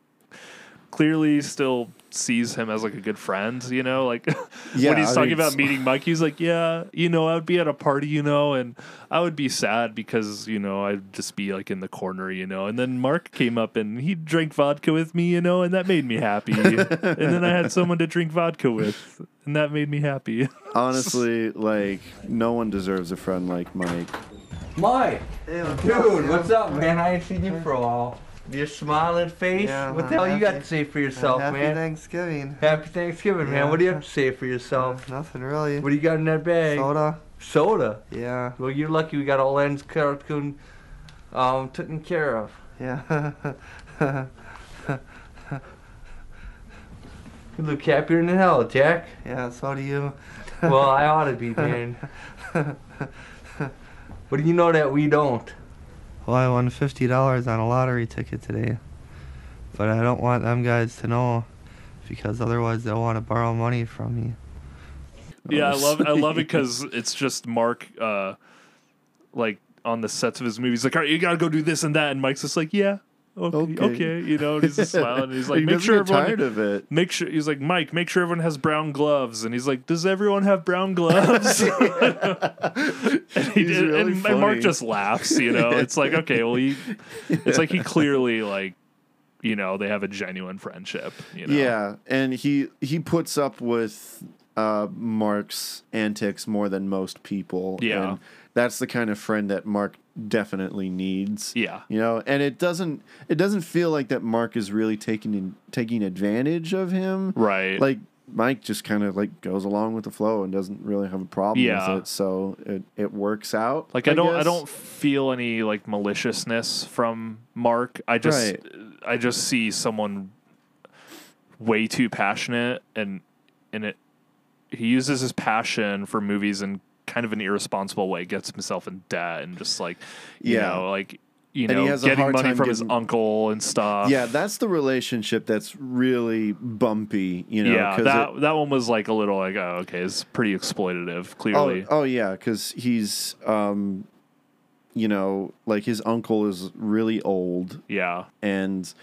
Speaker 1: clearly still sees him as like a good friend you know like
Speaker 2: Yeah,
Speaker 1: when he's
Speaker 2: I
Speaker 1: talking
Speaker 2: mean,
Speaker 1: about
Speaker 2: it's-
Speaker 1: meeting mike he's like yeah you know i would be at a party you know and i would be sad because you know i'd just be like in the corner you know and then mark came up and he drank vodka with me you know and that made me happy and then i had someone to drink vodka with and that made me happy
Speaker 2: Honestly, like no one deserves a friend like Mike.
Speaker 11: Mike! Dude, what's up, man? I ain't seen you for a while. Your smiling face.
Speaker 12: Yeah,
Speaker 11: what
Speaker 12: I'm
Speaker 11: the hell you got
Speaker 12: happy.
Speaker 11: to say for yourself,
Speaker 12: Happy
Speaker 11: man?
Speaker 12: Thanksgiving.
Speaker 11: Happy Thanksgiving, man.
Speaker 12: Yeah.
Speaker 11: What do you have to say for yourself?
Speaker 12: Nothing really.
Speaker 11: What do you got in that bag?
Speaker 12: Soda.
Speaker 11: Soda?
Speaker 12: Yeah.
Speaker 11: Well, you're lucky we got all Len's cartoon um, taken care of.
Speaker 12: Yeah.
Speaker 11: You look happier than hell, Jack.
Speaker 12: yeah, so do you.
Speaker 11: Well, I ought to be, man. What do you know that we don't?
Speaker 12: Well, I won fifty dollars on a lottery ticket today, but I don't want them guys to know, because otherwise they'll want to borrow money from me.
Speaker 1: Yeah, I love I love it because it's just Mark, uh, like on the sets of his movies, like, all right, you gotta go do this and that, and Mike's just like, yeah, okay, okay,
Speaker 2: Okay.
Speaker 1: you know, and he's just smiling, and he's like,
Speaker 2: he
Speaker 1: make
Speaker 2: doesn't
Speaker 1: sure
Speaker 2: get
Speaker 1: everyone,
Speaker 2: tired of it.
Speaker 1: make sure he's like, Mike, make sure everyone has brown gloves, and he's like, does everyone have brown gloves? and he
Speaker 2: He's
Speaker 1: did,
Speaker 2: really
Speaker 1: and, and Mark
Speaker 2: funny.
Speaker 1: just laughs, you know. It's like, okay, well, he, it's like he clearly like, you know, they have a genuine friendship, you know.
Speaker 2: Yeah, and he he puts up with uh, Mark's antics more than most people.
Speaker 1: Yeah.
Speaker 2: and that's the kind of friend that Mark definitely needs.
Speaker 1: Yeah.
Speaker 2: you know, and it doesn't it doesn't feel like that Mark is really taking in, taking advantage of him.
Speaker 1: Right.
Speaker 2: like Mike just kind of like goes along with the flow and doesn't really have a problem
Speaker 1: Yeah.
Speaker 2: with it, so it it works out.
Speaker 1: Like I, don't I
Speaker 2: guess.
Speaker 1: don't feel any like maliciousness from Mark. I just
Speaker 2: Right.
Speaker 1: I just see someone way too passionate and and it he uses his passion for movies in kind of an irresponsible way, gets himself in debt and just like you
Speaker 2: Yeah.
Speaker 1: know, like you
Speaker 2: And he
Speaker 1: know,
Speaker 2: has a
Speaker 1: getting
Speaker 2: hard
Speaker 1: money
Speaker 2: time
Speaker 1: from his
Speaker 2: getting-
Speaker 1: uncle and stuff.
Speaker 2: Yeah, that's the relationship that's really bumpy. You know,
Speaker 1: yeah,
Speaker 2: 'cause
Speaker 1: that
Speaker 2: it-
Speaker 1: that one was like a little like oh okay, it's pretty exploitative, clearly.
Speaker 2: Oh, oh yeah, because he's, um, you know, like his uncle is really old,
Speaker 1: Yeah.
Speaker 2: and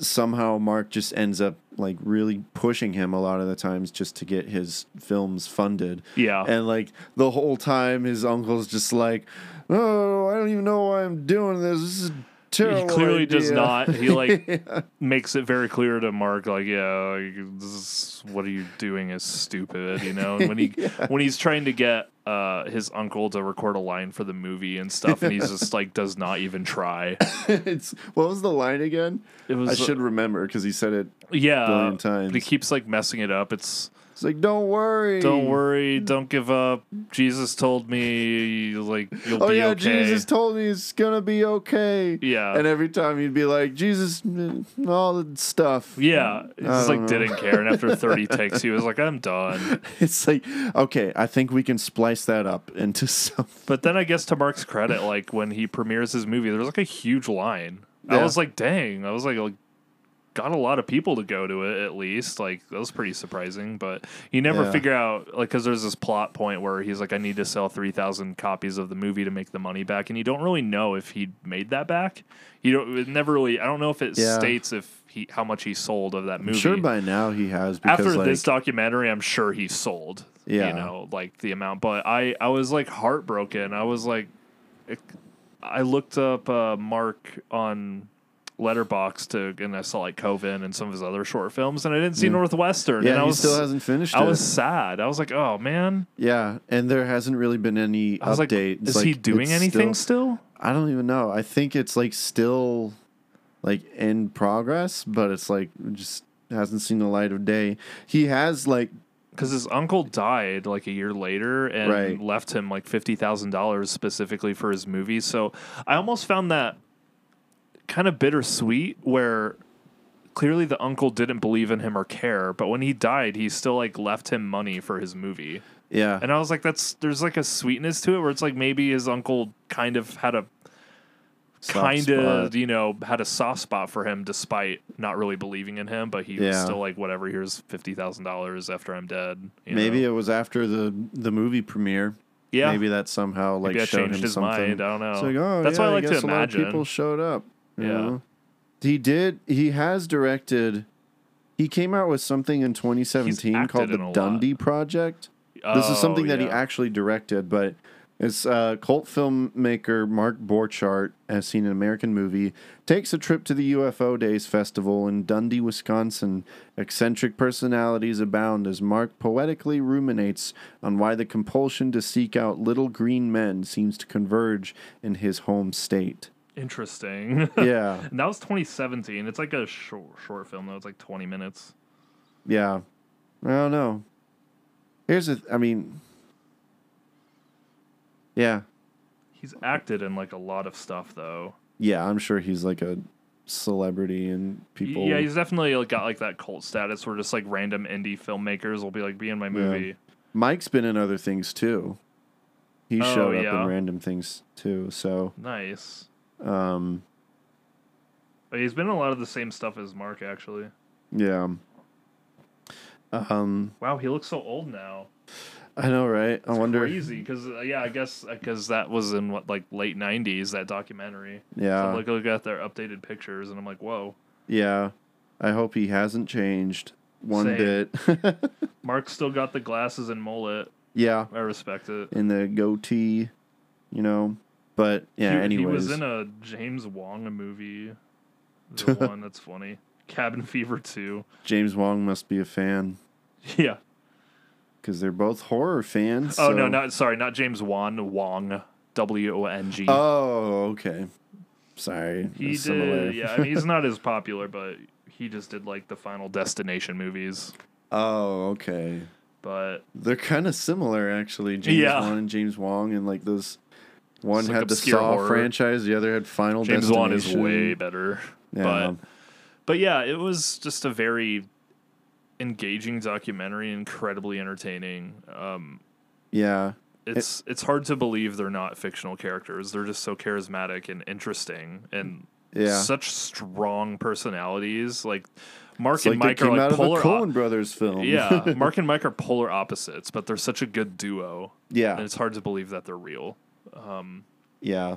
Speaker 2: somehow Mark just ends up like really pushing him a lot of the times just to get his films funded.
Speaker 1: Yeah.
Speaker 2: and like the whole time his uncle's just like, oh, I don't even know why I'm doing this. This is a terrible.
Speaker 1: he clearly does
Speaker 2: idea."
Speaker 1: not. He like makes it very clear to Mark, like, yeah, like, this is, what are you doing? Is stupid, you know. And when he when he's trying to get uh, his uncle to record a line for the movie and stuff, and he's just like, does not even try.
Speaker 2: it's what was the line again?
Speaker 1: It was
Speaker 2: I should remember because he said it.
Speaker 1: yeah,
Speaker 2: Billion times.
Speaker 1: but he keeps like messing it up. It's
Speaker 2: It's like, don't worry,
Speaker 1: don't worry, don't give up. Jesus told me, like, you'll
Speaker 2: Oh
Speaker 1: be
Speaker 2: yeah,
Speaker 1: okay.
Speaker 2: Jesus told me it's gonna be okay.
Speaker 1: Yeah.
Speaker 2: And every time he'd be like, Jesus, mm, all the stuff.
Speaker 1: yeah, he just like
Speaker 2: don't know.
Speaker 1: didn't care, and after thirty takes, he was like, "I'm done."
Speaker 2: It's like, okay, I think we can splice that up into something.
Speaker 1: But then I guess to Mark's credit, like when he premieres his movie, there's like a huge line. I
Speaker 2: Yeah.
Speaker 1: was like, dang. I was like, like got a lot of people to go to it at least. Like that was pretty surprising, but you never
Speaker 2: Yeah.
Speaker 1: figure out like because there's this plot point where he's like, I need to sell three thousand copies of the movie to make the money back, and you don't really know if he made that back. You don't it never really. I don't know if it
Speaker 2: Yeah.
Speaker 1: states if he how much he sold of that
Speaker 2: I'm
Speaker 1: movie.
Speaker 2: sure by now he has because
Speaker 1: After
Speaker 2: like,
Speaker 1: this documentary, I'm sure he sold.
Speaker 2: Yeah.
Speaker 1: You know, like the amount. But I, I was like heartbroken. I was like, it- I looked up uh, Mark on Letterbox to, and I saw like Coven and some of his other short films, and I didn't see
Speaker 2: Yeah.
Speaker 1: Northwestern.
Speaker 2: Yeah,
Speaker 1: and I
Speaker 2: he
Speaker 1: was,
Speaker 2: still hasn't finished
Speaker 1: I
Speaker 2: it.
Speaker 1: was sad. I was like, oh man.
Speaker 2: yeah, and there hasn't really been any
Speaker 1: I was like,
Speaker 2: update. It's
Speaker 1: is he doing
Speaker 2: it's
Speaker 1: anything still?
Speaker 2: I don't even know. I think it's like still like in progress, but it's like just hasn't seen the light of day. He has like
Speaker 1: Because his uncle died like a year later and
Speaker 2: Right.
Speaker 1: left him like $50,000 specifically for his movie. So I almost found that kind of bittersweet where clearly the uncle didn't believe in him or care. But when he died, he still like left him money for his movie.
Speaker 2: yeah.
Speaker 1: And I was like, that's there's like a sweetness to it where it's like maybe his uncle kind of had a kind of you know had a soft spot for him despite not really believing in him, but he was
Speaker 2: Yeah.
Speaker 1: still like whatever. Here's fifty thousand dollars after I'm dead. you
Speaker 2: maybe
Speaker 1: know?
Speaker 2: it was after the the movie premiere.
Speaker 1: Yeah.
Speaker 2: Maybe that somehow like
Speaker 1: Maybe that
Speaker 2: showed
Speaker 1: changed
Speaker 2: him
Speaker 1: his
Speaker 2: something.
Speaker 1: mind, I don't
Speaker 2: It's
Speaker 1: know.
Speaker 2: like, oh,
Speaker 1: That's
Speaker 2: yeah,
Speaker 1: why I like to
Speaker 2: guess a lot of
Speaker 1: imagine.
Speaker 2: people showed up. you
Speaker 1: Yeah.
Speaker 2: know? He did. He has directed. He came out with something in 2017
Speaker 1: acted
Speaker 2: called
Speaker 1: in a
Speaker 2: the
Speaker 1: lot.
Speaker 2: Dundee Project. this
Speaker 1: Oh,
Speaker 2: is something that he
Speaker 1: yeah.
Speaker 2: actually directed, but it's uh, cult filmmaker Mark Borchardt, as seen in American Movie, takes a trip to the UFO Days Festival in Dundee, Wisconsin. Eccentric personalities abound as Mark poetically ruminates on why the compulsion to seek out little green men seems to converge in his home state.
Speaker 1: Interesting.
Speaker 2: Yeah.
Speaker 1: and that was 2017. It's like a short short film though. It's like 20 minutes.
Speaker 2: Yeah. I don't know. Here's the. Th- I mean. Yeah.
Speaker 1: He's acted in like a lot of stuff though.
Speaker 2: Yeah, I'm sure he's like a celebrity and
Speaker 1: Y-
Speaker 2: people.
Speaker 1: Yeah, he's definitely like got like that cult status where just like random indie filmmakers will be like, be in my
Speaker 2: Yeah.
Speaker 1: movie.
Speaker 2: Mike's been in other things too. He
Speaker 1: Oh,
Speaker 2: showed up
Speaker 1: yeah.
Speaker 2: in random things too. So,
Speaker 1: Nice.
Speaker 2: um,
Speaker 1: But he's been in a lot of the same stuff as Mark actually.
Speaker 2: yeah. Um,
Speaker 1: Wow, he looks so old now.
Speaker 2: I know, right? I wonder.
Speaker 1: Crazy, because yeah, I guess because that was in what like late '90s that documentary.
Speaker 2: Yeah.
Speaker 1: so, like look at their updated pictures, and I'm like, whoa,
Speaker 2: Yeah, I hope he hasn't changed one
Speaker 1: Same.
Speaker 2: bit.
Speaker 1: Mark's still got the glasses and mullet.
Speaker 2: yeah,
Speaker 1: I respect it.
Speaker 2: in the goatee, you know. But yeah,
Speaker 1: he,
Speaker 2: anyways,
Speaker 1: he was in a James Wong movie. The one that's funny, Cabin Fever Two.
Speaker 2: James Wong must be a fan
Speaker 1: Yeah.
Speaker 2: because they're both horror fans.
Speaker 1: Oh no,
Speaker 2: so-
Speaker 1: not sorry, not James Wan. Wong, W O N G.
Speaker 2: Oh, okay. Sorry.
Speaker 1: He did,
Speaker 2: similar.
Speaker 1: yeah. I mean, he's not as popular, but he just did like the Final Destination movies.
Speaker 2: oh, okay.
Speaker 1: But
Speaker 2: They're kind of similar, actually. James
Speaker 1: Yeah.
Speaker 2: Wan and James Wong, and like those. One
Speaker 1: It's like
Speaker 2: had the
Speaker 1: obscure
Speaker 2: Saw
Speaker 1: horror.
Speaker 2: franchise, the other had Final
Speaker 1: James Wan
Speaker 2: Destination.
Speaker 1: is way better.
Speaker 2: Yeah.
Speaker 1: But but yeah, it was just a very engaging documentary, incredibly entertaining. Um,
Speaker 2: Yeah.
Speaker 1: it's it's hard to believe they're not fictional characters. They're just so charismatic and interesting and
Speaker 2: Yeah.
Speaker 1: such strong personalities. Like Mark
Speaker 2: It's
Speaker 1: and
Speaker 2: like
Speaker 1: Mike
Speaker 2: they came
Speaker 1: are like
Speaker 2: out
Speaker 1: polar
Speaker 2: of a
Speaker 1: op-
Speaker 2: Coen Brothers film.
Speaker 1: yeah, Mark and Mike are polar opposites, but they're such a good duo.
Speaker 2: Yeah.
Speaker 1: and it's hard to believe that they're real. Um,
Speaker 2: yeah.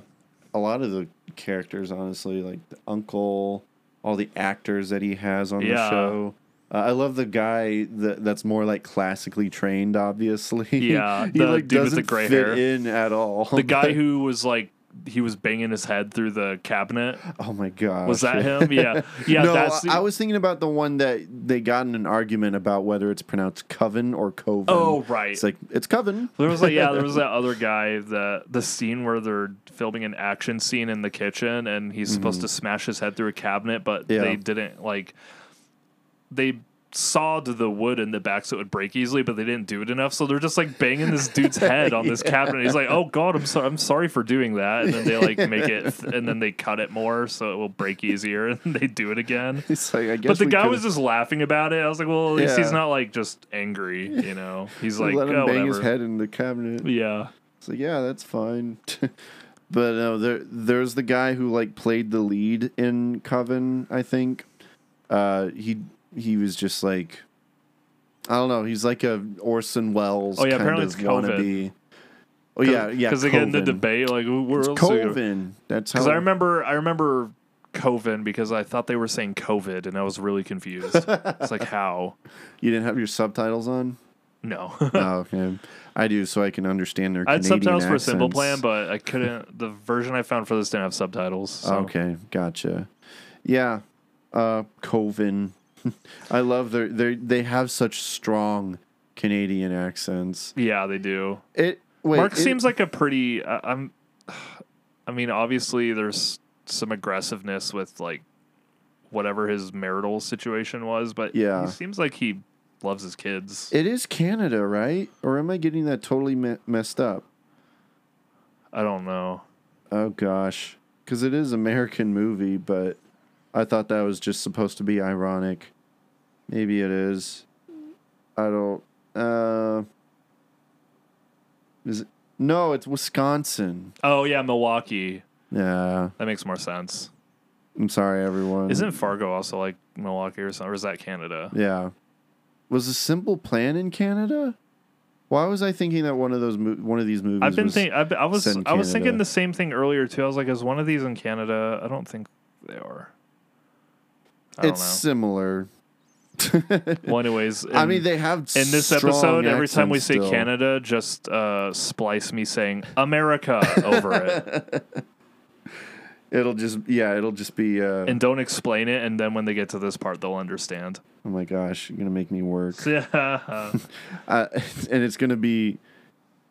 Speaker 2: A lot of the characters, honestly, like the uncle, all the actors that he has on
Speaker 1: Yeah.
Speaker 2: the show. Uh, I love the guy that that's more like classically trained, obviously.
Speaker 1: Yeah,
Speaker 2: he
Speaker 1: the
Speaker 2: like
Speaker 1: dude
Speaker 2: doesn't
Speaker 1: with the gray
Speaker 2: fit
Speaker 1: hair.
Speaker 2: in at all.
Speaker 1: the guy
Speaker 2: but-
Speaker 1: who was like he was banging his head through the cabinet.
Speaker 2: Oh my god.
Speaker 1: Was that him? Yeah. Yeah,
Speaker 2: no,
Speaker 1: that's the-
Speaker 2: I was thinking about the one that they got in an argument about whether it's pronounced coven or coven.
Speaker 1: Oh, right.
Speaker 2: It's like it's coven.
Speaker 1: There was like yeah, there was that other guy that the scene where they're filming an action scene in the kitchen and he's supposed
Speaker 2: Mhm.
Speaker 1: to smash his head through a cabinet, but
Speaker 2: Yeah.
Speaker 1: they didn't like they sawed the wood in the back so it would break easily, but they didn't do it enough, so they're just like banging this dude's head on this
Speaker 2: Yeah.
Speaker 1: cabinet. He's like, "Oh God, I'm sorry, I'm sorry for doing that," and then they like make it, th- and then they cut it more so it will break easier, and they do it again.
Speaker 2: It's like I guess
Speaker 1: But the
Speaker 2: we
Speaker 1: guy
Speaker 2: could've-
Speaker 1: was just laughing about it. I was like, well, at least he's
Speaker 2: Yeah.
Speaker 1: not like just angry, you know. He's
Speaker 2: we
Speaker 1: like,
Speaker 2: let him
Speaker 1: oh,
Speaker 2: bang his
Speaker 1: whatever.
Speaker 2: head in the cabinet.
Speaker 1: Yeah.
Speaker 2: It's like, yeah, that's fine. but no, there there's the guy who like played the lead in Coven, I think. uh, he he was just like, I don't know. He's like a Orson Welles.
Speaker 1: Oh, yeah,
Speaker 2: kind
Speaker 1: apparently
Speaker 2: of
Speaker 1: it's Coven.
Speaker 2: wannabe. Oh yeah, yeah.
Speaker 1: Because again, the
Speaker 2: Coven.
Speaker 1: debate, like, we're
Speaker 2: It's Coven. That's
Speaker 1: Because
Speaker 2: how-
Speaker 1: I remember, I remember Coven because I thought they were saying COVID, and I was really confused. it's like how?
Speaker 2: You didn't have your subtitles on?
Speaker 1: No.
Speaker 2: oh, okay. I do, so I can understand their.
Speaker 1: I had
Speaker 2: Canadian
Speaker 1: subtitles for a simple
Speaker 2: accents.
Speaker 1: plan, but I couldn't. The version I found for this didn't have subtitles. So.
Speaker 2: Okay, gotcha. Yeah, uh, Coven. I love their they they have such strong Canadian accents.
Speaker 1: Yeah, they do.
Speaker 2: It wait,
Speaker 1: Mark
Speaker 2: it-
Speaker 1: seems like a pretty. I, I'm. I mean, obviously, there's some aggressiveness with like whatever his marital situation was, but
Speaker 2: Yeah.
Speaker 1: he seems like he loves his kids.
Speaker 2: It is Canada, right? Or am I getting that totally me- messed up?
Speaker 1: I don't know.
Speaker 2: Oh gosh, because it is American movie, but I thought that was just supposed to be ironic. Maybe it is. I don't. Uh, is it? No, it's Wisconsin.
Speaker 1: Oh yeah, Milwaukee.
Speaker 2: Yeah,
Speaker 1: That makes more sense.
Speaker 2: I'm sorry, everyone.
Speaker 1: Isn't Fargo also like Milwaukee or something? Or is that Canada?
Speaker 2: Yeah. Was a simple plan in Canada? Why was I thinking that one of those mo- one of these movies?
Speaker 1: I've been
Speaker 2: was
Speaker 1: thinking. I was
Speaker 2: set in
Speaker 1: I was thinking
Speaker 2: Canada?
Speaker 1: the same thing earlier too. I was like, is one of these in Canada? I don't think they are. I don't
Speaker 2: it's
Speaker 1: know.
Speaker 2: similar.
Speaker 1: Well, anyways,
Speaker 2: I mean, they have
Speaker 1: in this
Speaker 2: strong
Speaker 1: episode. Every time we say
Speaker 2: accents still.
Speaker 1: Canada, just uh, splice me saying America over it,
Speaker 2: It'll just yeah, it'll just be. Uh,
Speaker 1: and don't explain it. And then when they get to this part, they'll understand.
Speaker 2: oh my gosh, you're gonna make me work.
Speaker 1: Yeah,
Speaker 2: Uh, and it's gonna be.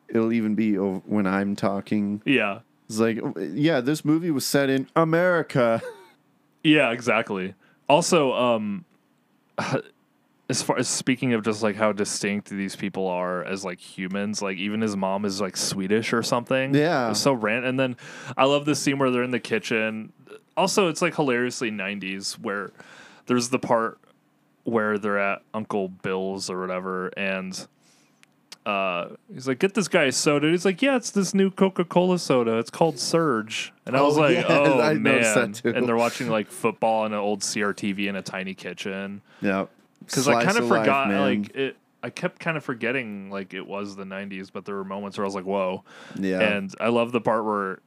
Speaker 2: It'll even be o- when I'm talking.
Speaker 1: yeah,
Speaker 2: It's like yeah, this movie was set in America.
Speaker 1: yeah. Exactly. Also, um, as far as speaking of just like how distinct these people are as like humans, like even his mom is like Swedish or something.
Speaker 2: Yeah.
Speaker 1: It was so rant. And then I love the scene where they're in the kitchen. Also, it's like hilariously 90s where there's the part where they're at Uncle Bill's or whatever. And uh, he's like, get this guy a soda. He's like, yeah, it's this new Coca Cola soda. It's called Surge. And I
Speaker 2: Oh,
Speaker 1: was like,
Speaker 2: yes,
Speaker 1: oh,
Speaker 2: I noticed
Speaker 1: man.
Speaker 2: that too.
Speaker 1: And they're watching like football on an old CRTV in a tiny kitchen
Speaker 2: Yeah,
Speaker 1: because I
Speaker 2: Slice
Speaker 1: kind of
Speaker 2: life,
Speaker 1: forgot.
Speaker 2: man.
Speaker 1: like it, I kept kind of forgetting like it was the '90s, but there were moments where I was like, "Whoa!"
Speaker 2: Yeah.
Speaker 1: And I love the part where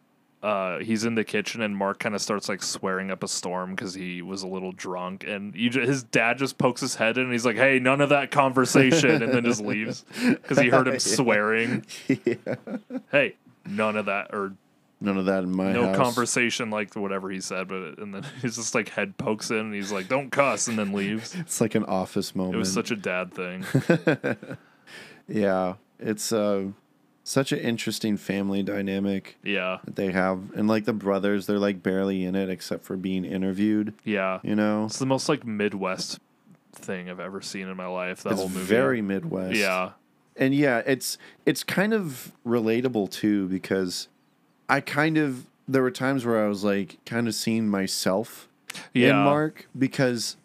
Speaker 1: uh, he's in the kitchen and Mark kind of starts like swearing up a storm because he was a little drunk, and you ju- his dad just pokes his head in and he's like, "Hey, none of that conversation," and then just leaves because he heard him
Speaker 2: Yeah.
Speaker 1: swearing. Hey, none of that or
Speaker 2: none of that in my
Speaker 1: no
Speaker 2: house.
Speaker 1: conversation like whatever he said but and then he's just like head pokes in and he's like don't cuss and then leaves
Speaker 2: It's like an office moment.
Speaker 1: it was such a dad thing
Speaker 2: Yeah, it's uh, such an interesting family dynamic
Speaker 1: yeah
Speaker 2: that they have, and like the brothers, they're like barely in it except for being interviewed.
Speaker 1: Yeah.
Speaker 2: You know,
Speaker 1: It's the most like Midwest thing I've ever seen in my life. That
Speaker 2: it's
Speaker 1: whole movie.
Speaker 2: very Midwest.
Speaker 1: Yeah.
Speaker 2: and yeah, it's it's kind of relatable too because I kind of there were times where I was like kind of seeing myself in
Speaker 1: Yeah.
Speaker 2: Mark because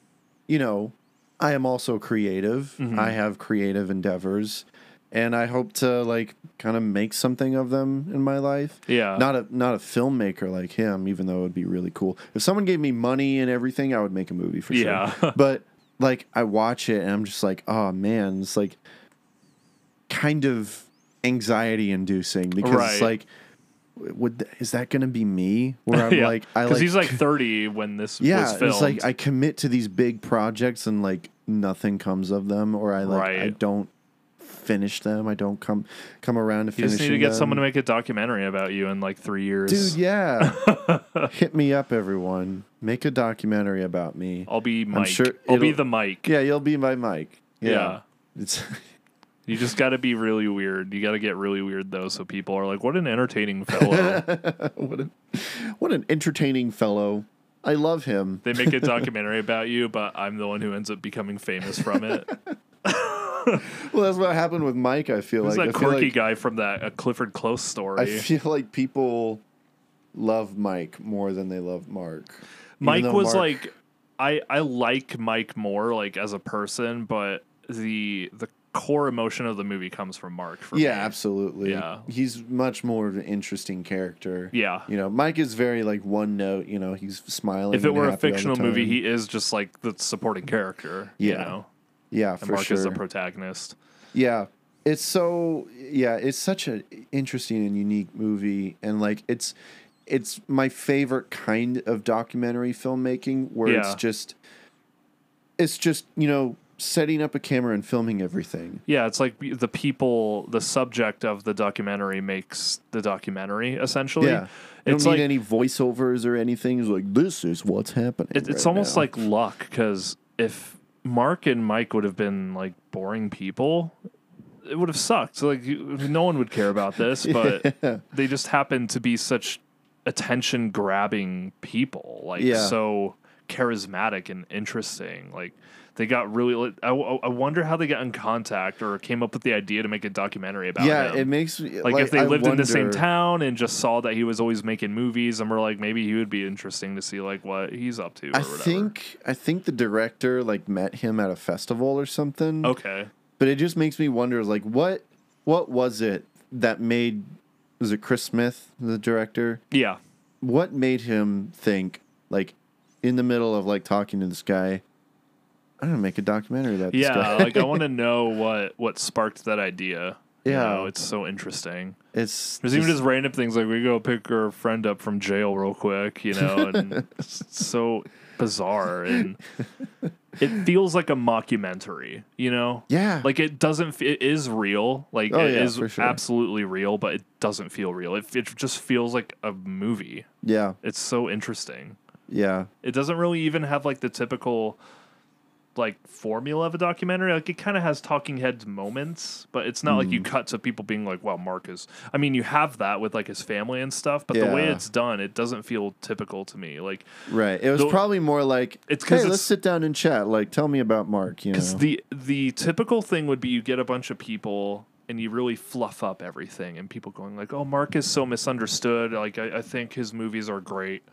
Speaker 2: you know I am also creative.
Speaker 1: Mhm.
Speaker 2: I have creative endeavors, and I hope to like kind of make something of them in my life.
Speaker 1: Yeah.
Speaker 2: not a not a filmmaker like him, even though it would be really cool. If someone gave me money and everything, I would make a movie for
Speaker 1: Yeah.
Speaker 2: sure. but like I watch it and I'm just like, oh man, it's like kind of anxiety inducing because
Speaker 1: Right.
Speaker 2: it's like would th- is that going to be me where I'm
Speaker 1: yeah.
Speaker 2: like I
Speaker 1: Because
Speaker 2: like
Speaker 1: he's like 30 when this was
Speaker 2: yeah
Speaker 1: filmed.
Speaker 2: it's like I commit to these big projects and like nothing comes of them or I like I
Speaker 1: Right.
Speaker 2: don't finish them I don't come come around to
Speaker 1: you
Speaker 2: finish
Speaker 1: just need to get someone to make a documentary about you in like three years.
Speaker 2: Dude, yeah. Hit me up, everyone. Make a documentary about me.
Speaker 1: I'll be
Speaker 2: I'm
Speaker 1: Mike.
Speaker 2: sure
Speaker 1: I'll be
Speaker 2: it'll-
Speaker 1: the Mike.
Speaker 2: Yeah, you'll be my Mike. Yeah. It's
Speaker 1: You just got to be really weird. You got to get really weird though, so people are like, "What an entertaining fellow."
Speaker 2: what a, what an entertaining fellow. I love him.
Speaker 1: they make a documentary about you, but I'm the one who ends up becoming famous from it.
Speaker 2: Well, that's what happened with Mike. I feel
Speaker 1: Who's
Speaker 2: like
Speaker 1: that
Speaker 2: I feel
Speaker 1: quirky
Speaker 2: like,
Speaker 1: guy from that uh, Clifford Close story?
Speaker 2: I feel like people love Mike more than they love Mark. Even
Speaker 1: Mike
Speaker 2: though
Speaker 1: was
Speaker 2: Mark-
Speaker 1: like I I like Mike more like as a person, but the the core emotion of the movie comes from Mark. For
Speaker 2: yeah,
Speaker 1: me.
Speaker 2: absolutely.
Speaker 1: Yeah.
Speaker 2: He's much more of an interesting character.
Speaker 1: Yeah.
Speaker 2: You know, Mike is very like one note, you know, he's smiling.
Speaker 1: If it
Speaker 2: and
Speaker 1: were a
Speaker 2: happy all the
Speaker 1: fictional movie,
Speaker 2: time.
Speaker 1: he is just like the supporting character. you
Speaker 2: Yeah.
Speaker 1: know?
Speaker 2: Yeah,
Speaker 1: and
Speaker 2: for
Speaker 1: Mark is the
Speaker 2: sure.
Speaker 1: protagonist.
Speaker 2: Yeah. It's so yeah, it's such an interesting and unique movie and like it's it's my favorite kind of documentary filmmaking where
Speaker 1: Yeah.
Speaker 2: it's just it's just, you know, setting up a camera and filming everything.
Speaker 1: Yeah, it's like the people, the subject of the documentary makes the documentary essentially.
Speaker 2: Yeah. You don't
Speaker 1: it's
Speaker 2: need
Speaker 1: like
Speaker 2: any voiceovers or anything. It's like this is what's happening.
Speaker 1: it, it's
Speaker 2: right
Speaker 1: almost
Speaker 2: now.
Speaker 1: like luck because if Mark and Mike would have been like boring people, it would have sucked. Like you, no one would care about this, but
Speaker 2: Yeah.
Speaker 1: they just happen to be such attention grabbing people, like
Speaker 2: Yeah.
Speaker 1: so charismatic and interesting. Like they got really. I, I wonder how they got in contact or came up with the idea to make a documentary about.
Speaker 2: Yeah,
Speaker 1: him.
Speaker 2: it makes me-
Speaker 1: like,
Speaker 2: like,
Speaker 1: if they
Speaker 2: I
Speaker 1: lived in the same
Speaker 2: wonder-
Speaker 1: town and just saw that he was always making movies and were like maybe he would be interesting to see like what he's up to. Or
Speaker 2: I
Speaker 1: whatever.
Speaker 2: think I think the director like met him at a festival or something.
Speaker 1: Okay.
Speaker 2: But it just makes me wonder like what what was it that made was it Chris Smith, the director?
Speaker 1: Yeah.
Speaker 2: What made him think like in the middle of like talking to this guy, I'm gonna make a documentary about this
Speaker 1: Yeah,
Speaker 2: guy.
Speaker 1: like I want to know what what sparked that idea.
Speaker 2: Yeah.
Speaker 1: you know, it's so interesting.
Speaker 2: it's
Speaker 1: There's even just random things like we go pick our friend up from jail real quick, you know, and it's so bizarre and it feels like a mockumentary, you know.
Speaker 2: Yeah.
Speaker 1: like it doesn't. f- It is real. Like
Speaker 2: Oh,
Speaker 1: it
Speaker 2: yeah,
Speaker 1: is
Speaker 2: for sure.
Speaker 1: absolutely real, but it doesn't feel real. It it just feels like a movie.
Speaker 2: Yeah.
Speaker 1: It's so interesting.
Speaker 2: Yeah.
Speaker 1: It doesn't really even have like the typical like formula of a documentary. Like it kind of has talking heads moments, but it's not like you cut to people being like, "Wow, Mark is." I mean, you have that with like his family and stuff, but the way
Speaker 2: Yeah.
Speaker 1: it's done, it doesn't feel typical to me. Like
Speaker 2: Right. It was
Speaker 1: The-
Speaker 2: probably more like
Speaker 1: It's 'cause
Speaker 2: hey,
Speaker 1: it's-
Speaker 2: let's sit down and chat. Like tell me about Mark, you know.
Speaker 1: Because the the typical thing would be you get a bunch of people and you really fluff up everything, and people going like, "Oh, Mark is so misunderstood. Like, I, I think his movies are great,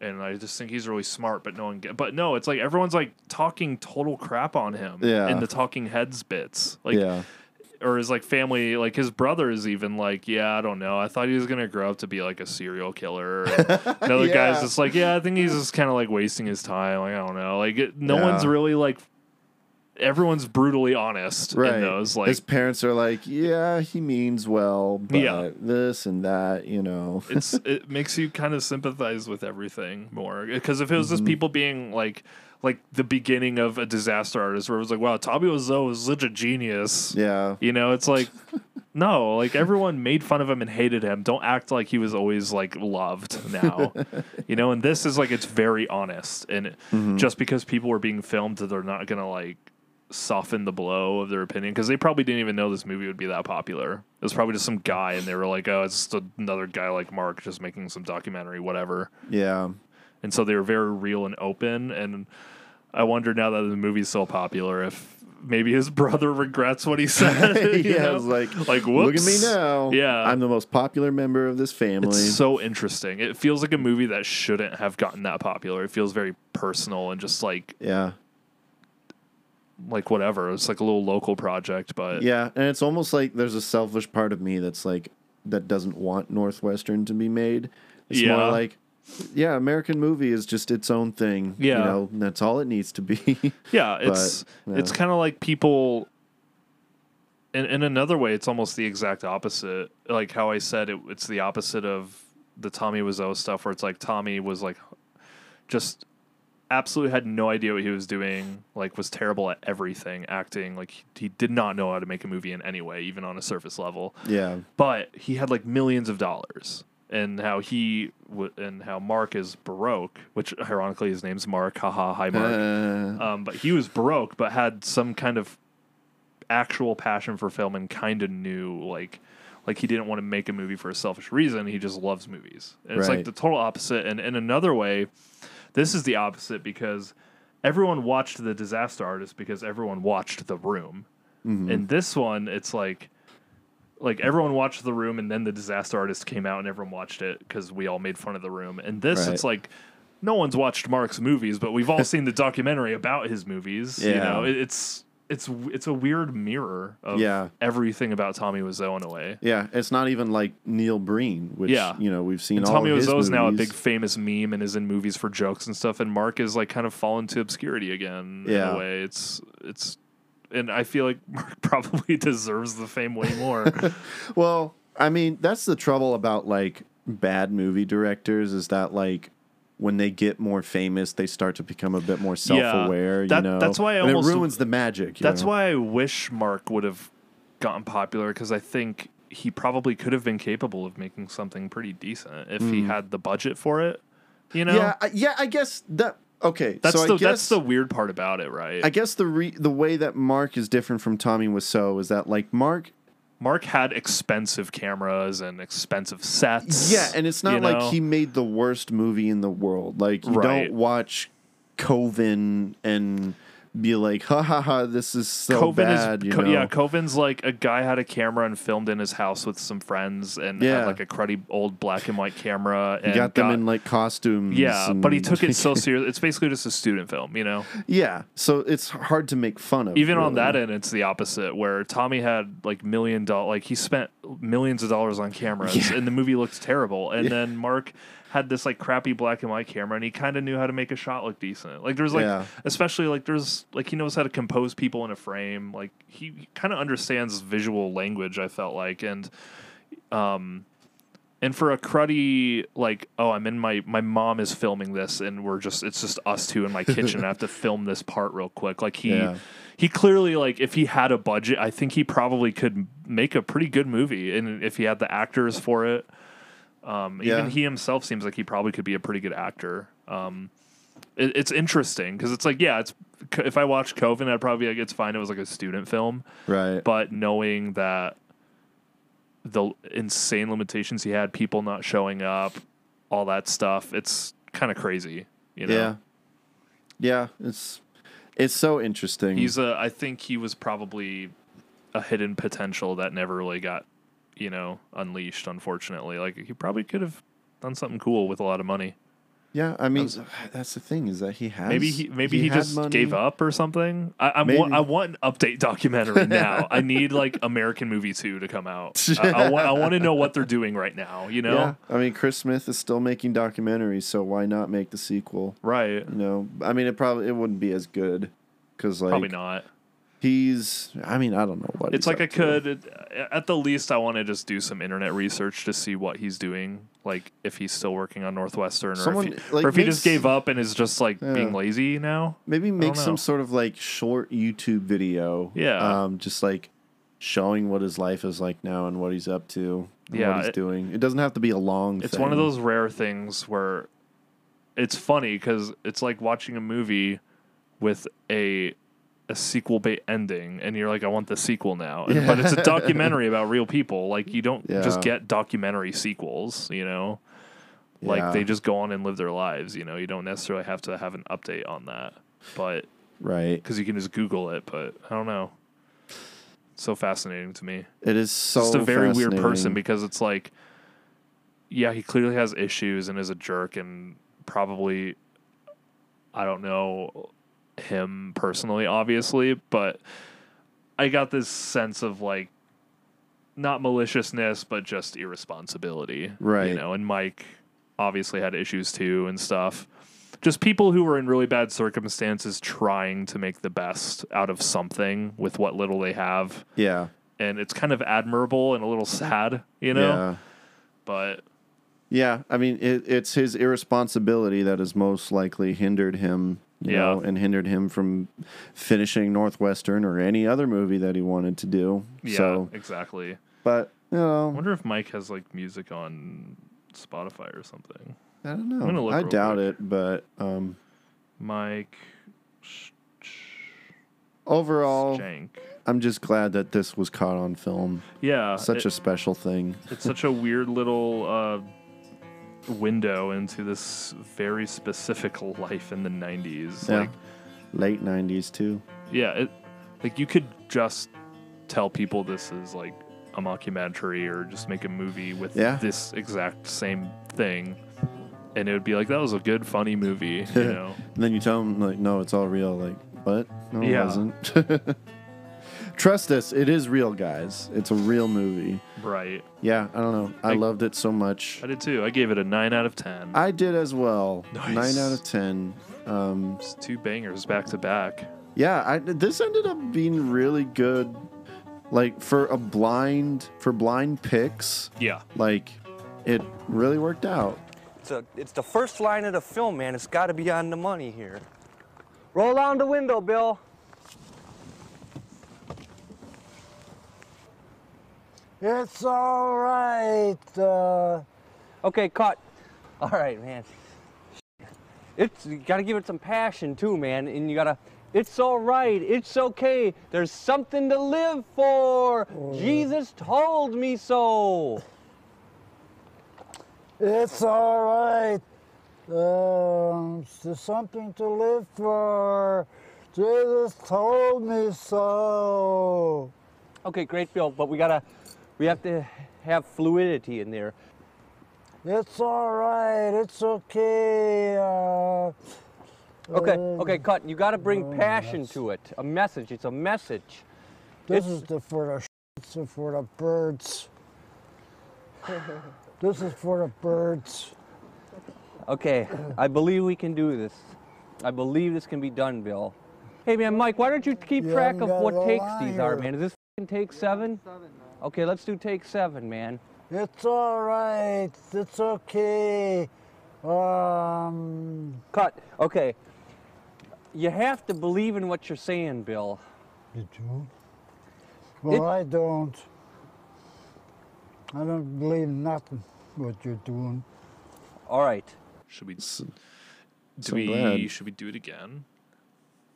Speaker 1: and I just think he's really smart." But no one get. But no, it's like everyone's like talking total crap on him.
Speaker 2: Yeah.
Speaker 1: In the talking heads bits, like.
Speaker 2: yeah.
Speaker 1: Or his like family, like his brother is even like, yeah, I don't know. I thought he was gonna grow up to be like a serial killer. And Another
Speaker 2: Yeah.
Speaker 1: guy's just like, yeah, I think he's just kind of like wasting his time. Like I don't know. Like it, no
Speaker 2: Yeah.
Speaker 1: one's really like everyone's brutally honest
Speaker 2: Right.
Speaker 1: in those. Like
Speaker 2: His parents are like, yeah, he means well, but
Speaker 1: Yeah.
Speaker 2: this and that, you know.
Speaker 1: it's it makes you kind of sympathize with everything more because if it was
Speaker 2: Mm-hmm.
Speaker 1: just people being like like the beginning of a disaster artist where it was like, wow, Tommy Wiseau is such a genius.
Speaker 2: yeah.
Speaker 1: You know, it's like no, like everyone made fun of him and hated him. Don't act like he was always like loved now. you know, and this is like it's very honest and it- just because people were being filmed they're not going to like soften the blow of their opinion because they probably didn't even know this movie would be that popular. It was probably just some guy and they were like, "Oh, it's just another guy like Mark just making some documentary whatever."
Speaker 2: Yeah.
Speaker 1: and so they were very real and open and i wonder now that the movie's so popular if maybe his brother regrets what he said you
Speaker 2: yeah,
Speaker 1: know?
Speaker 2: I was like,
Speaker 1: like
Speaker 2: look at me
Speaker 1: whoops.
Speaker 2: now.
Speaker 1: yeah
Speaker 2: I'm the most popular member of this family.
Speaker 1: it's so interesting it feels like a movie that shouldn't have gotten that popular it feels very personal and just like
Speaker 2: yeah.
Speaker 1: like whatever it's like a little local project but
Speaker 2: Yeah. And it's almost like there's a selfish part of me that's like, that doesn't want Northwestern to be made. It's
Speaker 1: Yeah.
Speaker 2: more like, yeah, American movie is just its own thing.
Speaker 1: Yeah.
Speaker 2: You know, and that's all it needs to be.
Speaker 1: Yeah,
Speaker 2: But,
Speaker 1: it's it's
Speaker 2: yeah.
Speaker 1: kind of like people. In in another way, it's almost the exact opposite. Like how I said, it, it's the opposite of the Tommy Wiseau stuff, where it's like Tommy was like just absolutely had no idea what he was doing. Like was terrible at everything, acting. Like he, he did not know how to make a movie in any way, even on a surface level
Speaker 2: yeah.
Speaker 1: but he had like millions of dollars and how he w- and how mark is baroque which ironically his name's mark haha hi mark um, but he was baroque but had some kind of actual passion for film and kind of knew like like he didn't want to make a movie for a selfish reason he just loves movies and it's like
Speaker 2: Right.
Speaker 1: the total opposite and in another way this is the opposite because everyone watched the disaster artist because everyone watched the room
Speaker 2: Mm-hmm.
Speaker 1: in this one it's like like everyone watched the room and then the disaster artist came out and everyone watched it because we all made fun of the room and this
Speaker 2: Right.
Speaker 1: it's like no one's watched mark's movies but we've all seen the documentary about his movies you
Speaker 2: Yeah.
Speaker 1: know it, it's it's it's a weird mirror of
Speaker 2: Yeah.
Speaker 1: everything about Tommy Wiseau in a way.
Speaker 2: Yeah, it's not even like Neil Breen, which
Speaker 1: yeah,
Speaker 2: you know we've seen.
Speaker 1: And
Speaker 2: all
Speaker 1: Tommy
Speaker 2: of his
Speaker 1: Wiseau is now a
Speaker 2: movies.
Speaker 1: big famous meme and is in movies for jokes and stuff. And Mark is like kind of fallen to obscurity again. in
Speaker 2: Yeah.
Speaker 1: a way it's it's, and I feel like Mark probably deserves the fame way more.
Speaker 2: well, I mean, that's the trouble about like bad movie directors is that like when they get more famous, they start to become a bit more self-aware.
Speaker 1: that-
Speaker 2: you know,
Speaker 1: that's why I
Speaker 2: and
Speaker 1: almost-
Speaker 2: it ruins the magic. you
Speaker 1: That's
Speaker 2: know?
Speaker 1: why I wish Mark would have gotten popular because I think he probably could have been capable of making something pretty decent if he
Speaker 2: Mm.
Speaker 1: had the budget for it. You know,
Speaker 2: Yeah, I, yeah. I guess that. Okay,
Speaker 1: that's
Speaker 2: so
Speaker 1: the
Speaker 2: I guess
Speaker 1: that's the weird part about it, right?
Speaker 2: I guess the re- the way that Mark is different from Tommy Wiseau is that like Mark
Speaker 1: Mark had expensive cameras and expensive sets.
Speaker 2: Yeah, and it's not
Speaker 1: you know?
Speaker 2: like he made the worst movie in the world. Like you
Speaker 1: Right.
Speaker 2: don't watch Coven and be like, ha ha ha, this is so bad.
Speaker 1: is
Speaker 2: you
Speaker 1: Co-
Speaker 2: know?
Speaker 1: yeah, Coven's like a guy had a camera and filmed in his house with some friends and
Speaker 2: Yeah.
Speaker 1: had like a cruddy old black and white camera
Speaker 2: he
Speaker 1: and
Speaker 2: got them in like costumes.
Speaker 1: yeah, but he
Speaker 2: and-
Speaker 1: took it so serious. It's basically just a student film, you know.
Speaker 2: yeah, so it's hard to make fun of.
Speaker 1: Even on
Speaker 2: really.
Speaker 1: that end, it's the opposite. Where Tommy had like million dollar, like he spent millions of dollars on cameras,
Speaker 2: Yeah.
Speaker 1: and the movie looked terrible. And
Speaker 2: Yeah.
Speaker 1: then Mark had this like crappy black and white camera, and he kind of knew how to make a shot look decent. Like there's like,
Speaker 2: Yeah.
Speaker 1: especially like there's like he knows how to compose people in a frame. Like he kind of understands visual language. I felt like, and um, and for a cruddy like, oh, I'm in my my mom is filming this, and we're just it's just us two in my kitchen. I have to film this part real quick. Like he
Speaker 2: Yeah.
Speaker 1: he clearly like if he had a budget, I think he probably could m- make a pretty good movie, and if he had the actors for it. Um,
Speaker 2: Yeah.
Speaker 1: Even he himself seems like he probably could be a pretty good actor. Um, it, it's interesting because it's like yeah, it's if I watched Coven, I'd probably be like it's fine. It was like a student film,
Speaker 2: right?
Speaker 1: but knowing that the insane limitations he had, people not showing up, all that stuff, it's kind of crazy. You know,
Speaker 2: Yeah, yeah, it's it's so interesting.
Speaker 1: he's a. I think he was probably a hidden potential that never really got, you know, unleashed. Unfortunately, like he probably could have done something cool with a lot of money.
Speaker 2: yeah, I mean, that's the thing is that he has
Speaker 1: maybe he maybe he,
Speaker 2: had
Speaker 1: just
Speaker 2: money.
Speaker 1: gave up or something. I, I'm wa-
Speaker 2: Maybe.
Speaker 1: I want an update documentary now. I need like American Movie Two to come out. I, I, wa- I want to know what they're doing right now. You know,
Speaker 2: Yeah. I mean, Chris Smith is still making documentaries, so why not make the sequel?
Speaker 1: Right.
Speaker 2: You know, I mean, it probably it wouldn't be as good because like
Speaker 1: probably not.
Speaker 2: He's. I mean, I don't know what.
Speaker 1: It's
Speaker 2: he's
Speaker 1: like I
Speaker 2: up to.
Speaker 1: could, at the least, I want to just do some internet research to see what he's doing. Like if he's still working on Northwestern, or
Speaker 2: Someone,
Speaker 1: if he,
Speaker 2: like,
Speaker 1: or if he
Speaker 2: makes-
Speaker 1: just gave up and is just like being
Speaker 2: Yeah.
Speaker 1: lazy now.
Speaker 2: maybe
Speaker 1: don't
Speaker 2: make some
Speaker 1: know.
Speaker 2: sort of like short YouTube video.
Speaker 1: Yeah.
Speaker 2: Um, just like showing what his life is like now and what he's up to. and
Speaker 1: Yeah,
Speaker 2: What he's
Speaker 1: it-
Speaker 2: doing. It doesn't have to be a long.
Speaker 1: It's one of
Speaker 2: thing.
Speaker 1: those rare things where it's funny because it's like watching a movie with a a sequel bait ending, and you're like, I want the sequel now. And- But it's a
Speaker 2: Yeah.
Speaker 1: documentary about real people. Like you don't just
Speaker 2: Yeah.
Speaker 1: get documentary sequels, you know. Like
Speaker 2: Yeah.
Speaker 1: they just go on and live their lives, you know. You don't necessarily have to have an update on that, but
Speaker 2: Right.
Speaker 1: because you can just Google it. But I don't know. It's so fascinating to me
Speaker 2: It is so.
Speaker 1: just a very weird person
Speaker 2: fascinating.
Speaker 1: because it's like, yeah, he clearly has issues and is a jerk and probably, I don't know him personally, obviously, but I got this sense of like, not maliciousness, but just irresponsibility, You
Speaker 2: Right.
Speaker 1: know, and Mike obviously had issues too and stuff. Just people who were in really bad circumstances trying to make the best out of something with what little they have
Speaker 2: Yeah.
Speaker 1: and it's kind of admirable and a little sad, you know.
Speaker 2: Yeah.
Speaker 1: But
Speaker 2: Yeah, I mean, it, it's his irresponsibility that has most likely hindered him, you
Speaker 1: Yeah.
Speaker 2: know, and hindered him from finishing Northwestern or any other movie that he wanted to do.
Speaker 1: yeah,
Speaker 2: So,
Speaker 1: exactly.
Speaker 2: but you know,
Speaker 1: I wonder if Mike has like music on Spotify or something.
Speaker 2: I don't
Speaker 1: I'm gonna
Speaker 2: know.
Speaker 1: look
Speaker 2: I
Speaker 1: real
Speaker 2: doubt it, but um,
Speaker 1: Mike
Speaker 2: overall,
Speaker 1: Shank.
Speaker 2: I'm just glad that this was caught on film.
Speaker 1: Yeah,
Speaker 2: such
Speaker 1: it-
Speaker 2: a special thing.
Speaker 1: It's such a weird little uh, window into this very specific life in the '90s.
Speaker 2: Yeah,
Speaker 1: Like,
Speaker 2: late '90s too.
Speaker 1: yeah, it, like you could just tell people this is like a mockumentary or just make a movie with
Speaker 2: Yeah.
Speaker 1: this exact same thing, and it would be like that was a good, funny movie, you know.
Speaker 2: And then you tell him like, no, it's all real. Like, what? No, it
Speaker 1: Yeah.
Speaker 2: wasn't. Trust us, it is real, guys. It's a real movie.
Speaker 1: Right.
Speaker 2: Yeah, I don't know. I, loved it so much.
Speaker 1: I did too. I gave it a nine out of ten.
Speaker 2: I did as well.
Speaker 1: Nice.
Speaker 2: Nine out of ten. Um,
Speaker 1: two bangers back to back.
Speaker 2: Yeah, I, this ended up being really good. Like for a blind for blind picks.
Speaker 1: Yeah.
Speaker 2: Like, it really worked out.
Speaker 13: It's, a, it's the first line of the film, man. It's got to be on the money here. Roll on the window, Bill.
Speaker 14: It's all right. Uh...
Speaker 13: Okay, cut. All right, man. It's you got to give it some passion too, man. And you got to. It's all right. It's okay. There's something to live for.
Speaker 14: Oh.
Speaker 13: Jesus told me so.
Speaker 14: It's all right. Um, there's something to live for. Jesus told me so.
Speaker 13: Okay, great, Bill. But we gotta. We have to have fluidity in there.
Speaker 14: It's all right. It's okay. Uh,
Speaker 13: Okay,
Speaker 14: uh,
Speaker 13: okay, cut. You got to
Speaker 14: Oh,
Speaker 13: bring passion to it. A message. It's a message.
Speaker 14: This is
Speaker 13: It's-
Speaker 14: the, for the shits and for the birds. this is for the birds.
Speaker 13: Okay, I believe we can do this. I believe this can be done, Bill. Hey, man, Mike, why don't you keep
Speaker 14: You
Speaker 13: track
Speaker 14: haven't
Speaker 13: of
Speaker 14: got
Speaker 13: what
Speaker 14: a
Speaker 13: takes these
Speaker 14: liar.
Speaker 13: are, man? Is this fing take seven? Okay, let's do take seven, man.
Speaker 14: It's all right. It's okay. Um,
Speaker 13: Cut. Okay. You have to believe in what you're saying, Bill.
Speaker 14: you do? Well, I don't. I don't believe nothing what you're doing.
Speaker 13: All right.
Speaker 1: Should we? do
Speaker 2: so
Speaker 1: we?
Speaker 2: glad.
Speaker 1: Should we do it again,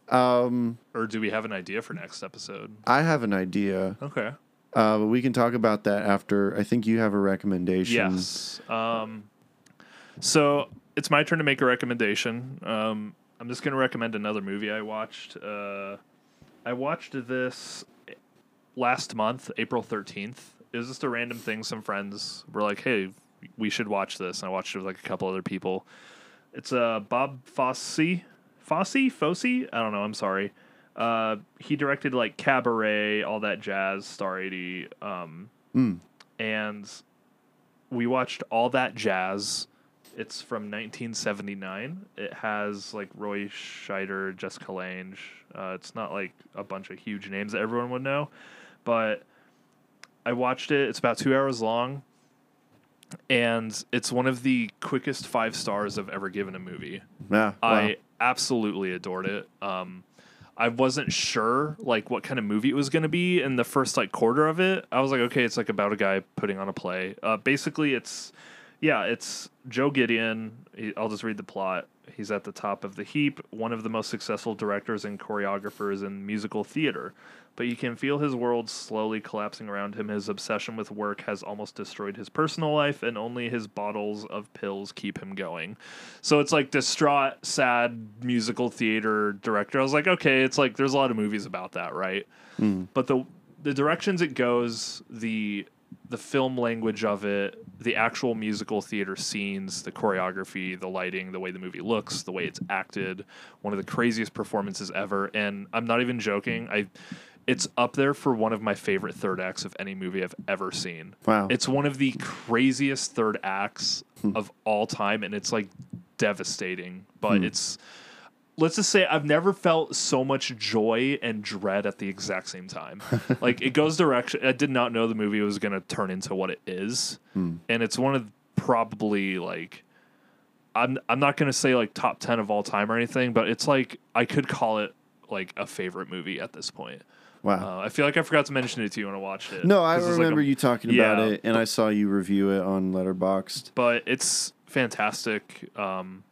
Speaker 2: Um,
Speaker 1: or do we have an idea for next episode?
Speaker 2: I have an idea.
Speaker 1: Okay.
Speaker 2: Uh, but we can talk about that after. I think you have a recommendation.
Speaker 1: Yes. Um, so it's my turn to make a recommendation. Um, I'm just going to recommend another movie I watched. Uh, I watched this last month, April 13th. It was just a random thing. Some friends were like, hey, we should watch this. And I watched it with like a couple other people. It's uh, Bob Fosse. Fosse? Fosse? I don't know. I'm sorry. Uh, he directed like Cabaret, all that jazz, Star 80. Um,
Speaker 2: Mm.
Speaker 1: and we watched all that jazz. It's from 1979. It has like Roy Scheider, Jessica Lange. Uh, it's not like a bunch of huge names that everyone would know, but I watched it. It's about two hours long, and it's one of the quickest five stars I've ever given a movie.
Speaker 2: Yeah. wow.
Speaker 1: I absolutely adored it. Um, I wasn't sure like what kind of movie it was going to be in the first like quarter of it. I was like, okay, it's like about a guy putting on a play. Uh, basically, it's yeah, it's Joe Gideon. He, I'll just read the plot. He's at the top of the heap, one of the most successful directors and choreographers in musical theater. But you can feel his world slowly collapsing around him. His obsession with work has almost destroyed his personal life, and only his bottles of pills keep him going. So it's like distraught, sad musical theater director. I was like, okay, it's like there's a lot of movies about that, right?
Speaker 2: Mm.
Speaker 1: but the the directions it goes, the the film language of it, the actual musical theater scenes, the choreography, the lighting, the way the movie looks, the way it's acted, one of the craziest performances ever. And I'm not even joking. I it's up there for one of my favorite third acts of any movie I've ever seen.
Speaker 2: Wow.
Speaker 1: It's one of the craziest third acts of all time and it's like devastating, but
Speaker 2: Hmm.
Speaker 1: it's let's just say I've never felt so much joy and dread at the exact same time. like it goes direction. I did not know the movie was going to turn into what it is,
Speaker 2: Hmm.
Speaker 1: and it's one of probably like I'm I'm not going to say like top ten of all time or anything, but it's like I could call it like a favorite movie at this point.
Speaker 2: Wow.
Speaker 1: Uh, I feel like I forgot to mention it to you when I watched it.
Speaker 2: No, I
Speaker 1: 'cause it's like a-
Speaker 2: remember you talking
Speaker 1: Yeah.
Speaker 2: about it, and I saw you review it on Letterboxd.
Speaker 1: but it's fantastic. Um,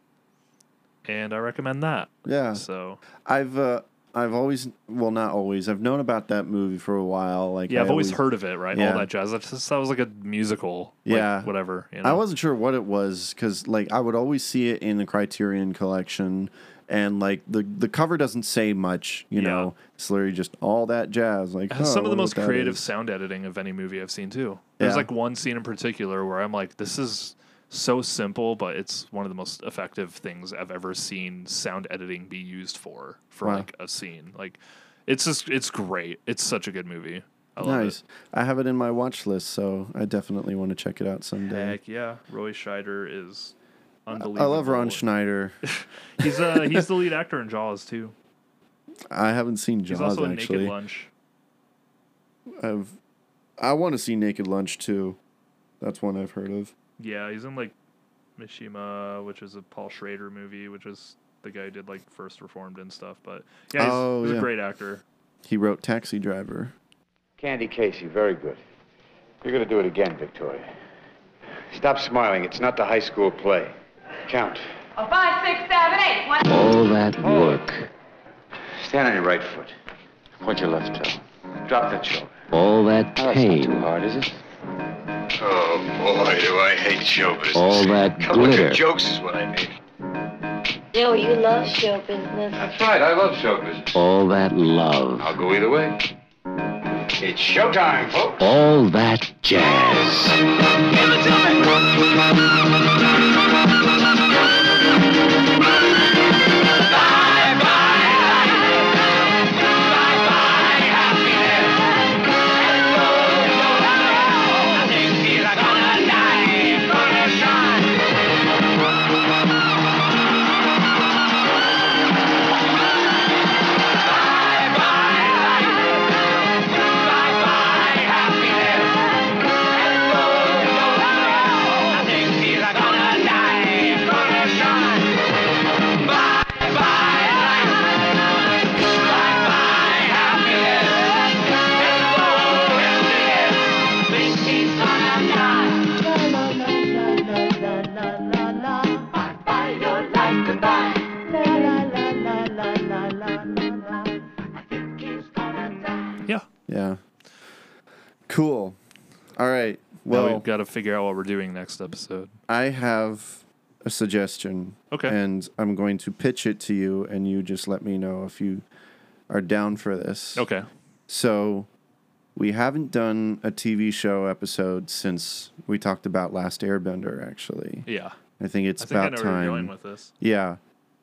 Speaker 1: and I recommend that.
Speaker 2: Yeah.
Speaker 1: So
Speaker 2: I've uh, I've always well not always I've known about that movie for a while. Like
Speaker 1: yeah,
Speaker 2: I
Speaker 1: I've always heard of it, right?
Speaker 2: Yeah.
Speaker 1: All that jazz. That's just, that was like a musical. like,
Speaker 2: Yeah.
Speaker 1: whatever. You know?
Speaker 2: I wasn't sure what it was because like I would always see it in the Criterion collection, and like the the cover doesn't say much. You
Speaker 1: Yeah.
Speaker 2: know, it's literally just all that jazz. Like
Speaker 1: It has
Speaker 2: huh,
Speaker 1: some of the
Speaker 2: wonder
Speaker 1: most
Speaker 2: what that
Speaker 1: creative
Speaker 2: is.
Speaker 1: sound editing of any movie I've seen too. There's
Speaker 2: Yeah.
Speaker 1: like one scene in particular where I'm like, this is so simple, but it's one of the most effective things I've ever seen sound editing be used for for
Speaker 2: Wow.
Speaker 1: like a scene. Like It's just it's great. It's such a good movie. I love
Speaker 2: nice. I have it in my watch list, so I definitely want to check it out
Speaker 1: it.
Speaker 2: someday.
Speaker 1: Heck yeah, Roy Scheider is unbelievable.
Speaker 2: I love Ron Schneider.
Speaker 1: He's uh he's the lead actor in Jaws too.
Speaker 2: I haven't seen
Speaker 1: He's
Speaker 2: Jaws
Speaker 1: also in
Speaker 2: actually.
Speaker 1: Naked Lunch.
Speaker 2: I've I want to see Naked Lunch too. That's one I've heard of.
Speaker 1: Yeah, he's in like Mishima, which is a Paul Schrader movie, which is the guy who did like First Reformed and stuff. But yeah, he's,
Speaker 2: Oh,
Speaker 1: he's
Speaker 2: yeah.
Speaker 1: a great actor.
Speaker 2: He wrote Taxi Driver.
Speaker 15: Candy Casey, very good. You're going to do it again, Victoria. Stop smiling. It's not the high school play. Count.
Speaker 6: A five, six, seven, eight. One.
Speaker 15: All that work. Stand on your right foot. Point your left toe. Drop that shoulder. All that pain. Oh, That's not too hard, is it? Oh, boy, do I hate show business. All that
Speaker 16: glitter.
Speaker 15: jokes is what I mean.
Speaker 16: No, you love show business.
Speaker 15: That's right, I love show business.
Speaker 16: All that love.
Speaker 15: I'll go either way. It's showtime, folks.
Speaker 16: All that jazz.
Speaker 2: Yeah. Cool. All right.
Speaker 1: Well,
Speaker 2: Well,
Speaker 1: we've got to figure out what we're doing next episode.
Speaker 2: I have a suggestion.
Speaker 1: Okay.
Speaker 2: And I'm going to pitch it to you, and you just let me know if you are down for this.
Speaker 1: Okay.
Speaker 2: So, we haven't done a TV show episode since we talked about Last Airbender, actually.
Speaker 1: Yeah.
Speaker 2: I think it's
Speaker 1: I think I
Speaker 2: about
Speaker 1: know
Speaker 2: time.
Speaker 1: where you're going with this.
Speaker 2: Yeah.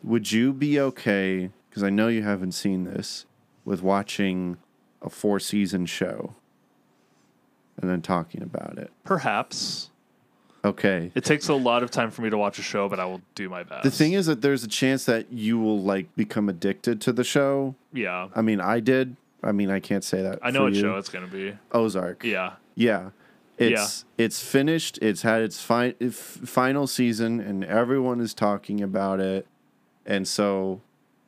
Speaker 2: Would you be okay? Because I know you haven't seen this, with watching a four season show and then talking about it.
Speaker 1: Perhaps
Speaker 2: Okay.
Speaker 1: it takes a lot of time for me to watch a show, but I will do my best.
Speaker 2: The thing is that there's a chance that you will like become addicted to the show.
Speaker 1: Yeah.
Speaker 2: I mean, I did. I mean, I can't say that.
Speaker 1: I know
Speaker 2: for
Speaker 1: what
Speaker 2: you.
Speaker 1: show it's gonna be.
Speaker 2: Ozark.
Speaker 1: Yeah.
Speaker 2: Yeah.
Speaker 1: Yeah.
Speaker 2: It's it's finished. It's had its fi- if- final season, and everyone is talking about it. And so,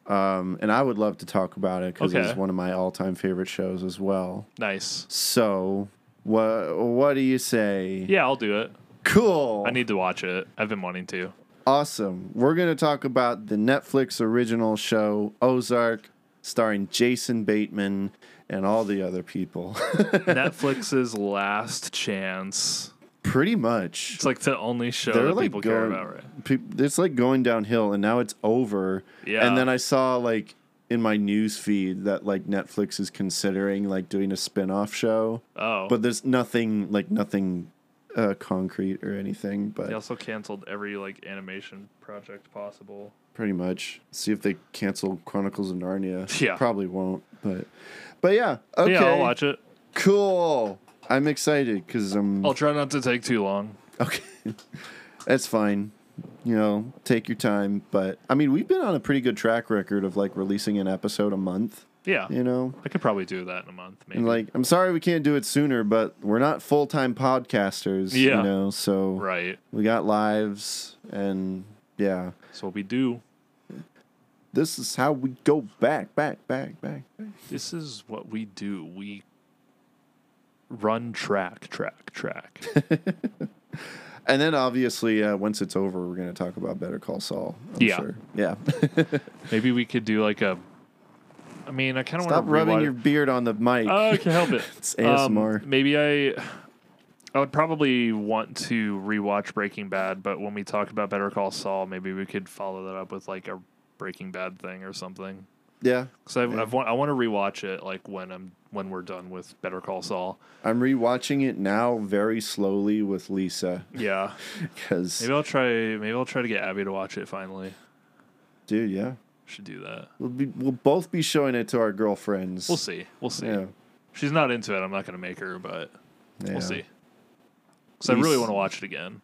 Speaker 2: um, and I would love to talk about it because
Speaker 1: Okay.
Speaker 2: it's one of my all time favorite shows as well.
Speaker 1: Nice.
Speaker 2: So, what what do you say?
Speaker 1: Yeah, I'll do it.
Speaker 2: Cool.
Speaker 1: I need to watch it. I've been wanting to.
Speaker 2: Awesome. We're going to talk about the Netflix original show Ozark, starring Jason Bateman and all the other people.
Speaker 1: Netflix's last chance.
Speaker 2: Pretty much.
Speaker 1: It's like the only show
Speaker 2: They're,
Speaker 1: that
Speaker 2: like,
Speaker 1: people care
Speaker 2: going-
Speaker 1: about, right?
Speaker 2: peop- It's like going downhill, and now it's over.
Speaker 1: Yeah.
Speaker 2: And then I saw like in my news feed that like Netflix is considering like doing a spin off show.
Speaker 1: Oh.
Speaker 2: But there's nothing like nothing uh, concrete or anything. But
Speaker 1: They also canceled every like animation project possible.
Speaker 2: pretty much. See if they cancel Chronicles of Narnia.
Speaker 1: Yeah.
Speaker 2: probably won't. But, but yeah, okay.
Speaker 1: Yeah, I'll watch it. Oh.
Speaker 2: Cool. I'm excited because I'm.
Speaker 1: I'll try not to take too long.
Speaker 2: Okay, that's fine. You know, take your time. But I mean, we've been on a pretty good track record of like releasing an episode a month.
Speaker 1: Yeah.
Speaker 2: You know,
Speaker 1: I could probably do that in a month, maybe.
Speaker 2: and like, I'm sorry we can't do it sooner, but we're not full time podcasters.
Speaker 1: Yeah.
Speaker 2: You know, so
Speaker 1: Right.
Speaker 2: we got lives and yeah.
Speaker 1: So we do.
Speaker 2: This is how we go back, back, back, back.
Speaker 1: This is what we do. We run track, track, track.
Speaker 2: And then obviously, uh, once it's over, we're going to talk about Better Call Saul. I'm
Speaker 1: Yeah.
Speaker 2: Sure. Yeah.
Speaker 1: maybe we could do like a. I mean, I kind of want to
Speaker 2: Stop rubbing your beard on the mic.
Speaker 1: Oh, I can help it.
Speaker 2: it's
Speaker 1: Um,
Speaker 2: ASMR.
Speaker 1: maybe I. I would probably want to rewatch Breaking Bad, but when we talk about Better Call Saul, maybe we could follow that up with like a Breaking Bad thing or something.
Speaker 2: yeah.
Speaker 1: Because I've, I've want, I want to rewatch it like when I'm when we're done with Better Call Saul.
Speaker 2: I'm rewatching it now very slowly with Lisa
Speaker 1: Yeah,
Speaker 2: because,
Speaker 1: maybe I'll try. Maybe I'll try to get Abby to watch it finally.
Speaker 2: dude, yeah.
Speaker 1: Should do that.
Speaker 2: We'll, be, we'll both be showing it to our girlfriends.
Speaker 1: We'll see. We'll see.
Speaker 2: Yeah.
Speaker 1: She's not into it. I'm not going to make her, but
Speaker 2: Yeah.
Speaker 1: we'll see. Because I
Speaker 2: We
Speaker 1: really
Speaker 2: s-
Speaker 1: want to watch it again.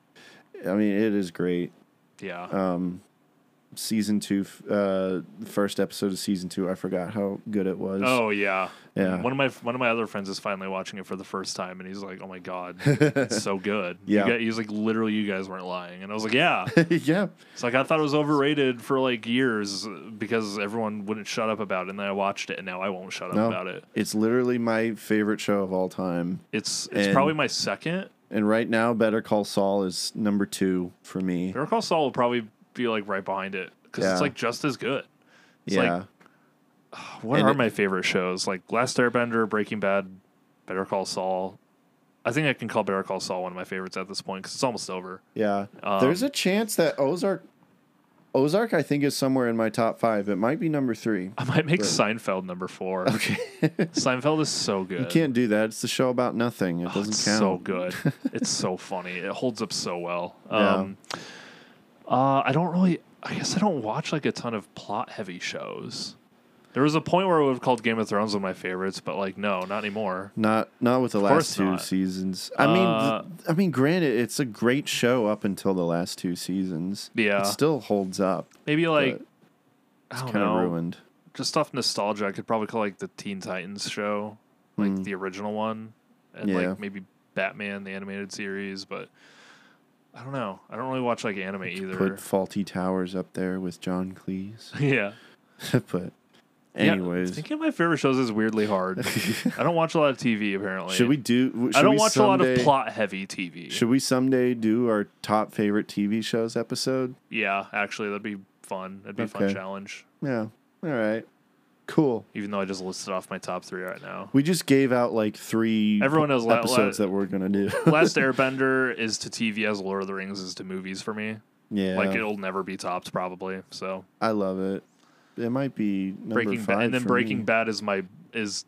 Speaker 2: I mean, it is great.
Speaker 1: Yeah.
Speaker 2: Um, season two, f- uh, the first episode of season two. I forgot how good it was.
Speaker 1: Oh yeah,
Speaker 2: Yeah.
Speaker 1: One of my one of my other friends is finally watching it for the first time, and he's like, "Oh my god, it's so good."
Speaker 2: Yeah.
Speaker 1: you guys, he's like, "Literally, you guys weren't lying," and I was like, "Yeah."
Speaker 2: yeah.
Speaker 1: It's like I thought it was overrated for like years because everyone wouldn't shut up about it, and then I watched it, and now I won't shut up
Speaker 2: No,
Speaker 1: about it.
Speaker 2: It's literally my favorite show of all time.
Speaker 1: It's it's
Speaker 2: And-
Speaker 1: probably my second.
Speaker 2: And right now, Better Call Saul is number two for me.
Speaker 1: Better Call Saul will probably be like right behind it because
Speaker 2: Yeah.
Speaker 1: it's like just as good. It's
Speaker 2: yeah.
Speaker 1: like what
Speaker 2: And
Speaker 1: are
Speaker 2: it-
Speaker 1: my favorite shows? Like Last Airbender, Breaking Bad, Better Call Saul. I think I can call Better Call Saul one of my favorites at this point because it's almost over.
Speaker 2: yeah.
Speaker 1: Um,
Speaker 2: There's a chance that Ozark. Ozark, I think, is somewhere in my top five. It might be number three.
Speaker 1: I might make
Speaker 2: But
Speaker 1: Seinfeld number four. Okay. Seinfeld is so good. Oh,
Speaker 2: You can't do that. It's the show about nothing. It doesn't
Speaker 1: it's
Speaker 2: count.
Speaker 1: so good. it's so funny. It holds up so well.
Speaker 2: Yeah.
Speaker 1: Um, uh, I don't really. I guess I don't watch like a ton of plot heavy shows. There was a point where I would have called Game of Thrones one of my favorites, but like no, not anymore.
Speaker 2: Not not with the
Speaker 1: Of
Speaker 2: last
Speaker 1: course
Speaker 2: two
Speaker 1: not.
Speaker 2: seasons. I mean,
Speaker 1: Uh,
Speaker 2: th- I mean, granted, it's a great show up until the last two seasons.
Speaker 1: Yeah. Oh,
Speaker 2: it still holds up.
Speaker 1: Maybe like
Speaker 2: It's
Speaker 1: I don't
Speaker 2: kind of
Speaker 1: know.
Speaker 2: ruined.
Speaker 1: Just off nostalgia, I could probably call like the Teen Titans show, like
Speaker 2: Mm.
Speaker 1: the original one, and
Speaker 2: Yeah.
Speaker 1: like maybe Batman the animated series. But I don't know. I don't really watch like anime either.
Speaker 2: Put faulty towers up there with John Cleese.
Speaker 1: Yeah.
Speaker 2: but anyways,
Speaker 1: yeah, thinking of my favorite shows is weirdly hard. I don't watch a lot of TV apparently.
Speaker 2: Should we do-
Speaker 1: I
Speaker 2: should
Speaker 1: don't
Speaker 2: we
Speaker 1: watch a lot
Speaker 2: someday-
Speaker 1: of plot heavy TV.
Speaker 2: should we someday do our top favorite TV shows episode?
Speaker 1: Yeah, actually, that'd be fun. That'd be a fun
Speaker 2: Okay.
Speaker 1: challenge.
Speaker 2: Yeah. All right. Cool.
Speaker 1: Even though I just listed off my top three right now.
Speaker 2: We just gave out like three
Speaker 1: Everyone knows la- la-
Speaker 2: episodes that we're gonna do.
Speaker 1: Last e- Airbender is to TV as Lord of the Rings is to movies for me.
Speaker 2: Yeah.
Speaker 1: like it'll never be topped probably. So
Speaker 2: I love it. It might be number
Speaker 1: Breaking
Speaker 2: five,
Speaker 1: Bad, and then
Speaker 2: for
Speaker 1: Breaking
Speaker 2: me.
Speaker 1: Bad is my is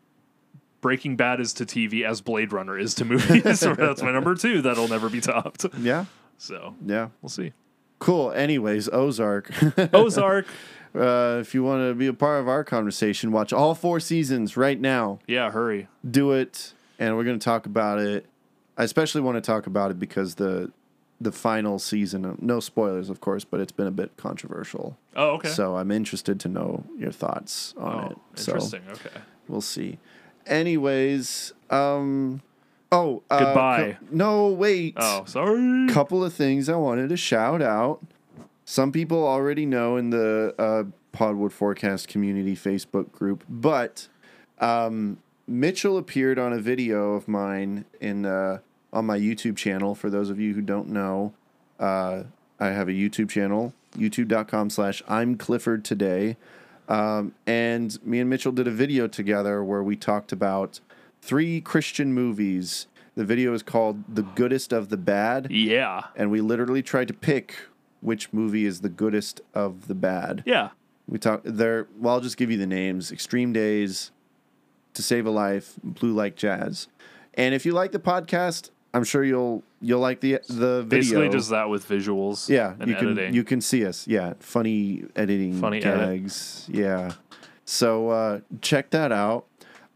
Speaker 1: Breaking Bad is to TV as Blade Runner is to movies. So that's my number two. That'll never be topped.
Speaker 2: Yeah.
Speaker 1: So
Speaker 2: Yeah.
Speaker 1: We'll see.
Speaker 2: Cool. Anyways, Ozark.
Speaker 1: Ozark.
Speaker 2: Uh, if you want to be a part of our conversation, watch all four seasons right now.
Speaker 1: yeah, hurry.
Speaker 2: Do it, and we're going to talk about it. I especially want to talk about it because the the final season. No spoilers, of course, but it's been a bit controversial.
Speaker 1: Oh, okay.
Speaker 2: So I'm interested to know your thoughts on
Speaker 1: Oh,
Speaker 2: it.
Speaker 1: interesting.
Speaker 2: So
Speaker 1: Okay.
Speaker 2: We'll see. Anyways, um, oh, uh,
Speaker 1: Goodbye.
Speaker 2: co- no, wait.
Speaker 1: Oh, sorry.
Speaker 2: Couple of things I wanted to shout out. Some people already know in the uh, Podwood Forecast community Facebook group, but um, Mitchell appeared on a video of mine in uh, on my YouTube channel. For those of you who don't know, uh, I have a YouTube channel, youtube.com slash I'm Clifford today. Um, and me and Mitchell did a video together where we talked about three Christian movies. The video is called The Goodest of the Bad.
Speaker 1: Yeah.
Speaker 2: And we literally tried to pick which movie is the goodest of the bad.
Speaker 1: Yeah.
Speaker 2: We talk there. Well, I'll just give you the names: Extreme Days, To Save a Life, Blue Like Jazz. And if you like the podcast, I'm sure you'll you'll like the the video.
Speaker 1: Basically, just that with visuals.
Speaker 2: yeah.
Speaker 1: and
Speaker 2: you can
Speaker 1: editing.
Speaker 2: you can see us. Yeah, funny editing,
Speaker 1: Funny edit.
Speaker 2: gags. Yeah. So uh, check that out.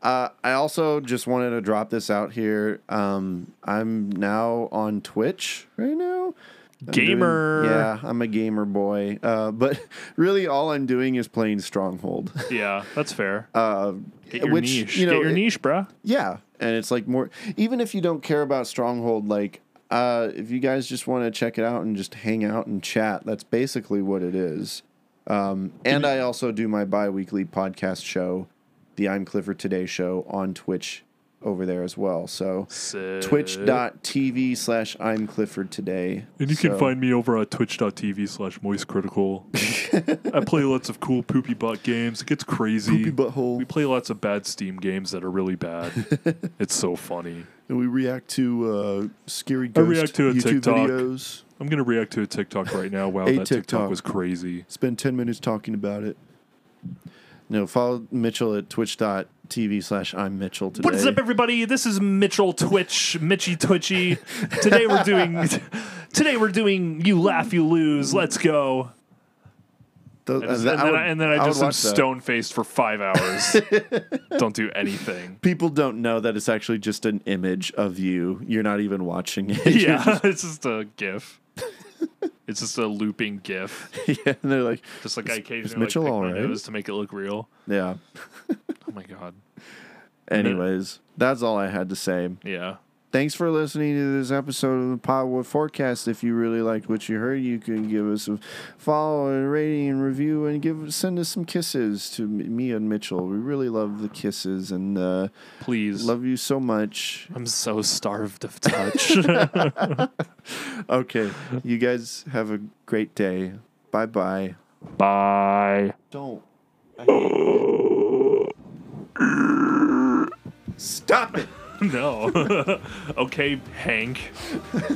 Speaker 2: Uh, I also just wanted to drop this out here. Um, I'm now on Twitch right now. I'm doing-
Speaker 1: Gamer.
Speaker 2: yeah, I'm a gamer boy. Uh, but really, all I'm doing is playing Stronghold.
Speaker 1: yeah, that's fair.
Speaker 2: Uh,
Speaker 1: Get your
Speaker 2: which
Speaker 1: niche.
Speaker 2: you know,
Speaker 1: Get your
Speaker 2: it-
Speaker 1: niche, bruh.
Speaker 2: yeah, and it's like more. Even if you don't care about Stronghold, like uh, if you guys just want to check it out and just hang out and chat, that's basically what it is. Um, and I also do my bi-weekly podcast show, the I'm Clifford Today Show, on Twitch over there as well. So
Speaker 1: Sick.
Speaker 2: twitch.tv slash I'm Clifford Today.
Speaker 1: And you can
Speaker 2: So-
Speaker 1: find me over at twitch.tv slash moistcritical. I play lots of cool poopy butt games. It gets crazy. Poopy
Speaker 2: butthole.
Speaker 1: We play lots of bad Steam games that are really bad. it's so funny.
Speaker 2: and we react to uh, scary
Speaker 1: I
Speaker 2: ghost
Speaker 1: react to a
Speaker 2: YouTube
Speaker 1: TikTok.
Speaker 2: videos.
Speaker 1: I'm going to react to a TikTok right now. Wow,
Speaker 2: A
Speaker 1: that TikTok.
Speaker 2: TikTok.
Speaker 1: was crazy.
Speaker 2: Spend 10 minutes talking about it. No, follow Mitchell at twitch.tv slash I'm Mitchell today.
Speaker 1: What is up, everybody? This is Mitchell Twitch, Mitchy Twitchy. Today we're doing, today we're doing. You laugh, you lose. Let's go.
Speaker 2: Those-
Speaker 1: and,
Speaker 2: uh, that-
Speaker 1: and
Speaker 2: I
Speaker 1: then
Speaker 2: would-
Speaker 1: I, and then I
Speaker 2: I would
Speaker 1: just am
Speaker 2: watch that.
Speaker 1: stone faced for five hours. Don't do anything.
Speaker 2: People don't know that it's actually just an image of you. You're not even watching it. You're
Speaker 1: Yeah,
Speaker 2: just-
Speaker 1: it's just a GIF. it's just a looping GIF.
Speaker 2: yeah. And they're like,
Speaker 1: Just like
Speaker 2: "Is-
Speaker 1: I
Speaker 2: is
Speaker 1: occasionally
Speaker 2: Mitchell
Speaker 1: like, pick
Speaker 2: all
Speaker 1: my
Speaker 2: right?"
Speaker 1: nose to make it look real.
Speaker 2: Yeah.
Speaker 1: Oh my god.
Speaker 2: Anyways, that's all I had to say.
Speaker 1: Yeah.
Speaker 2: Thanks for listening to this episode of the Podwood Forecast. If you really liked what you heard, you can give us a follow, and rating, and review, and give send us some kisses to m- me and Mitchell. We really love the kisses, and uh,
Speaker 1: please
Speaker 2: love you so much.
Speaker 1: I'm so starved of touch.
Speaker 2: okay, you guys have a great day. Bye bye.
Speaker 1: Bye.
Speaker 2: Don't. I hate- Stop it.
Speaker 1: no. okay, Hank. Like,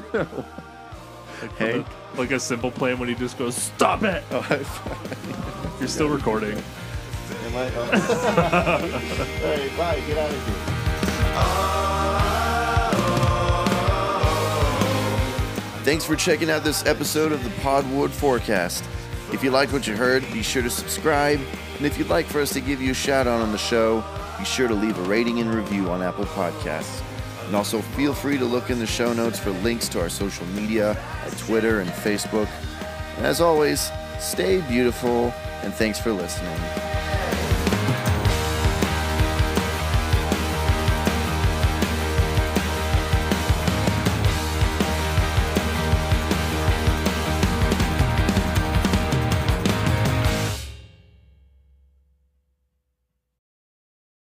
Speaker 2: Hank? Oh,
Speaker 1: like a simple plan when he just goes, "Stop it." You're still recording.
Speaker 2: Am I? Oh. all right, bye. Get out of here. Thanks for checking out this episode of the Podwood Forecast. If you liked what you heard, be sure to subscribe. And if you'd like for us to give you a shout out on the show, be sure to leave a rating and review on Apple Podcasts. And also feel free to look in the show notes for links to our social media at Twitter and Facebook. And as always, stay beautiful and thanks for listening.